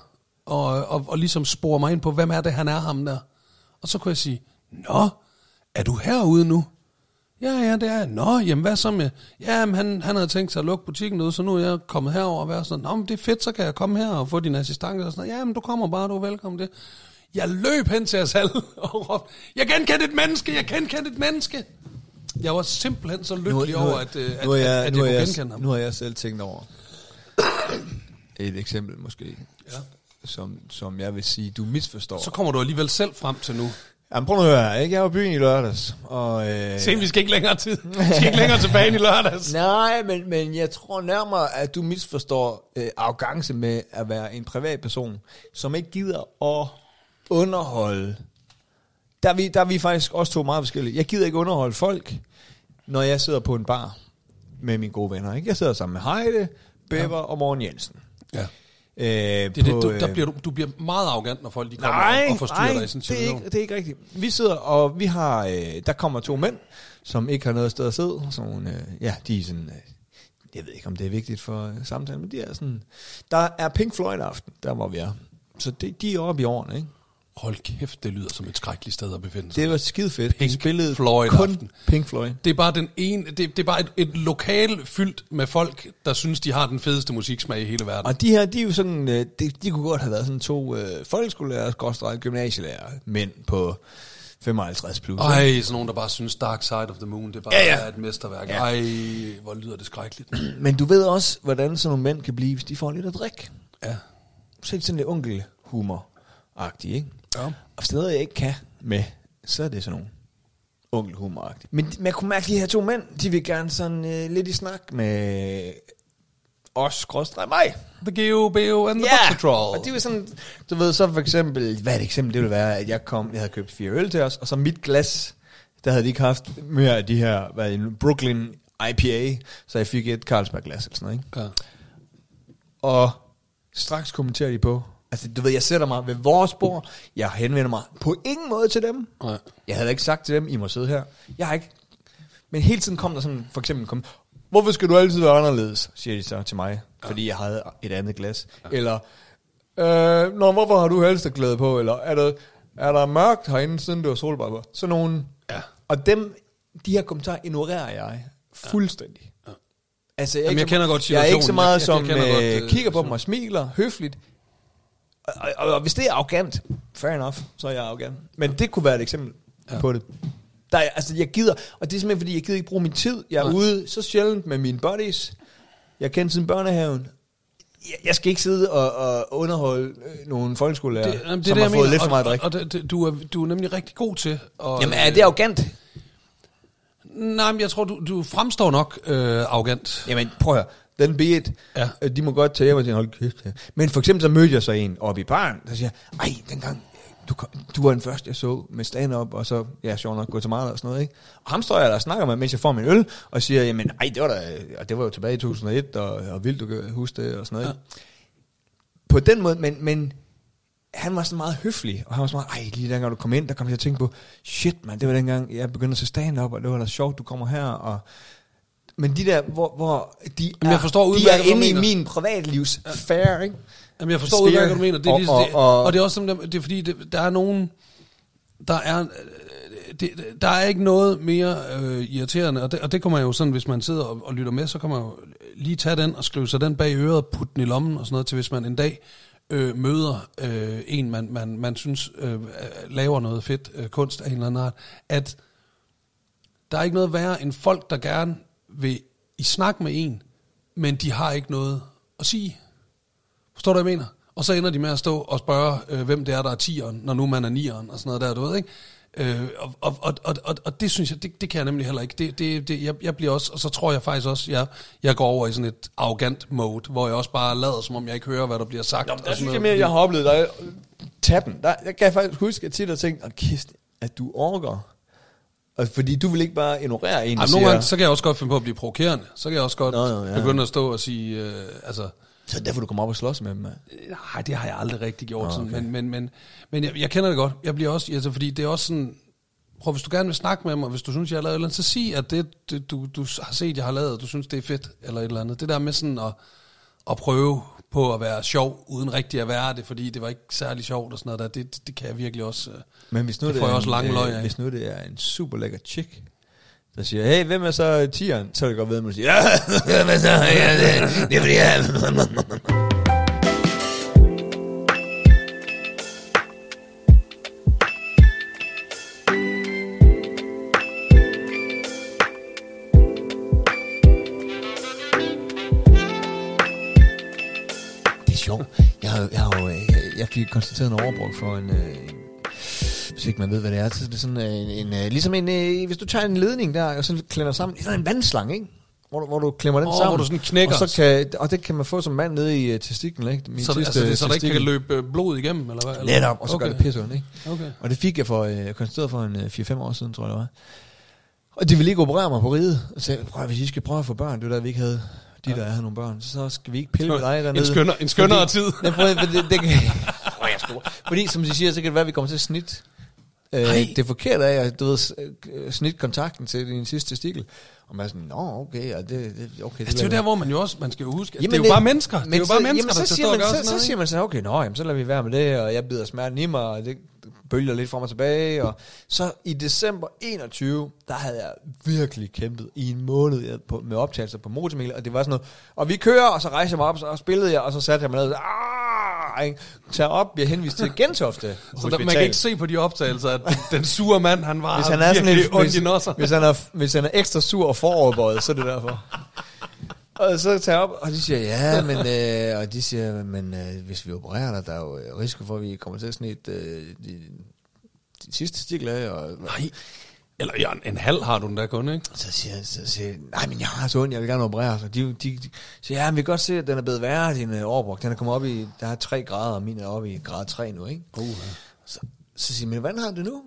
Speaker 1: og, og, og ligesom spore mig ind på, hvem er det, han er ham der. Og så kunne jeg sige, nå, er du herude nu? Ja, ja, det er jeg. Nå, jamen hvad så med... Jamen, han, han havde tænkt sig at lukke butikken ud, så nu er jeg kommet herover og være sådan, Nå, men det er fedt, så kan jeg komme her og få din assistance og sådan noget. Jamen, du kommer bare, du er velkommen det. Jeg løb hen til os alle og råbte, jeg genkendte et menneske, jeg genkendte et menneske. Jeg var simpelthen så lykkelig over, at, øh, at,
Speaker 2: nu er
Speaker 1: at,
Speaker 2: jeg,
Speaker 1: at jeg
Speaker 2: nu er
Speaker 1: kunne
Speaker 2: jeg,
Speaker 1: genkende ham.
Speaker 2: Nu har jeg selv tænkt over et eksempel måske,
Speaker 1: Ja.
Speaker 2: som, som jeg vil sige, du misforstår.
Speaker 1: Så kommer du alligevel selv frem til nu.
Speaker 2: Jamen prøv nu at høre, her, ikke? jeg var i byen i lørdags, og... Øh,
Speaker 1: Se, vi skal ikke længere, tid. Vi skal ikke længere tilbage end i lørdags.
Speaker 2: Nej, men, men jeg tror nærmere, at du misforstår øh, arrogance med at være en privatperson, som ikke gider at underholde. Der er, vi, der er vi faktisk også to meget forskellige. Jeg gider ikke underholde folk, når jeg sidder på en bar med mine gode venner. Ikke? Jeg sidder sammen med Heide, Bepper ja. og Morten Jensen.
Speaker 1: Ja.
Speaker 2: Øh,
Speaker 1: Det er det, du, der bliver, du, du bliver meget arrogant, når folk de kommer og- og forstyrrer dig i sådan en
Speaker 2: det er,
Speaker 1: situation.
Speaker 2: ikke, det er ikke rigtigt. Vi sidder, og vi har, øh, der kommer to mænd, som ikke har noget sted at sidde. Sådan, nogle, øh, ja, de er sådan, øh, jeg ved ikke, om det er vigtigt for øh, samtalen, men de er sådan, der er Pink Floyd aften, der hvor vi er. Så det, de er oppe i årene, ikke?
Speaker 1: Hold kæft, det lyder som et skrækkeligt sted at befinde sig. Det,
Speaker 2: Det var skide fedt.
Speaker 1: Pink
Speaker 2: de spillede
Speaker 1: Floyd
Speaker 2: kun
Speaker 1: aften.
Speaker 2: Pink Floyd.
Speaker 1: det er bare, den ene, det, det er bare et, et lokal fyldt med folk, der synes, de har den fedeste musiksmag i hele verden.
Speaker 2: Og de her, de er jo sådan, øh, de, de kunne godt have været sådan to øh, folkeskolelærer, skorstræk gymnasielærer, mænd på 55 plus. ikke?
Speaker 1: Ej, sådan nogen, der bare synes Dark Side of the Moon, det er bare
Speaker 2: Ja,
Speaker 1: ja,
Speaker 2: ja.
Speaker 1: ja. et mesterværk.
Speaker 2: Ja.
Speaker 1: Ja. Ej, hvor lyder det skrækkeligt.
Speaker 2: Men du ved også, hvordan sådan nogle mænd kan blive, hvis de får lidt at drikke.
Speaker 1: Ja.
Speaker 2: Så er det sådan lidt onkelhumor-agtigt, ikke?
Speaker 1: Ja.
Speaker 2: Og hvis der er noget, jeg ikke kan med, så er det sådan nogle onkelhumor-agtigt. Men man kunne mærke, at de her to mænd, de vil gerne sådan øh, lidt i snak med os, skråstrej mig.
Speaker 1: The Geo, Beo and the yeah. Boxer Troll.
Speaker 2: og det var sådan, du ved, så for eksempel, hvad er et eksempel, det ville være, at jeg kom, jeg havde købt fire øl til os, og så mit glas, der havde de ikke haft mere af de her, hvad er det nu, Brooklyn IPA, så jeg fik et Carlsberg-glas eller sådan noget, ikke?
Speaker 1: Ja.
Speaker 2: Og straks kommenterer de på. Altså, du ved, jeg sætter mig ved vores bord. Jeg henvender mig på ingen måde til dem.
Speaker 1: Nej.
Speaker 2: Jeg havde ikke sagt til dem, I må sidde her. Jeg har ikke... Men hele tiden kom der sådan, for eksempel kom, hvorfor skal du altid være anderledes, siger de så til mig, ja. fordi jeg havde et andet glas. Ja. Eller, øh, nå, hvorfor har du helst glæde på, eller er der, er der mørkt herinde, siden du har solbriller på? Sådan nogle...
Speaker 1: Ja.
Speaker 2: Og dem, de her kommentarer ignorerer jeg fuldstændig. Ja. Altså, jeg, er
Speaker 1: Jamen,
Speaker 2: ikke
Speaker 1: jeg
Speaker 2: så-
Speaker 1: kender godt
Speaker 2: Jeg er ikke så
Speaker 1: situationen. Jeg-
Speaker 2: meget
Speaker 1: jeg-
Speaker 2: som
Speaker 1: jeg kender
Speaker 2: øh,
Speaker 1: godt, øh,
Speaker 2: kigger på dem og smiler høfligt. Og, og, og hvis det er arrogant, fair enough, så er jeg arrogant. Men det kunne være et eksempel ja.
Speaker 1: Ja.
Speaker 2: på det. Der, er- altså, jeg gider, og det er simpelthen, fordi jeg gider ikke bruge min tid. Jeg er
Speaker 1: Nej.
Speaker 2: ude så sjældent med mine buddies. Jeg kender siden børnehaven. Jeg, jeg skal ikke sidde og, og underholde øh, nogle folkeskolelærer,
Speaker 1: Det, jamen, det,
Speaker 2: som
Speaker 1: er
Speaker 2: har
Speaker 1: det, jeg
Speaker 2: fået
Speaker 1: mener.
Speaker 2: lidt for meget at
Speaker 1: og,
Speaker 2: drikke.
Speaker 1: og det, det, du, er, du er nemlig rigtig god til. Og,
Speaker 2: Jamen, er det arrogant?
Speaker 1: Nej, men jeg tror, du, du fremstår nok øh, arrogant.
Speaker 2: Jamen, prøv at høre. Den beat,
Speaker 1: Ja.
Speaker 2: ja. de må godt tage hjem og sige, hold kæft. ja." Men for eksempel så mødte jeg så en oppe i baren, der siger, ej, dengang, du, kom- du var den første, jeg så med stand-up, og så, ja, sjov nok, Guatemala og sådan noget, ikke? Og ham står jeg der og snakker med, mens jeg får min øl, og siger, jamen, ej, det var da, og det var jo tilbage i 2001, og, og vildt, du kan huske det, og sådan noget, ja. På den måde, men, men han var sådan meget høflig, og han var sådan meget, ej, lige dengang du kom ind, der kom jeg til at tænke på, shit, man, det var dengang, jeg begyndte at se stand-up, og det var da sjovt, du kommer her, og men de der, hvor, hvor de
Speaker 1: Jamen, jeg forstår
Speaker 2: de er
Speaker 1: udmærket, hvad du
Speaker 2: inde i
Speaker 1: mener.
Speaker 2: min privatlivs fair, ikke?
Speaker 1: Jamen, jeg forstår
Speaker 2: Sphere.
Speaker 1: udmærket, hvad du mener. Det er
Speaker 2: Og-
Speaker 1: og, ligesom, det,
Speaker 2: og- og-
Speaker 1: og, og det er også sådan, det er fordi, det, der er nogen, der er, øh, det, der er ikke noget mere øh, irriterende, og det, og det kommer jo sådan, hvis man sidder og, og lytter med, så kommer man jo lige tage den og skrive sig den bag øret, putte den i lommen og sådan noget, til hvis man en dag øh, møder øh, en, man, man, man synes øh, laver noget fedt øh, kunst af en eller anden art, at der er ikke noget værre end folk, der gerne vil i snak med en, men de har ikke noget at sige. Forstår du, hvad jeg mener? Og så ender de med at stå og spørge, øh, hvem det er, der er tieren, når nu man er nieren og sådan noget der, du ved, ikke? Øh, og, og, og, og, og, og det synes jeg, det, det kan jeg nemlig heller ikke. Det, det, det, jeg, jeg bliver også, og så tror jeg faktisk også, jeg, jeg går over i sådan et arrogant mode, hvor jeg også bare lader, som om jeg ikke hører, hvad der bliver sagt.
Speaker 2: Nå, men der
Speaker 1: og sådan
Speaker 2: synes jeg
Speaker 1: noget,
Speaker 2: mere, at jeg
Speaker 1: fordi-
Speaker 2: har oplevet dig tappen. Der, jeg kan faktisk huske, at jeg tit har tænkt, oh, kæft, at du orker. Og fordi du vil ikke bare ignorere en, der
Speaker 1: Jamen, nogle gange,
Speaker 2: siger,
Speaker 1: så kan jeg også godt finde på at blive provokerende. Så kan jeg også godt
Speaker 2: Nå, jo, ja.
Speaker 1: begynde at stå og sige, øh, altså,
Speaker 2: så er det derfor du kommer op og slås med dem. mand."
Speaker 1: Nej, det har jeg aldrig rigtig gjort. Okay. Sådan, men men, men, men jeg, jeg kender det godt. Jeg bliver også, altså, fordi det er også sådan, prøv, hvis du gerne vil snakke med mig, hvis du synes, jeg har lavet et eller andet, så sig, at det, det du, du har set, jeg har lavet, og du synes, det er fedt, eller et eller andet. Det der med sådan at, at prøve på at være sjov, uden rigtig at være det, fordi det var ikke særlig sjovt og sådan noget der, det, det, det kan jeg virkelig også. øh.
Speaker 2: Men hvis nu
Speaker 1: Det
Speaker 2: det,
Speaker 1: får
Speaker 2: er
Speaker 1: jeg også
Speaker 2: en,
Speaker 1: lange
Speaker 2: øh,
Speaker 1: løg af.
Speaker 2: Hvis nu det er en super lækker chick, der siger, hey, hvem er så øh, tieren? Så er det godt ved, at man siger, ja, [LAUGHS] hvem er så? Ja, det, det er fordi, jeg... Det er sjovt. Jeg, har- jeg, har jo, øh, jeg fik konstateret en overbrug for en, øh, en hvis ikke man ved, hvad det er, så er det sådan øh, en, en øh, ligesom en, øh, hvis du tager en ledning der, og så klemmer sammen, sådan en vandslange, ikke? Hvor du, hvor du klemmer den
Speaker 1: Åh,
Speaker 2: sammen.
Speaker 1: hvor du sådan knækker.
Speaker 2: Og, så kan, og det kan man få som mand nede i øh, testiklen, ikke? Min
Speaker 1: Så, det- altså, det, så der ikke kan løbe øh, blod igennem, eller hvad? Eller?
Speaker 2: Netop, og så okay. gør det pisse ondt, ikke?
Speaker 1: Okay.
Speaker 2: Og det fik jeg for, øh, konstateret for en øh, 4-5 år siden, tror jeg det var. Og de ville ikke operere mig på riget. Og så sagde, jeg, prøv at- hvis I skal prøve at få børn, det var der, vi ikke havde de der havde nogle børn, så skal vi ikke pille ved dig dernede.
Speaker 1: En skønner- en skønnere
Speaker 2: Fordi-
Speaker 1: tid.
Speaker 2: Nej, prøv, at- for det, det kan,
Speaker 1: [LAUGHS]
Speaker 2: Åh, jeg er stor. fordi som de siger, så kan det være, at vi kommer til at snit
Speaker 1: Nej.
Speaker 2: øh, det forkerte af, at du ved, s- øh, snit kontakten til din sidste testikel. Og man er sådan, nå, okay, og det, det, okay.
Speaker 1: Altså, det er jo der, hvor man jo også, man skal jo huske, at
Speaker 2: Jamen,
Speaker 1: det er jo bare mennesker. Det er jo
Speaker 2: så-
Speaker 1: bare mennesker,
Speaker 2: jamen,
Speaker 1: der
Speaker 2: så
Speaker 1: skal
Speaker 2: siger
Speaker 1: stå og
Speaker 2: man,
Speaker 1: gøre
Speaker 2: så,
Speaker 1: sådan
Speaker 2: så
Speaker 1: noget.
Speaker 2: siger
Speaker 1: ikke?
Speaker 2: man sådan, okay, nå, jamen, så lader vi være med det, og jeg bider smerten i mig, og det bølger lidt frem og tilbage. Og så i december 21, der havde jeg virkelig kæmpet i en måned jeg- på, med optagelser på motormil, og det var sådan noget, og vi kører, og så rejser jeg mig op, og spillede jeg, og så satte jeg mig ned, ah, ikke? tager op, bliver henvist til Gentofte
Speaker 1: Så der, man kan ikke se på de optagelser, at den sure mand, han var
Speaker 2: hvis han er sådan
Speaker 1: virkelig
Speaker 2: lidt,
Speaker 1: ondt i
Speaker 2: hvis,
Speaker 1: nosser.
Speaker 2: hvis, han er, hvis han er ekstra sur og foroverbøjet, så er det derfor. Og så tager jeg op, og de siger, ja, men, øh, og de siger, men øh, hvis vi opererer dig, der er jo øh, risiko for, at vi kommer til at snit øh, de, de sidste stikler af, og
Speaker 1: Nej, eller ja, en, en halv har du den der kun, ikke?
Speaker 2: så siger, så siger jeg, nej, men jeg har så ondt, jeg vil gerne operere. Så de, de, de siger, ja, men vi kan godt se, at den er blevet værre, din øh, overbrug. Den er kommet op i, der er 3 grader, og min er oppe i grad 3 nu, ikke?
Speaker 1: Uh,
Speaker 2: Så, så siger jeg, men hvordan har du det nu?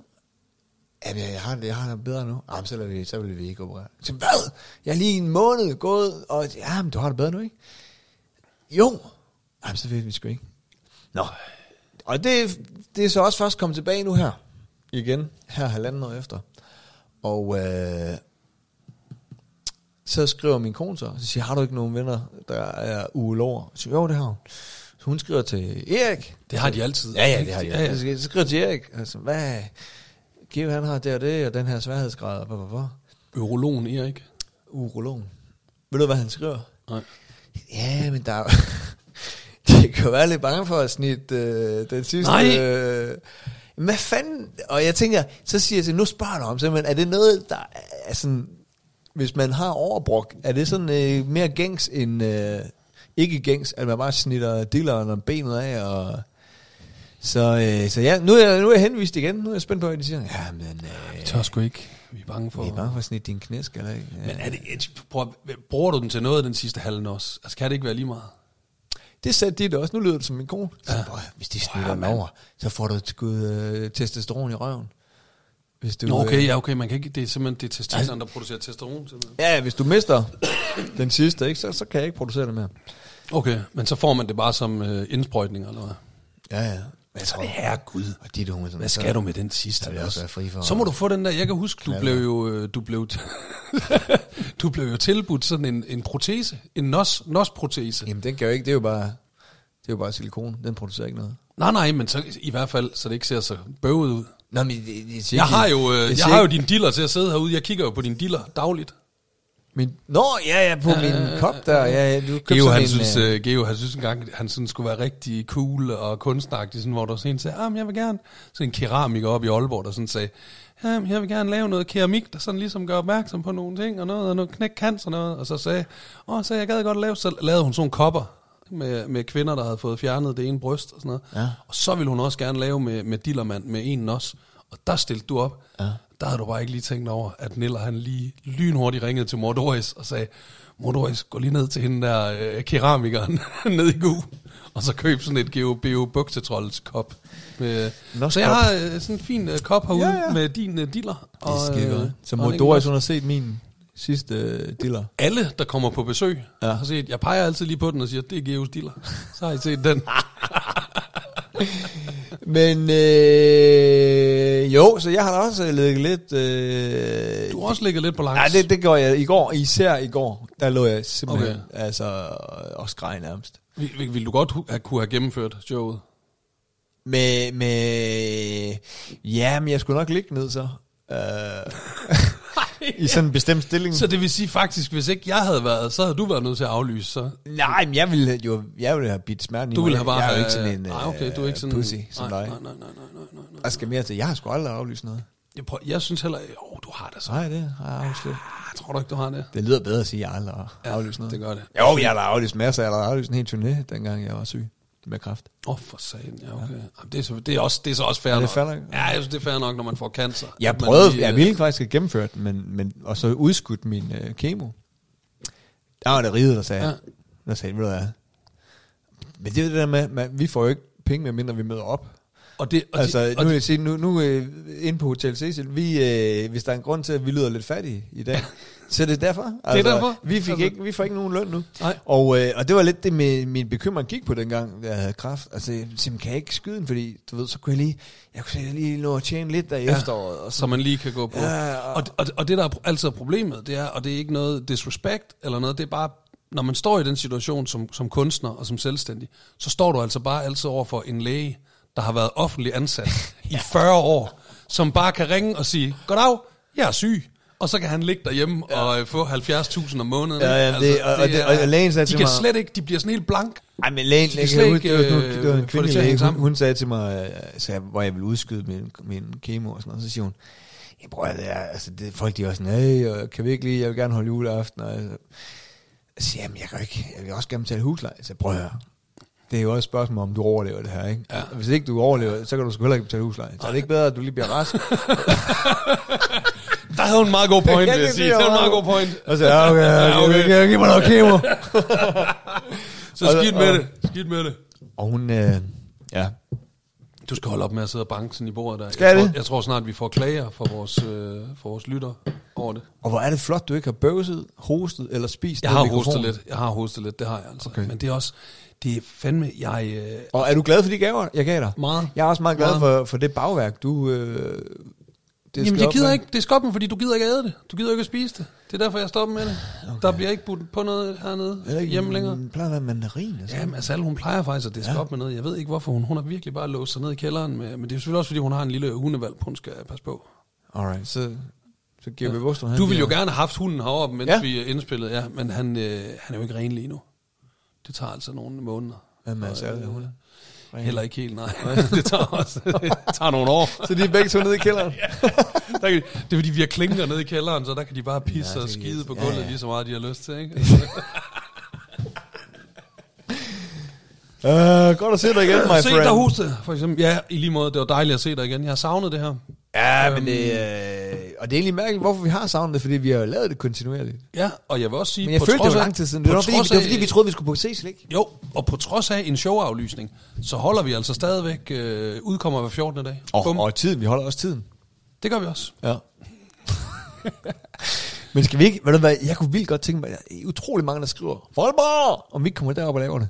Speaker 2: Jamen, jeg, jeg har det, jeg har det bedre nu. Jamen, så, lader vi, så vil vi ikke operere. Så hvad? Jeg er lige en måned gået, og ja, men du har det bedre nu, ikke? Jo. Jamen, så vil vi sgu ikke. Nå. Og det, det er så også først kommet tilbage nu her. Igen. Her halvanden år efter. Og øh, så skriver min kone så, så siger, har du ikke nogen venner, der er uologer? Så siger, jeg, jo, det har hun. Så hun skriver til Erik,
Speaker 1: det har de altid.
Speaker 2: Ja, ja, det har de.
Speaker 1: Ja, ja.
Speaker 2: Ja, ja. Så skriver til Erik, altså, hvad... Giv han har det og det, og den her sværhedsgrad, og hvor,
Speaker 1: Urologen Erik.
Speaker 2: Urologen. Ved du, hvad han skriver?
Speaker 1: Nej.
Speaker 2: Ja, men der er [LAUGHS] jo- De kan jo være lidt bange for at snit øh, den sidste...
Speaker 1: Nej.
Speaker 2: Øh, hvad fanden? Og jeg tænker, så siger jeg til, nu spørger du om, simpelthen, er det noget, der er sådan... Hvis man har overbrok, er det sådan øh, mere gængs end... Øh, ikke gængs, at man bare snitter dilleren og benet af, og... Så, øh, så ja, nu er, jeg, nu er jeg henvist igen. Nu er jeg spændt på, hvad de siger. Ja, men...
Speaker 1: Vi
Speaker 2: Øh,
Speaker 1: tør sgu ikke. Vi er bange for...
Speaker 2: vi er bange for at snitte din knæsk, eller ikke? Ja.
Speaker 1: Men er det, et- prøv, at- bruger du den til noget den sidste halve også? Altså, kan det ikke være lige meget?
Speaker 2: Det sagde de da også. Nu lyder det som min kone. Så,
Speaker 1: Ja.
Speaker 2: "Bøj, hvis de snitter
Speaker 1: Ja,
Speaker 2: den
Speaker 1: mand.
Speaker 2: over, så får du et skud øh, testosteron i røven. Hvis du,
Speaker 1: Nå, okay,
Speaker 2: øh, Altså-
Speaker 1: ja, okay, man kan ikke, det er simpelthen, det er testiklerne, der producerer testosteron, simpelthen.
Speaker 2: ja, hvis du mister den sidste, ikke, så, så kan jeg ikke producere det mere.
Speaker 1: Okay, men så får man det bare som øh, indsprøjtning, eller hvad?
Speaker 2: Ja, ja. Men jeg tror,
Speaker 1: herregud.
Speaker 2: og de, du, sådan,
Speaker 1: Hvad skal du med den sidste?
Speaker 2: Så vil jeg også være fri for-
Speaker 1: så må du få den der. Jeg kan huske, du blev jo, øh, du blev, [LAUGHS] du blev jo tilbudt sådan en, en protese. En nos, nos-protese.
Speaker 2: Jamen, den kan jo ikke. Det er jo bare, det er jo bare silikon. Den producerer ikke noget.
Speaker 1: Nej, nej, men så, i hvert fald, så det ikke ser så bøvet ud.
Speaker 2: Nå, men, jeg, jeg, siger
Speaker 1: Jeg
Speaker 2: ikke-
Speaker 1: har jo, øh, jeg
Speaker 2: siger
Speaker 1: har jo
Speaker 2: ikke-
Speaker 1: din diller til at sidde herude. Jeg kigger jo på din diller dagligt.
Speaker 2: Min, nå, ja, ja, på min kop der. Ja, ja, du købte
Speaker 1: Geo,
Speaker 2: sådan
Speaker 1: han
Speaker 2: en,
Speaker 1: synes,
Speaker 2: øh,
Speaker 1: øh, Geo, han synes engang, han sådan skulle være rigtig cool og kunstnagtig, sådan, hvor der sådan en sagde, ah, men jeg vil gerne, sådan en keramiker op i Aalborg, der sådan sagde, ja, men jeg vil gerne lave noget keramik, der sådan ligesom gør opmærksom på nogle ting, og noget, og noget knæk kant og noget, og så sagde, åh, så jeg gad godt lave, så lavede hun sådan nogle kopper, med, med kvinder, der havde fået fjernet det ene bryst og sådan noget.
Speaker 2: Ja.
Speaker 1: Og så ville hun også gerne lave med, med Dillermand, med en også. Og der stillede du op. Ja. Der havde du bare ikke lige tænkt over, at Niller han lige lynhurtigt ringede til mor Doris og sagde, mor Doris, gå lige ned til hende der øh, keramikeren [LAUGHS] nede i Gu, og så køb sådan et GeoBio Bugtetrolls kop. Med,
Speaker 2: Nå,
Speaker 1: så jeg
Speaker 2: kop.
Speaker 1: har øh, sådan en fin øh, kop herude
Speaker 2: Ja,
Speaker 1: ja,
Speaker 2: ja.
Speaker 1: ja. med din øh, diller.
Speaker 2: Det er skide godt. Så
Speaker 1: og
Speaker 2: må
Speaker 1: en enkelt
Speaker 2: Doris, hun har set min sidste øh, diller.
Speaker 1: alle, der kommer på besøg,
Speaker 2: Ja.
Speaker 1: ja. har set, jeg peger altid lige på den og siger, det er Geos Diller. Så har I set den.
Speaker 2: Men øh, jo, så jeg har da også ligget lidt... Øh,
Speaker 1: Du har også ligget lidt på langs.
Speaker 2: Nej, det, det gjorde jeg i går, især i går, der lå jeg simpelthen, okay.
Speaker 1: Okay.
Speaker 2: altså, og skreg nærmest.
Speaker 1: Vil, vil, vil du godt hu- have, kunne have gennemført showet?
Speaker 2: Med, med, ja, men jeg skulle nok ligge ned så, øh, [LAUGHS] i sådan en bestemt stilling.
Speaker 1: Mm. Så det vil sige faktisk, hvis ikke jeg havde været, så havde du været nødt til at aflyse. Så.
Speaker 2: Nej, men jeg ville jo, jeg ville have bidt smerten
Speaker 1: Du
Speaker 2: i
Speaker 1: ville
Speaker 2: mig.
Speaker 1: have bare...
Speaker 2: Jeg er jo
Speaker 1: have-
Speaker 2: ikke sådan en
Speaker 1: nej, okay, du er
Speaker 2: øh,
Speaker 1: ikke sådan,
Speaker 2: pussy som
Speaker 1: nej,
Speaker 2: dig.
Speaker 1: nej, nej, nej, nej, nej, nej, nej.
Speaker 2: Der skal mere til. Jeg har sgu aldrig aflyst noget.
Speaker 1: Jeg, prøver, jeg synes heller... Jo, du har det så.
Speaker 2: Nej, det har jeg aflyst lidt.
Speaker 1: Ah, tror du ikke, du har det?
Speaker 2: Det lyder bedre at sige, at jeg aldrig har
Speaker 1: Ja,
Speaker 2: aflyst noget.
Speaker 1: det gør det.
Speaker 2: Jo, jeg har da aflyst masser. Jeg har da aflyst en hel turné, dengang jeg var syg med kræft.
Speaker 1: Åh, oh, for satan. Ja, okay. Jamen, det, er, så- det, er også, det er så også fair
Speaker 2: det
Speaker 1: nok.
Speaker 2: fair nok?
Speaker 1: Ja, jeg synes, det er fair nok, når man får cancer.
Speaker 2: Jeg
Speaker 1: At man lige,
Speaker 2: prøvede, jeg
Speaker 1: øh,
Speaker 2: ville faktisk have gennemført den, men, men, og så udskudt min øh, kemo. Der var det ride, der sagde, ja.
Speaker 1: Ja.
Speaker 2: der sagde, ved du hvad, men det er jo det der med, man, vi får jo ikke penge, medmindre vi møder op.
Speaker 1: Og det, og
Speaker 2: altså,
Speaker 1: det,
Speaker 2: nu vil jeg sige, nu, nu øh, inde på Hotel Cecil, vi, øh, hvis der er en grund til, at vi lyder lidt fattige i
Speaker 1: [LAUGHS]
Speaker 2: dag, så er det derfor. Altså,
Speaker 1: derfor.
Speaker 2: Vi, fik
Speaker 1: Altså-
Speaker 2: ikke, vi får ikke nogen løn nu.
Speaker 1: Nej.
Speaker 2: Og, øh, og det var lidt det, min, min bekymring gik på dengang, da jeg havde kraft. Altså, jeg simpelthen kan jeg ikke skyde den, fordi du ved, så kunne jeg lige, jeg kunne sikkert lige nå at tjene lidt der i ja. efteråret. Og så,
Speaker 1: så man lige kan gå på.
Speaker 2: Ja,
Speaker 1: Ja,
Speaker 2: og-
Speaker 1: og, og, og, og det, der er pro- altid er problemet, det er, og det er ikke noget disrespect eller noget, det er bare, når man står i den situation som, som kunstner og som selvstændig, så står du altså bare altid over for en læge, der har været
Speaker 2: [LAUGHS]
Speaker 1: offentlig ansat i 40 år, som bare kan ringe og sige, goddag, jeg er syg. Og så kan han ligge derhjemme ja. og øh, få 70.000 om måneden.
Speaker 2: Ja, ja,
Speaker 1: ikke? Altså,
Speaker 2: det- og- og det- og
Speaker 1: er-
Speaker 2: lægen sagde
Speaker 1: de
Speaker 2: til
Speaker 1: kan
Speaker 2: mig-
Speaker 1: slet ikke, de bliver sådan helt blank.
Speaker 2: ej, men lægen,
Speaker 1: kan
Speaker 2: jeg
Speaker 1: slet
Speaker 2: kan huske,
Speaker 1: ikke,
Speaker 2: det var, det var
Speaker 1: øh,
Speaker 2: en
Speaker 1: få det
Speaker 2: kvindelig
Speaker 1: til at
Speaker 2: læge,
Speaker 1: hænge
Speaker 2: hun,
Speaker 1: sammen.
Speaker 2: hun sagde til mig, øh, sagde, hvor jeg ville udskyde min, min kemo og sådan noget, så siger hun, jeg bror, det er, altså, det, folk de er også sådan, hey, og kan vi ikke lige, jeg vil gerne holde juleaften, og altså, jeg siger, jamen, jeg kan jo ikke, jeg vil også gerne betale husleje, så prøv at høre. Det er jo også et spørgsmål, om du overlever det her, ikke? Ja. Hvis ikke du overlever, så kan du sgu heller ikke betale husleje. Så er det ikke bedre, at du lige bliver
Speaker 1: [LAUGHS]
Speaker 2: rask,
Speaker 1: Der havde hun en meget god point, vil jeg sige. Det var en meget god point.
Speaker 2: Og så, ja, okay,
Speaker 1: Ja,
Speaker 2: okay,
Speaker 1: okay.
Speaker 2: okay, okay, giv mig noget kemo.
Speaker 1: Så skidt med
Speaker 2: og-
Speaker 1: det. Skidt med det.
Speaker 2: Og hun, øh, ja,
Speaker 1: Du skal holde op med at sidde og banke sådan i bordet der.
Speaker 2: Skal
Speaker 1: jeg,
Speaker 2: jeg det?
Speaker 1: tror, jeg tror snart, vi får klager fra vores, øh, fra vores lytter over det.
Speaker 2: Og hvor er det flot, du ikke har bøvset, hostet eller spist
Speaker 1: Jeg
Speaker 2: ned i
Speaker 1: har hostet
Speaker 2: mikrofonen.
Speaker 1: lidt. Jeg har hostet lidt, det har jeg altså.
Speaker 2: Okay.
Speaker 1: Okay. Men det er også, det er fandme, jeg... Øh,
Speaker 2: Og er du glad for de gaver, jeg gav dig?
Speaker 1: Meget.
Speaker 2: Jeg er også meget glad
Speaker 1: Meget.
Speaker 2: for, for det bagværk, du... Øh, det skal
Speaker 1: jamen, jeg
Speaker 2: op
Speaker 1: gider
Speaker 2: med.
Speaker 1: ikke, det er skoppen, fordi du gider ikke æde det. Du gider ikke at spise det. Det er derfor, jeg stopper med det. Okay. Der bliver ikke budt på noget
Speaker 2: Heller
Speaker 1: hernede
Speaker 2: ikke
Speaker 1: hjemme
Speaker 2: en-
Speaker 1: længere.
Speaker 2: plejer at være mandarin. Altså.
Speaker 1: Jamen, altså, hun plejer faktisk at diske ja. op med noget. Jeg ved ikke, hvorfor hun, hun har virkelig bare låst sig ned i kælderen. Med, men det er selvfølgelig også, fordi hun har en lille hundevalp, hun skal passe på.
Speaker 2: Alright, så, så giver vi vores
Speaker 1: Du ville jo gerne have haft hunden heroppe, mens
Speaker 2: Ja.
Speaker 1: ja. vi indspillede, ja, men han, øh, han er jo ikke ren lige nu. Det tager altså nogle måneder.
Speaker 2: Jamen, altså,
Speaker 1: Og, øh,
Speaker 2: alle er hunde.
Speaker 1: Heller ikke helt, nej. [LAUGHS] det tager også [LAUGHS] det tager nogle år.
Speaker 2: Så de er begge to nede i
Speaker 1: [LAUGHS]
Speaker 2: kælderen.
Speaker 1: Der kan, de- det er fordi, vi har klinker nede i kælderen, så der kan de bare pisse
Speaker 2: Ja,
Speaker 1: ja, og
Speaker 2: det kan-
Speaker 1: skide på
Speaker 2: ja,
Speaker 1: gulvet ja,
Speaker 2: ja.
Speaker 1: ja. lige så meget, de har
Speaker 2: [LAUGHS]
Speaker 1: lyst til. Ikke?
Speaker 2: Uh, godt at se dig igen, my
Speaker 1: se
Speaker 2: friend.
Speaker 1: der huset, for eksempel. Ja, i lige måde, det var dejligt at se dig igen. Jeg har savnet det her.
Speaker 2: Ja, men det, øh, og det er egentlig mærkeligt, hvorfor vi har savnet det, fordi vi har jo lavet det kontinuerligt.
Speaker 1: Ja, og jeg vil også sige...
Speaker 2: Men jeg
Speaker 1: på
Speaker 2: følte det
Speaker 1: trods
Speaker 2: jo
Speaker 1: af-
Speaker 2: lang tid siden. Det
Speaker 1: på
Speaker 2: var, fordi,
Speaker 1: trods
Speaker 2: det var,
Speaker 1: af-
Speaker 2: fordi vi troede, vi skulle på Cecil, ikke?
Speaker 1: Jo, og på trods af en showaflysning, så holder vi altså stadigvæk... Øh, udkommer hver 14. dag. Bum.
Speaker 2: Og, og tiden, vi holder også tiden.
Speaker 1: Det gør vi også.
Speaker 2: Ja. [LAUGHS] Men skal vi ikke, ved du hvad, jeg kunne vildt godt tænke mig, der er utrolig mange, der skriver, Folborg, om vi ikke kommer derop og laver det.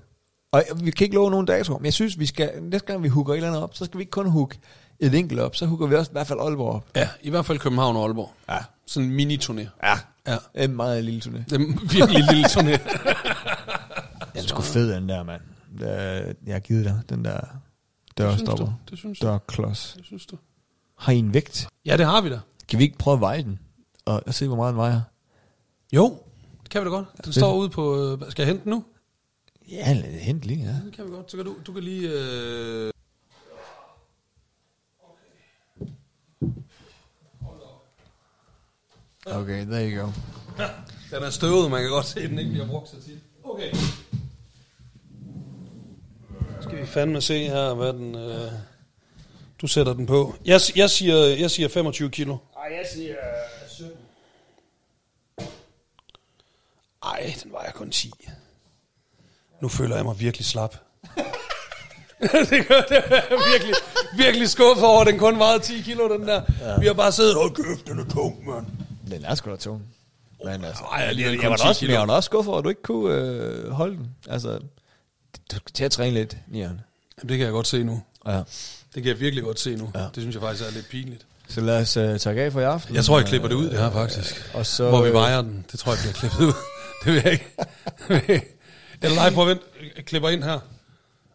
Speaker 2: Og vi kan ikke love nogen datoer, men jeg synes, vi skal, næste gang vi hooker et eller andet op, så skal vi ikke kun hooke et enkelt op, så hooker vi også i hvert fald Aalborg op.
Speaker 1: Ja, i hvert fald København og Aalborg.
Speaker 2: Ja.
Speaker 1: Sådan en mini-turné.
Speaker 2: Ja.
Speaker 1: Ja.
Speaker 2: En meget lille turné.
Speaker 1: Det er en virkelig lille [LAUGHS] turné.
Speaker 2: Den er sgu fed, den der, mand. Øh, Jeg har givet dig, den der dørstopper.
Speaker 1: du, det synes du.
Speaker 2: Dørklods.
Speaker 1: Det synes du.
Speaker 2: Har I en vægt?
Speaker 1: Ja, det har vi da.
Speaker 2: Kan vi ikke prøve at veje den? Og, og se, hvor meget den vejer?
Speaker 1: Jo, det kan vi da godt. Den står ude på... Øh, skal jeg hente den nu?
Speaker 2: Ja, hent lige, ja.
Speaker 1: Det kan vi godt. Så kan du, du kan lige... Øh...
Speaker 2: Okay, there you go.
Speaker 1: Den er støvet, man kan godt se, at den ikke bliver brugt så tit. Okay. Så Skal vi fandme se her, hvad den... Øh... Du sætter den på. Jeg, jeg, siger, jeg siger 25 kilo.
Speaker 3: Nej, jeg siger 17.
Speaker 1: Ej, den vejer kun 10. Nu føler jeg mig virkelig slap. [LAUGHS] det gør det. Jeg er virkelig, virkelig skuffet over, at den kun vejede 10 kilo, den der. Ja. Vi har bare siddet, hold kæft, den er tung, mand.
Speaker 2: Den er sgu da tung. Men altså,
Speaker 1: Nej, jeg,
Speaker 2: jeg, jeg, var da også, jeg var da også skuffet over, at du ikke kunne øh, holde den. Altså, du skal til at træne lidt, Nian.
Speaker 1: Jamen, det kan jeg godt se nu.
Speaker 2: Ja.
Speaker 1: Det kan jeg virkelig godt se nu. Ja.
Speaker 2: Ja.
Speaker 1: Det synes jeg faktisk er lidt pinligt.
Speaker 2: Så lad os øh, takke af for i aften. Øh,
Speaker 1: Jeg tror, jeg klipper det ud, det her faktisk.
Speaker 2: Og så,
Speaker 1: Hvor vi
Speaker 2: øh,
Speaker 1: vejer den, det tror jeg bliver klippet ud. [LAUGHS] det vil jeg ikke. Eller nej, prøv at vent. Jeg klipper ind her. Åh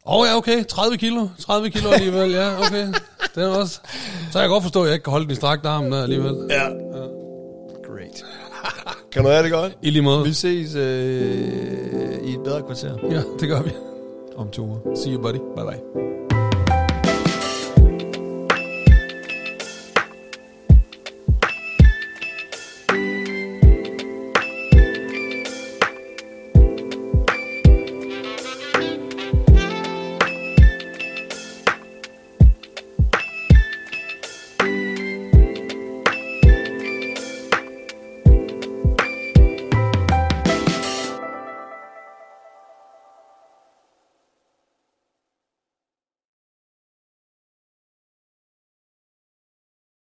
Speaker 1: oh, ja, okay. 30 kilo. 30 kilo alligevel, ja, okay. Den er også. Så kan jeg godt forstå, at jeg ikke kan holde den i strakt arm der alligevel. Ja.
Speaker 2: Great. [LAUGHS] kan du have det godt?
Speaker 1: I lige måde.
Speaker 2: Vi ses øh, i et bedre kvarter
Speaker 1: Ja, det gør vi.
Speaker 2: om to uger.
Speaker 1: See you, buddy.
Speaker 2: Bye bye.